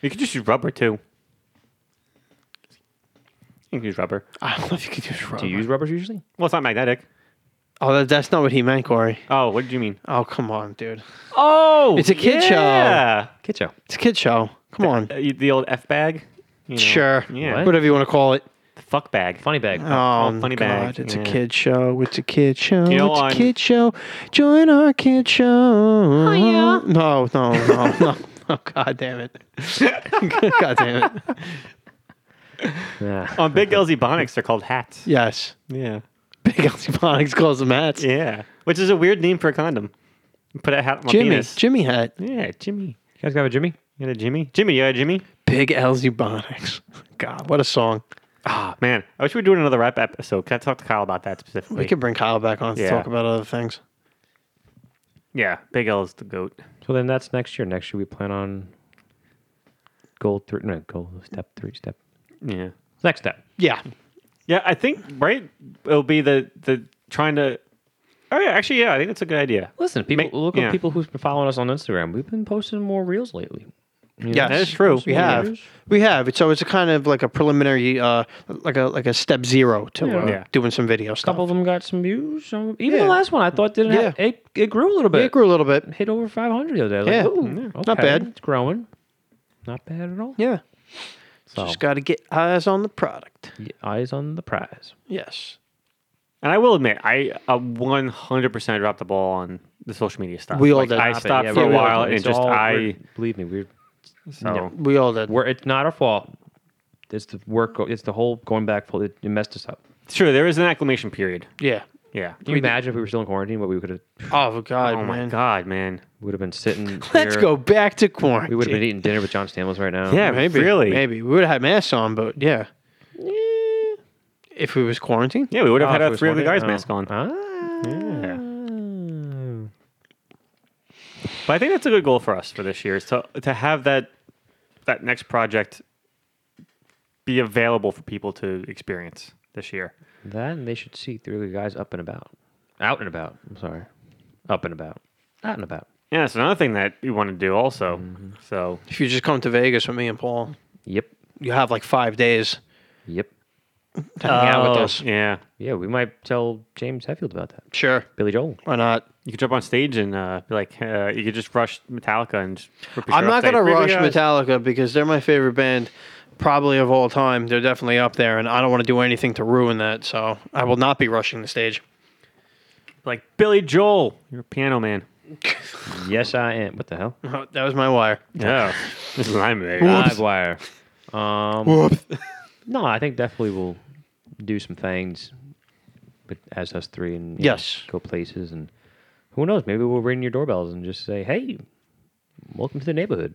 [SPEAKER 3] You could just use rubber too. You can use rubber.
[SPEAKER 2] I don't know if you could use rubber.
[SPEAKER 1] Do you use rubbers usually?
[SPEAKER 3] Well, it's not magnetic.
[SPEAKER 2] Oh, that, that's not what he meant, Corey.
[SPEAKER 3] Oh, what did you mean?
[SPEAKER 2] Oh, come on, dude.
[SPEAKER 3] Oh,
[SPEAKER 2] It's a kid show.
[SPEAKER 3] yeah.
[SPEAKER 1] Kid show.
[SPEAKER 2] It's a kid show. Come on.
[SPEAKER 3] Uh, The old f bag. You know,
[SPEAKER 2] Sure.
[SPEAKER 3] Yeah.
[SPEAKER 1] What?
[SPEAKER 2] Whatever you want to call it.
[SPEAKER 3] Fuck bag.
[SPEAKER 1] Funny bag.
[SPEAKER 2] Oh,
[SPEAKER 3] funny
[SPEAKER 2] God.
[SPEAKER 3] bag.
[SPEAKER 2] It's a
[SPEAKER 3] Yeah.
[SPEAKER 2] kid show. It's a kid show.
[SPEAKER 3] You know,
[SPEAKER 2] it's a
[SPEAKER 3] on-
[SPEAKER 2] kid show. Join our kid show. Oh, yeah. No, no, no, no. *laughs* Oh, God damn
[SPEAKER 3] *laughs*
[SPEAKER 2] it. God damn it.
[SPEAKER 1] yeah.
[SPEAKER 3] On Oh, Big L's Ebonics, they're called hats.
[SPEAKER 2] Yes.
[SPEAKER 3] Yeah.
[SPEAKER 2] Big Elsie Bonics calls them hats.
[SPEAKER 3] Yeah. Which is a weird name for a condom. Put a hat on my
[SPEAKER 2] Jimmy.
[SPEAKER 3] penis.
[SPEAKER 2] Jimmy hat.
[SPEAKER 3] Yeah, Jimmy.
[SPEAKER 1] You guys got a Jimmy?
[SPEAKER 3] You got a Jimmy? Jimmy, you got a Jimmy?
[SPEAKER 2] Big Elsie Bonics. God, what a song.
[SPEAKER 3] Ah, man. I wish we were doing another rap episode. Can I talk to Kyle about that specifically?
[SPEAKER 2] We could bring Kyle back on to
[SPEAKER 3] Yeah.
[SPEAKER 2] talk about other things.
[SPEAKER 3] Yeah, Big L is the goat.
[SPEAKER 1] So then that's next year. Next year we plan on goal three, no, goal step three, step
[SPEAKER 3] Yeah.
[SPEAKER 1] next step.
[SPEAKER 2] Yeah.
[SPEAKER 3] Yeah, I think right it'll be the the trying to Oh yeah, actually yeah, I think that's a good idea.
[SPEAKER 1] Listen, people
[SPEAKER 3] Make-
[SPEAKER 1] look
[SPEAKER 3] yeah.
[SPEAKER 1] at people who've been following us on Instagram. We've been posting more reels lately.
[SPEAKER 2] Yes.
[SPEAKER 3] That is true.
[SPEAKER 2] We have. We have. It's- So it's a kind of like a preliminary, uh, like a like a step zero to uh,
[SPEAKER 3] Yeah.
[SPEAKER 2] doing some video
[SPEAKER 1] A couple
[SPEAKER 2] stuff.
[SPEAKER 1] of them got some views. Some, even
[SPEAKER 2] Yeah.
[SPEAKER 1] the last one I thought didn't. Have,
[SPEAKER 2] Yeah.
[SPEAKER 1] it, it grew a little bit.
[SPEAKER 2] It grew a little bit.
[SPEAKER 1] Hit over 500 the other day. I was
[SPEAKER 2] Yeah.
[SPEAKER 1] Like, ooh,
[SPEAKER 2] Yeah.
[SPEAKER 1] okay,
[SPEAKER 2] Not bad.
[SPEAKER 1] It's growing. Not bad at all.
[SPEAKER 2] Yeah.
[SPEAKER 1] So
[SPEAKER 2] Just got to get eyes on the product.
[SPEAKER 1] eyes on the prize.
[SPEAKER 2] Yes.
[SPEAKER 3] And I will admit, I uh, 100% dropped the ball on the social media stuff.
[SPEAKER 2] We all
[SPEAKER 3] Like,
[SPEAKER 2] did.
[SPEAKER 3] I
[SPEAKER 2] Stop it.
[SPEAKER 3] stopped
[SPEAKER 1] Yeah,
[SPEAKER 3] for a
[SPEAKER 1] we're-
[SPEAKER 3] while and
[SPEAKER 1] it's
[SPEAKER 3] just
[SPEAKER 1] all-
[SPEAKER 3] I
[SPEAKER 1] we're- believe me, we're
[SPEAKER 3] so
[SPEAKER 2] We all did.
[SPEAKER 1] We're, it's not our fault. It's the work. It's the whole going back. Full, it, it messed us up.
[SPEAKER 3] It's true. There is an acclimation period.
[SPEAKER 2] Yeah.
[SPEAKER 3] Yeah.
[SPEAKER 1] Can you imagine if we were still in quarantine? What we could have
[SPEAKER 2] Oh God,
[SPEAKER 3] Oh my
[SPEAKER 2] man.
[SPEAKER 3] god, man.
[SPEAKER 1] would have been sitting.
[SPEAKER 2] *laughs* Let's
[SPEAKER 1] here.
[SPEAKER 2] go back to quarantine.
[SPEAKER 1] We would have been eating dinner with John Stamos right now.
[SPEAKER 3] Yeah,
[SPEAKER 2] maybe.
[SPEAKER 3] really.
[SPEAKER 2] Maybe we would have had masks on, but yeah. If we was quarantined.
[SPEAKER 3] Yeah, we would have
[SPEAKER 1] Oh,
[SPEAKER 3] had
[SPEAKER 1] if it
[SPEAKER 3] a
[SPEAKER 1] was
[SPEAKER 3] three of the
[SPEAKER 1] Monday?
[SPEAKER 3] guys
[SPEAKER 1] Oh.
[SPEAKER 3] mask on.
[SPEAKER 1] Ah.
[SPEAKER 3] Yeah. But I think that's a good goal for us for this year is to to have that that next project be available for people to experience this year.
[SPEAKER 1] That and they should see three of the guys up and about, out and about. I'm sorry, up and about, out and about.
[SPEAKER 3] Yeah, that's another thing that we want to do also. So
[SPEAKER 2] If you just come to Vegas with me and Paul,
[SPEAKER 1] Yep,
[SPEAKER 2] you have like five days.
[SPEAKER 1] yep.
[SPEAKER 2] to hang out with
[SPEAKER 1] Oh.
[SPEAKER 2] us.
[SPEAKER 3] yeah,
[SPEAKER 1] Yeah, we might tell James Hetfield about that.
[SPEAKER 2] Sure.
[SPEAKER 1] Billy Joel.
[SPEAKER 2] Why not?
[SPEAKER 3] you could jump on stage and uh, be like, uh, you could just rush Metallica and. just rip your
[SPEAKER 2] I'm
[SPEAKER 3] shirt
[SPEAKER 2] not
[SPEAKER 3] off, say,
[SPEAKER 2] gonna
[SPEAKER 3] "Three of
[SPEAKER 2] rush
[SPEAKER 3] the guys."
[SPEAKER 2] Metallica because they're my favorite band, probably of all time. They're definitely up there, and I don't want to do anything to ruin that. So I will not be rushing the stage. *laughs*
[SPEAKER 3] Like Billy Joel, you're a piano man.
[SPEAKER 1] Yes, I am. What the hell?
[SPEAKER 2] that was my wire.
[SPEAKER 3] Yeah, *laughs* this is I'm
[SPEAKER 1] Live wire. Um, *laughs* no, I think definitely we'll do some things, but as us three and you know,
[SPEAKER 2] Yes.
[SPEAKER 1] go places and who knows? Maybe we'll ring your doorbells and just say, "Hey, welcome to the neighborhood."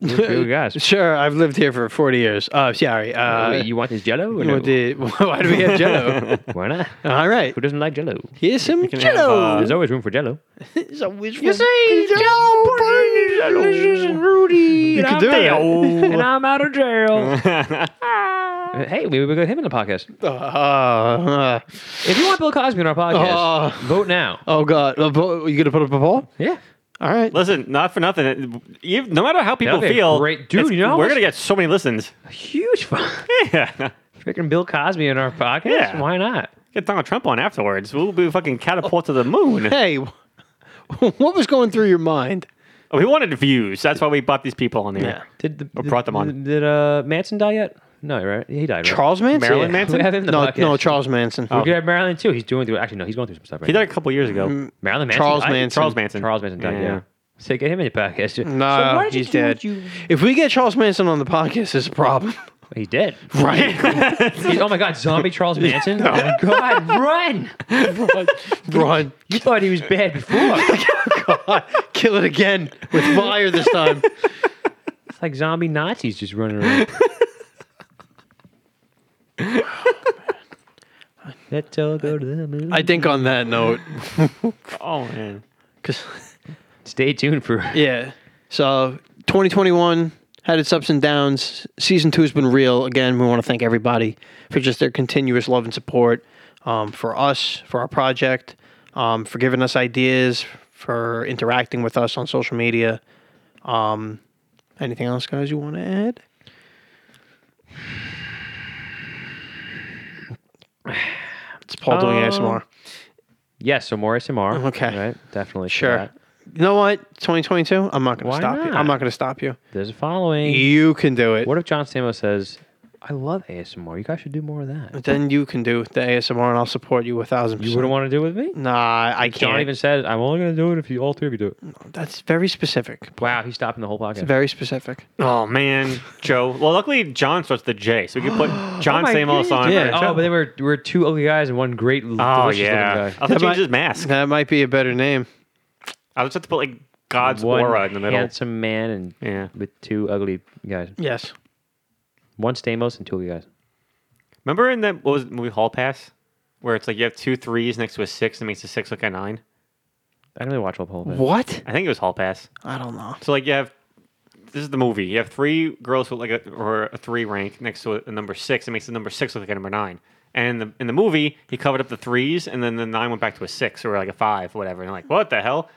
[SPEAKER 1] We're three good
[SPEAKER 2] *laughs*
[SPEAKER 1] guys.
[SPEAKER 2] Sure, I've lived here for 40 years. Uh, sorry. Uh,
[SPEAKER 1] Wait, you want
[SPEAKER 2] *laughs*
[SPEAKER 1] this Jello? Or
[SPEAKER 2] you know,
[SPEAKER 1] no?
[SPEAKER 2] the- why do we have
[SPEAKER 3] *laughs*
[SPEAKER 2] Jello?
[SPEAKER 1] Why not?
[SPEAKER 2] all right.
[SPEAKER 1] Who doesn't like Jello? Uh,
[SPEAKER 2] Here's some
[SPEAKER 3] can have, uh,
[SPEAKER 2] Jello.
[SPEAKER 1] There's always room for Jello.
[SPEAKER 2] It's a wish you see, Jello,
[SPEAKER 1] Rudy,
[SPEAKER 2] You can do it. Oh.
[SPEAKER 1] and I'm out of jail. Ah. hey, maybe we got him in the podcast.
[SPEAKER 2] *laughs* Uh, uh,
[SPEAKER 1] If you want Bill Cosby in our podcast,
[SPEAKER 2] Oh.
[SPEAKER 1] vote now.
[SPEAKER 2] oh God, Uh, Paul- you gonna put up a poll?
[SPEAKER 1] Yeah.
[SPEAKER 2] All right.
[SPEAKER 3] Listen, not for nothing. it- ev- no matter how people
[SPEAKER 1] That'd be a
[SPEAKER 3] feel,
[SPEAKER 1] great- dude,
[SPEAKER 3] it's-
[SPEAKER 1] you know
[SPEAKER 3] we're
[SPEAKER 1] what's-
[SPEAKER 3] gonna get so many listens. *laughs*
[SPEAKER 1] Huge fun.
[SPEAKER 3] Yeah,
[SPEAKER 1] Freaking Bill Cosby in our podcast?
[SPEAKER 3] Yeah.
[SPEAKER 1] Why not?
[SPEAKER 3] get Donald Trump on afterwards. We'll be fucking catapult to the moon.
[SPEAKER 1] *laughs*
[SPEAKER 2] Hey, *laughs* what was going through your mind?
[SPEAKER 3] We Oh, wanted views. That's why we bought these people on there.
[SPEAKER 1] Did the,
[SPEAKER 3] Or brought them on.
[SPEAKER 1] Did, did, uh, Manson die yet? No, right? He died. Right?
[SPEAKER 2] Charles Manson?
[SPEAKER 3] Marilyn
[SPEAKER 2] Yeah.
[SPEAKER 3] Manson?
[SPEAKER 1] *laughs* We have him in the
[SPEAKER 2] No,
[SPEAKER 1] podcast.
[SPEAKER 2] no, Charles Manson.
[SPEAKER 1] We could have Marilyn too. He's doing through. Actually, no, he's going through some stuff right
[SPEAKER 3] He
[SPEAKER 1] now.
[SPEAKER 3] died a couple years ago.
[SPEAKER 1] Marilyn Manson.
[SPEAKER 2] Charles
[SPEAKER 1] died?
[SPEAKER 2] Manson.
[SPEAKER 3] Charles Manson.
[SPEAKER 1] Charles Manson died. Yeah.
[SPEAKER 3] Yeah.
[SPEAKER 1] So get him in the podcast. too.
[SPEAKER 2] No,
[SPEAKER 1] So what did you
[SPEAKER 2] he's
[SPEAKER 1] do
[SPEAKER 2] dead.
[SPEAKER 1] with You...
[SPEAKER 2] If we get Charles Manson on the podcast, it's a problem.
[SPEAKER 1] He did.
[SPEAKER 2] Right.
[SPEAKER 1] He's- oh my God, zombie Charles Manson! Oh my God, run!
[SPEAKER 2] Run.
[SPEAKER 1] You thought he was bad before.
[SPEAKER 2] *laughs* Kill it again with fire this time.
[SPEAKER 1] It's like zombie Nazis just running *laughs* around. Let's all go to the
[SPEAKER 2] *laughs*
[SPEAKER 1] moon.
[SPEAKER 2] I think on that *laughs* note,
[SPEAKER 3] Oh man.
[SPEAKER 2] because,
[SPEAKER 1] Stay tuned for
[SPEAKER 2] yeah. So, 2021 had its ups and downs. Season two has been real. Again, we want to thank everybody for just their continuous love and support um, for us, for our project, um, for giving us ideas, for interacting with us on social media. Um, anything else, guys, you want to add? It's Paul doing
[SPEAKER 1] Um,
[SPEAKER 2] ASMR.
[SPEAKER 1] Yes, so
[SPEAKER 3] *laughs*
[SPEAKER 1] more SMR.
[SPEAKER 2] Okay.
[SPEAKER 1] Right, definitely. for
[SPEAKER 2] Sure.
[SPEAKER 1] that.
[SPEAKER 2] You know what? 2022. I'm not going to
[SPEAKER 1] Why
[SPEAKER 2] stop you.
[SPEAKER 1] not?
[SPEAKER 2] I'm not going to stop you.
[SPEAKER 1] There's a following.
[SPEAKER 2] You can do it.
[SPEAKER 1] What if John Stamos says, I love ASMR. You guys should do more of that.
[SPEAKER 2] Then you can do the ASMR, and I'll support you a thousand percent.
[SPEAKER 1] You wouldn't want to do it with me?
[SPEAKER 2] Nah, I
[SPEAKER 1] John
[SPEAKER 2] can't.
[SPEAKER 1] even said, I'm only going to do it if you all three of you do it.
[SPEAKER 2] That's very specific.
[SPEAKER 1] Wow, he's stopping the whole podcast.
[SPEAKER 2] Very specific.
[SPEAKER 3] Oh man, Joe. Well, luckily John starts the J, so we
[SPEAKER 1] *gasps*
[SPEAKER 3] can put John Samos on.
[SPEAKER 2] Yeah.
[SPEAKER 3] for the show.
[SPEAKER 1] Oh, but they were, were two ugly guys and one great, delicious
[SPEAKER 3] Oh
[SPEAKER 1] looking
[SPEAKER 3] yeah,
[SPEAKER 1] guy.
[SPEAKER 3] I'll have to
[SPEAKER 2] That
[SPEAKER 3] change
[SPEAKER 2] might-
[SPEAKER 3] his mask.
[SPEAKER 2] That might be a better name.
[SPEAKER 3] I'll just have to put like God's
[SPEAKER 1] One
[SPEAKER 3] aura in the middle.
[SPEAKER 1] handsome man and
[SPEAKER 3] Yeah.
[SPEAKER 1] with two ugly guys.
[SPEAKER 2] Yes.
[SPEAKER 1] One Stamos and two ugly guys.
[SPEAKER 3] Remember in that what was it, movie Hall Pass, where it's like you have two threes next to a six and makes the six look like a nine.
[SPEAKER 1] I didn't really watch the whole thing.
[SPEAKER 2] What?
[SPEAKER 3] I think it was Hall Pass.
[SPEAKER 2] I don't know.
[SPEAKER 3] So like you have this is the movie. You have three girls with like a or a three rank next to a, a number six. It makes the number six look like a number nine. And in the in the movie, he covered up the threes, and then the nine went back to a six or like a five, whatever. And like, what the hell?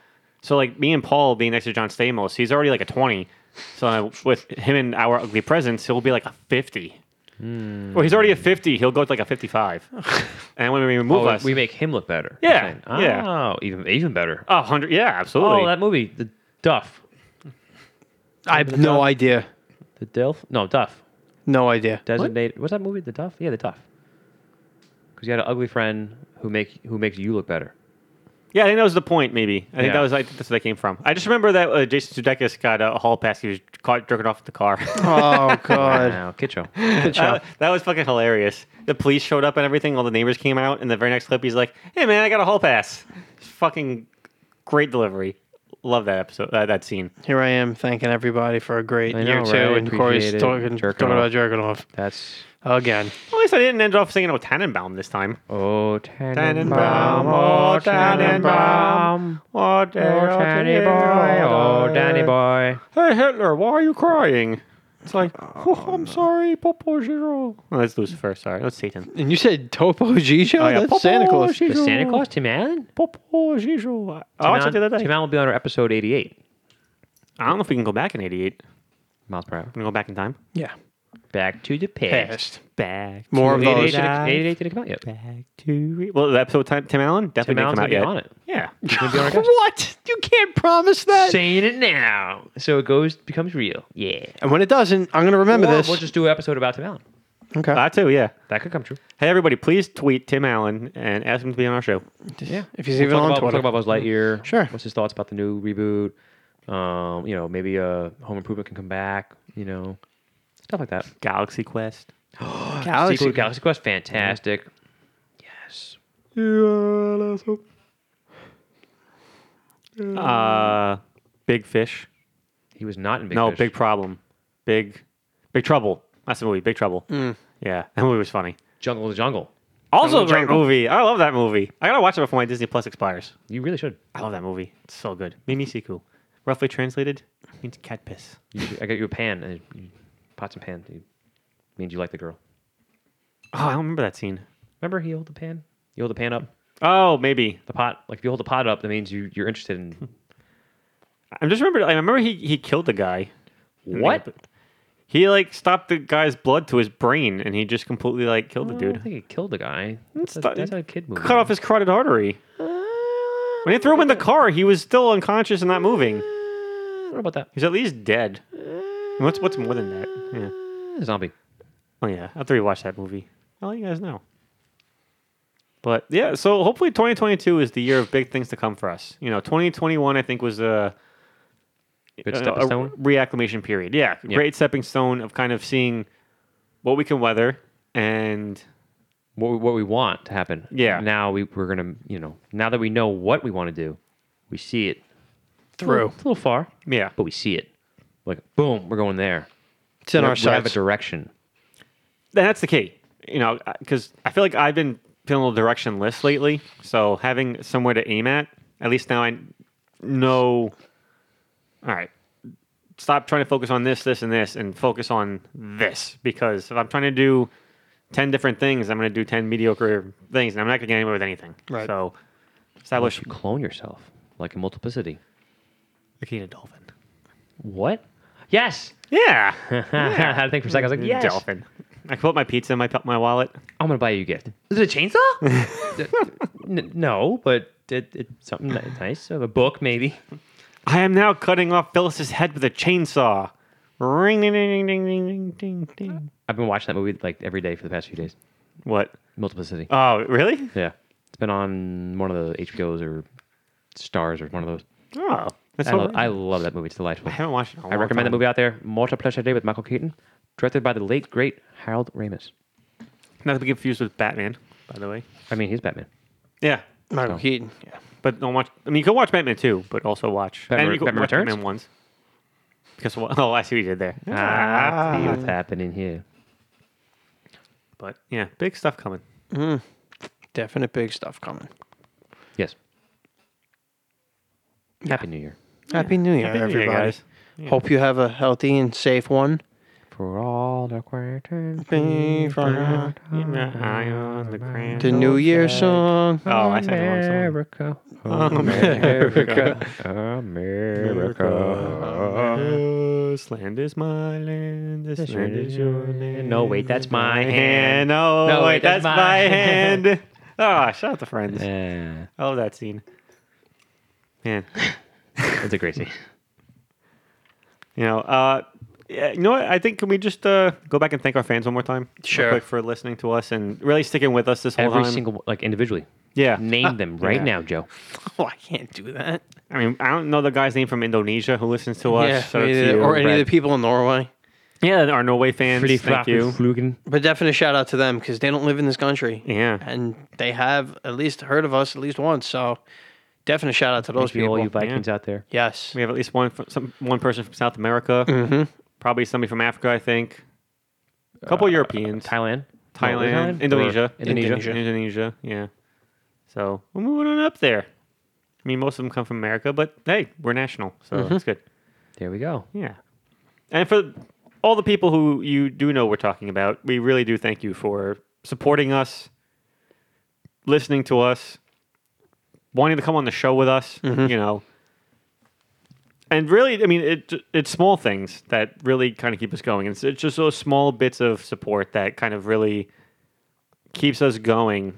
[SPEAKER 3] So like me and Paul being next to John Stamos, he's already like a twenty. So I- with him and our ugly presence, he'll be like a fifty.
[SPEAKER 1] Hmm.
[SPEAKER 3] Well, he's already a fifty. He'll go to like a
[SPEAKER 1] *laughs*
[SPEAKER 3] fifty-five. and when we remove
[SPEAKER 1] Oh,
[SPEAKER 3] us,
[SPEAKER 1] we make him look better.
[SPEAKER 3] Yeah,
[SPEAKER 1] You're saying. Oh,
[SPEAKER 3] yeah.
[SPEAKER 1] even even better.
[SPEAKER 3] a hundred. Yeah, absolutely.
[SPEAKER 1] Oh, that movie, the Duff,
[SPEAKER 2] I have no idea.
[SPEAKER 1] the Delf. No, Duff.
[SPEAKER 2] No idea.
[SPEAKER 1] Designated. What's that movie? The Duff. Yeah, the Duff. Because you had an ugly friend who make who makes you look better.
[SPEAKER 3] Yeah, I think that was the point. Maybe I think
[SPEAKER 1] Yeah.
[SPEAKER 3] that was. I think that's where that came from. I just remember that uh, Jason Sudeikis got a hall pass. He was caught jerking off at the car. *laughs*
[SPEAKER 2] Oh God.
[SPEAKER 1] Wow, Kitcho.
[SPEAKER 2] Good
[SPEAKER 3] Uh,
[SPEAKER 2] job.
[SPEAKER 3] that was fucking hilarious. The police showed up and everything. All the neighbors came out. And the very next clip, he's like, "Hey man, I got a hall pass." Fucking great delivery. Love that episode. Uh, that scene.
[SPEAKER 2] Here I am thanking everybody for a great
[SPEAKER 1] I
[SPEAKER 2] year
[SPEAKER 1] know,
[SPEAKER 2] two,
[SPEAKER 1] right?
[SPEAKER 2] and Corey's
[SPEAKER 1] Appreciate it.
[SPEAKER 2] talking,
[SPEAKER 1] Jerking
[SPEAKER 2] talking
[SPEAKER 1] off.
[SPEAKER 2] about jerking off
[SPEAKER 1] That's
[SPEAKER 2] again.
[SPEAKER 3] At least I didn't end off singing "Oh Tannenbaum" this time.
[SPEAKER 1] oh
[SPEAKER 3] Tannenbaum,
[SPEAKER 1] Tannenbaum,
[SPEAKER 3] oh
[SPEAKER 1] oh
[SPEAKER 3] Tannenbaum,
[SPEAKER 1] Tannenbaum,
[SPEAKER 3] Oh,
[SPEAKER 1] oh Danny boy, oh Danny boy.
[SPEAKER 3] Hey Hitler, why are you crying? It's like, oh, I'm sorry, Popo Giro. Oh, that's Lucifer. Sorry, that's Satan.
[SPEAKER 2] And you said Topo Gijo?
[SPEAKER 3] yeah,
[SPEAKER 2] That's Santa Claus.
[SPEAKER 1] The Oh, Santa Claus, Tim Allen.
[SPEAKER 3] Oh, Popo Giro. I watched it the
[SPEAKER 1] Tim
[SPEAKER 3] other
[SPEAKER 1] Allen
[SPEAKER 3] day.
[SPEAKER 1] Tim Allen will be on our episode eighty-eight.
[SPEAKER 3] I don't know if we can go back in '88.
[SPEAKER 1] Miles per hour.
[SPEAKER 3] Can we go back in time?
[SPEAKER 2] Yeah.
[SPEAKER 1] Back to the past.
[SPEAKER 2] Past.
[SPEAKER 3] Back.
[SPEAKER 2] More
[SPEAKER 3] to
[SPEAKER 2] of those.
[SPEAKER 1] 88
[SPEAKER 3] '88.
[SPEAKER 1] didn't, 88 didn't come out yet. Tim
[SPEAKER 3] Back to well, the episode Tim, Tim Allen definitely
[SPEAKER 1] Allen's gonna
[SPEAKER 3] didn't
[SPEAKER 1] be
[SPEAKER 3] come
[SPEAKER 1] on
[SPEAKER 3] out
[SPEAKER 1] it.
[SPEAKER 3] yet. Yeah. *laughs*
[SPEAKER 1] He's gonna be on
[SPEAKER 2] *laughs*
[SPEAKER 1] our episode.
[SPEAKER 2] What? You can't promise that.
[SPEAKER 1] saying it now. So it goes becomes real. Yeah.
[SPEAKER 2] And when it doesn't, I'm going to remember
[SPEAKER 1] Or
[SPEAKER 2] this.
[SPEAKER 1] We'll just do an episode about Tim Allen.
[SPEAKER 2] okay.
[SPEAKER 3] I too. Yeah.
[SPEAKER 1] That could come true.
[SPEAKER 3] Hey everybody, please tweet Tim Allen and ask him to be on our show.
[SPEAKER 1] Yeah.
[SPEAKER 2] if he's
[SPEAKER 1] We'll
[SPEAKER 2] even
[SPEAKER 1] talk,
[SPEAKER 2] on
[SPEAKER 1] about, we'll
[SPEAKER 2] Twitter.
[SPEAKER 1] talk about Buzz Lightyear.
[SPEAKER 2] Sure.
[SPEAKER 1] What's his thoughts about the new reboot? Um, you know, maybe uh, Home Improvement can come back. You know, stuff like that.
[SPEAKER 3] Galaxy Quest.
[SPEAKER 2] *sighs* Galaxy.
[SPEAKER 1] Sequel to Galaxy Quest, fantastic. Yes.
[SPEAKER 3] Uh, Big Fish.
[SPEAKER 1] He was not in Big
[SPEAKER 3] no,
[SPEAKER 1] Fish.
[SPEAKER 3] Big Problem. Big, Big Trouble. That's the movie. Big Trouble. Yeah, that movie was funny.
[SPEAKER 1] Jungle to Jungle.
[SPEAKER 3] Mm. Also a great
[SPEAKER 2] Jungle.
[SPEAKER 3] movie. I love that movie. I gotta watch it before my Disney Plus expires.
[SPEAKER 1] You really should.
[SPEAKER 3] I love that movie. It's so good. Mimi Siku. Roughly translated, means cat piss.
[SPEAKER 1] You should- I got you a pan, and you, pots and pan. You, means you like the girl.
[SPEAKER 3] Oh, I don't remember that scene.
[SPEAKER 1] Remember, he held the pan. You hold the pan up,
[SPEAKER 3] Oh, maybe.
[SPEAKER 1] the pot. Like if you hold the pot up, that means you you're interested in
[SPEAKER 3] I'm just remembered. I remember he, he killed the guy.
[SPEAKER 1] what?
[SPEAKER 3] He like stopped the guy's blood to his brain, and he just completely like killed the
[SPEAKER 1] I don't
[SPEAKER 3] dude.
[SPEAKER 1] think he killed the guy. That's, a,
[SPEAKER 3] not-
[SPEAKER 1] that's not a kid movie.
[SPEAKER 3] Cut off his carotid artery. When he threw him in the car, he was still unconscious and not moving.
[SPEAKER 1] I don't know about that.
[SPEAKER 3] He's at least dead. What's what's more than that? Yeah.
[SPEAKER 1] Eh, Zombie.
[SPEAKER 3] Oh yeah, after you watch that movie, I'll let you guys know. But yeah, so hopefully 2022 is the year of big things to come for us. You know, 2021 I think was a,
[SPEAKER 1] Good
[SPEAKER 3] a-
[SPEAKER 1] stepping
[SPEAKER 3] a
[SPEAKER 1] stone.
[SPEAKER 3] reacclimation period. Yeah, great stepping stone of kind of seeing what we can weather and
[SPEAKER 1] What, we- what we want to happen.
[SPEAKER 3] Yeah.
[SPEAKER 1] Now we, we're gonna you know now that we know what we want to do, we see it
[SPEAKER 2] Through.
[SPEAKER 1] It's a little far,
[SPEAKER 3] yeah.
[SPEAKER 1] but we see it. Like boom, we're going there.
[SPEAKER 2] It's in
[SPEAKER 1] we
[SPEAKER 2] our
[SPEAKER 1] we have a
[SPEAKER 2] sights.
[SPEAKER 1] direction.
[SPEAKER 3] And that's the key. You know, because I feel like I've been feeling a little directionless lately. So having somewhere to aim at, at least now I know. All right, stop trying to focus on this, this, and this, and focus on this. Because if I'm trying to do ten different things, I'm going to do ten mediocre things, and I'm not going to get anywhere with anything.
[SPEAKER 2] Right.
[SPEAKER 3] So
[SPEAKER 1] You
[SPEAKER 3] establish
[SPEAKER 1] should clone yourself like in multiplicity.
[SPEAKER 3] Akina Dolphin.
[SPEAKER 1] What? Yes.
[SPEAKER 3] Yeah,
[SPEAKER 1] I had *laughs* to think for a second. I was like, yes.
[SPEAKER 3] Dolphin. I can put my pizza in my my wallet. *laughs*
[SPEAKER 1] I'm gonna buy you a gift. Is it a chainsaw? N- no, but it, it, something ni- nice, a book maybe.
[SPEAKER 3] I am now cutting off Phyllis's head with a chainsaw. Ring ding ding ding ding ding ding ding.
[SPEAKER 1] I've been watching that movie like every day for the past few days.
[SPEAKER 3] What?
[SPEAKER 1] Multiplicity.
[SPEAKER 3] Oh, really?
[SPEAKER 1] yeah, it's been on one of the HBOs or Stars or one of those.
[SPEAKER 3] Oh, that's
[SPEAKER 1] I,
[SPEAKER 3] so
[SPEAKER 1] lo- I love that movie. It's delightful.
[SPEAKER 3] I haven't watched it. In a
[SPEAKER 1] I
[SPEAKER 3] long
[SPEAKER 1] recommend that
[SPEAKER 3] time.
[SPEAKER 1] movie out there, Multiplicity with Michael Keaton, directed by the late great Harold Ramis.
[SPEAKER 3] Not to be confused with Batman, by the way.
[SPEAKER 1] I mean, he's Batman.
[SPEAKER 3] Yeah,
[SPEAKER 2] Michael Keaton. Yeah.
[SPEAKER 3] but don't watch. I mean, you can watch Batman too, but also watch
[SPEAKER 1] Batman-
[SPEAKER 3] and you can
[SPEAKER 1] Batman
[SPEAKER 3] watch
[SPEAKER 1] Returns?
[SPEAKER 3] Batman ones. Because what- *laughs* oh, I see what you did there.
[SPEAKER 1] Ah, see what's happening here.
[SPEAKER 3] But yeah, big stuff coming.
[SPEAKER 2] Definite big stuff coming.
[SPEAKER 1] Yes. Happy New Year
[SPEAKER 2] Happy New Year,
[SPEAKER 3] Happy New Year,
[SPEAKER 2] everybody.
[SPEAKER 3] *laughs* guys.
[SPEAKER 2] Hope you have a healthy and safe one.
[SPEAKER 1] for all the quarter.
[SPEAKER 2] The
[SPEAKER 3] In the eye on the grand-
[SPEAKER 2] New Year
[SPEAKER 1] *laughs*
[SPEAKER 2] song.
[SPEAKER 3] Oh, I sang the wrong song.
[SPEAKER 1] America, *laughs*
[SPEAKER 3] *laughs*
[SPEAKER 1] America, America.
[SPEAKER 3] This land is my land. This, land, is your land.
[SPEAKER 1] No, wait, that's my hand.
[SPEAKER 3] No,
[SPEAKER 1] No,
[SPEAKER 3] wait, that's, my hand. Ah, shout out to Friends.
[SPEAKER 1] Yeah,
[SPEAKER 3] I love that scene. Man,
[SPEAKER 1] that's a great scene.
[SPEAKER 3] you know, uh, yeah, you know what? I think can we just uh, go back and thank our fans one more time, real
[SPEAKER 2] Sure.
[SPEAKER 3] quick, for listening to us and really sticking with us this whole
[SPEAKER 1] *laughs* Every
[SPEAKER 3] time.
[SPEAKER 1] single, like individually.
[SPEAKER 3] yeah.
[SPEAKER 1] Name *laughs* them right
[SPEAKER 3] Yeah.
[SPEAKER 1] now, Joe.
[SPEAKER 2] Oh, I can't do that.
[SPEAKER 3] I mean, I don't know the guy's name from Indonesia who listens to us.
[SPEAKER 2] yeah,
[SPEAKER 3] shout out to
[SPEAKER 2] neither-
[SPEAKER 3] you,
[SPEAKER 2] or any of
[SPEAKER 3] Brad.
[SPEAKER 2] the people in Norway.
[SPEAKER 3] Yeah, our Norway fans. thank you.
[SPEAKER 1] Flugen.
[SPEAKER 2] But definite shout out to them because they don't live in this country.
[SPEAKER 3] Yeah.
[SPEAKER 2] And they have at least heard of us at least once. So definite shout out to those
[SPEAKER 1] Those people,
[SPEAKER 2] people.
[SPEAKER 1] all you Vikings out there.
[SPEAKER 2] yes.
[SPEAKER 3] We have at least one fr- some one person from South America. Probably somebody from Africa, I think. A couple Europeans.
[SPEAKER 1] Thailand.
[SPEAKER 3] Thailand,
[SPEAKER 1] Thailand?
[SPEAKER 3] Indonesia,
[SPEAKER 1] Or Indonesia.
[SPEAKER 3] Indonesia, Indonesia, Yeah. So we're moving on up there. I mean, most of them come from America, but hey, we're national, so that's good.
[SPEAKER 1] There we go.
[SPEAKER 3] Yeah. And for all the people who you do know we're talking about, we really do thank you for supporting us, listening to us, wanting to come on the show with us, you know. And really, I mean, it, it's small things that really kind of keep us going. It's, it's just those small bits of support that kind of really keeps us going,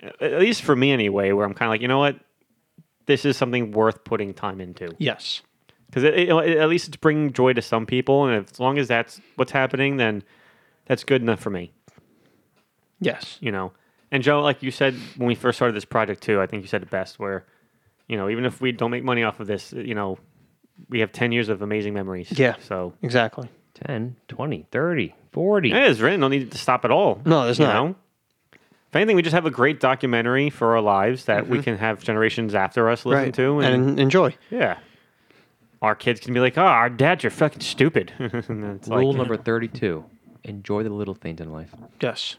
[SPEAKER 3] at at least for me anyway, where I'm kind of like, you know what? This is something worth putting time into
[SPEAKER 2] Yes.
[SPEAKER 3] because it, it- it- at least it's bringing joy to some people, and as long as that's what's happening, then that's good enough for me,
[SPEAKER 2] Yes.
[SPEAKER 3] you know. And Joe, like you said when we first started this project too, I think you said it best, where you know even if we don't make money off of this, you know, we have ten years of amazing memories.
[SPEAKER 2] Yeah.
[SPEAKER 3] So
[SPEAKER 2] Exactly.
[SPEAKER 1] 10, 20, 30, 40.
[SPEAKER 3] yeah, there's really no need to stop at all.
[SPEAKER 2] No, there's
[SPEAKER 3] you
[SPEAKER 2] not.
[SPEAKER 3] Know? If anything, we just have a great documentary for our lives that we can have generations after us listen to, and,
[SPEAKER 2] Mm-hmm. and enjoy.
[SPEAKER 3] yeah. Our kids can be like, "Oh, our dads are fucking stupid." *laughs* And it's like-
[SPEAKER 1] Rule number 32 Enjoy the little things in life.
[SPEAKER 2] Yes.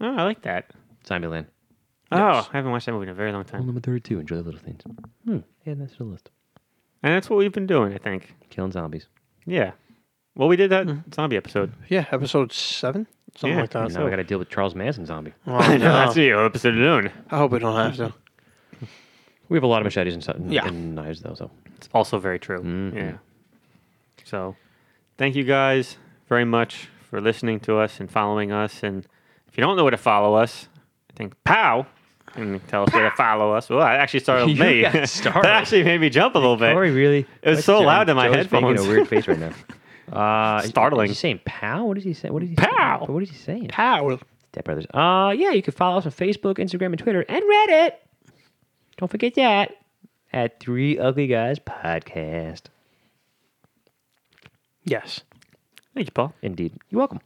[SPEAKER 3] Oh, I like that.
[SPEAKER 1] Zombieland.
[SPEAKER 3] Oh, I haven't watched that movie in a very long
[SPEAKER 1] Rule
[SPEAKER 3] time.
[SPEAKER 1] number 32 Enjoy the little things. Hmm. Yeah, that's the list.
[SPEAKER 3] And that's what we've been doing, I think.
[SPEAKER 1] Killing zombies.
[SPEAKER 3] Yeah. Well, we did that
[SPEAKER 1] Mm-hmm.
[SPEAKER 3] zombie episode.
[SPEAKER 2] Yeah. Episode seven, something
[SPEAKER 3] Yeah.
[SPEAKER 2] like that.
[SPEAKER 1] And now I got to deal with Charles Manson zombie.
[SPEAKER 2] Oh, I,
[SPEAKER 3] That's the episode alone.
[SPEAKER 2] I hope we don't have to.
[SPEAKER 1] We have a lot of machetes and, something
[SPEAKER 2] Yeah.
[SPEAKER 1] and knives, though. So
[SPEAKER 3] It's also very true.
[SPEAKER 1] Mm-hmm.
[SPEAKER 3] Yeah. So, thank you guys very much for listening to us and following us. And if you don't know where to follow us, I think pow and tell us where to follow us. Well, that actually startled
[SPEAKER 1] *laughs* You
[SPEAKER 3] me.
[SPEAKER 1] got
[SPEAKER 3] *laughs*
[SPEAKER 1] startled.
[SPEAKER 3] that actually made me jump a little bit.
[SPEAKER 1] Corey really.
[SPEAKER 3] It was
[SPEAKER 1] what's
[SPEAKER 3] so
[SPEAKER 1] Joe-
[SPEAKER 3] loud in my
[SPEAKER 1] Joe's making
[SPEAKER 3] headphones.
[SPEAKER 1] a weird face
[SPEAKER 3] *laughs*
[SPEAKER 1] right now. Uh, is-
[SPEAKER 3] Startling.
[SPEAKER 1] Is he saying pow? What is he saying? What is he
[SPEAKER 3] Pow!
[SPEAKER 1] Saying? What is he saying?
[SPEAKER 2] How?
[SPEAKER 1] Step Brothers. Uh, yeah, you can follow us on Facebook, Instagram, and Twitter, and Reddit. Don't forget that at Three Ugly Guys Podcast.
[SPEAKER 2] Yes.
[SPEAKER 3] Thank you, Paul.
[SPEAKER 1] Indeed, you're welcome.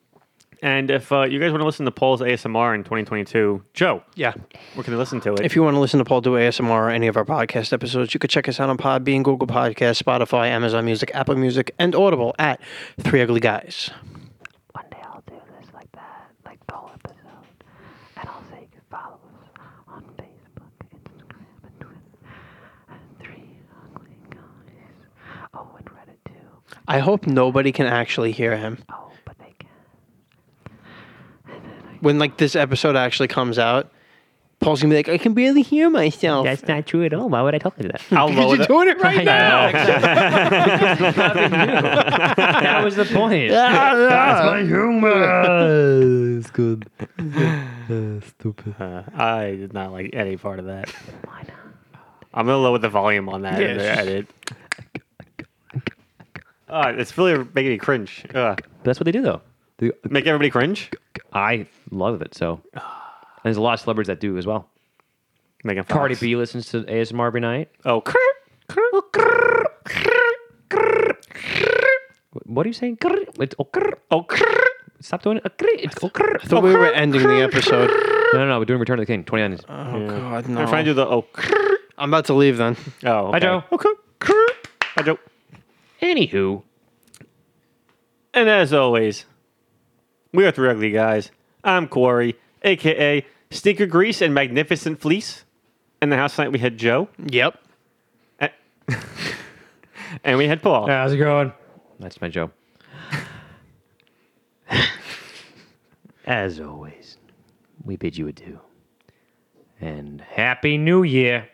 [SPEAKER 3] And if uh, you guys want to listen to Paul's ASMR in 2022, Joe,
[SPEAKER 2] Yeah.
[SPEAKER 3] where can they listen to it?
[SPEAKER 2] If you want to listen to Paul do ASMR or any of our podcast episodes, you could check us out on Podbean, Google Podcasts, Spotify, Amazon Music, Apple Music, and Audible at Three Ugly Guys.
[SPEAKER 6] One day I'll do this like that, like the whole episode. And I'll say you can follow us on Facebook, Instagram, and Twitter. And three ugly guys. Oh, and Reddit too.
[SPEAKER 2] I hope nobody can actually hear him.
[SPEAKER 6] Oh, but they can.
[SPEAKER 2] When like this episode actually comes out, Paul's gonna be like, I can barely hear myself.
[SPEAKER 1] That's not true at all. Why would I talk like that?
[SPEAKER 3] I'll
[SPEAKER 2] because
[SPEAKER 3] load
[SPEAKER 2] you're
[SPEAKER 3] it-
[SPEAKER 2] doing it right now.
[SPEAKER 1] *laughs* that was the point.
[SPEAKER 3] I did not like any part of that.
[SPEAKER 6] Why not?
[SPEAKER 3] I'm gonna lower the volume on that in the
[SPEAKER 2] Yes.
[SPEAKER 3] edit. Uh, it's really making me cringe. Uh,
[SPEAKER 1] But that's what they do though. The-
[SPEAKER 3] make everybody cringe.
[SPEAKER 1] I love it so. And there's a lot of celebrities that do as well.
[SPEAKER 3] Megan Fox.
[SPEAKER 1] Cardi B listens to ASMR every night.
[SPEAKER 3] Oh, crrr, crrr, crrr, crrr, crrr,
[SPEAKER 1] Wh- What are you saying? Grr. It's oh, grr.
[SPEAKER 3] oh, crrr.
[SPEAKER 1] Stop doing it. Oh, grr. It's oh, grr.
[SPEAKER 2] I thought we were ending the episode.
[SPEAKER 1] No, no, no. We're doing Return of the King. 29.
[SPEAKER 2] Oh God, no!
[SPEAKER 3] I'm trying to do the oh. Crrr.
[SPEAKER 2] I'm about to leave then.
[SPEAKER 3] Oh, okay.
[SPEAKER 1] Joe.
[SPEAKER 3] Okay. Crrr. Hi, Joe.
[SPEAKER 1] Anywho,
[SPEAKER 3] And as always, we are three ugly guys. I'm Corey, aka Stinker Grease and Magnificent Fleece. In the house tonight, we had Joe
[SPEAKER 2] Yep.
[SPEAKER 3] *laughs* and we had Paul.
[SPEAKER 1] how's it going? That's my *laughs* Joe. As always, we bid you adieu. And Happy New Year.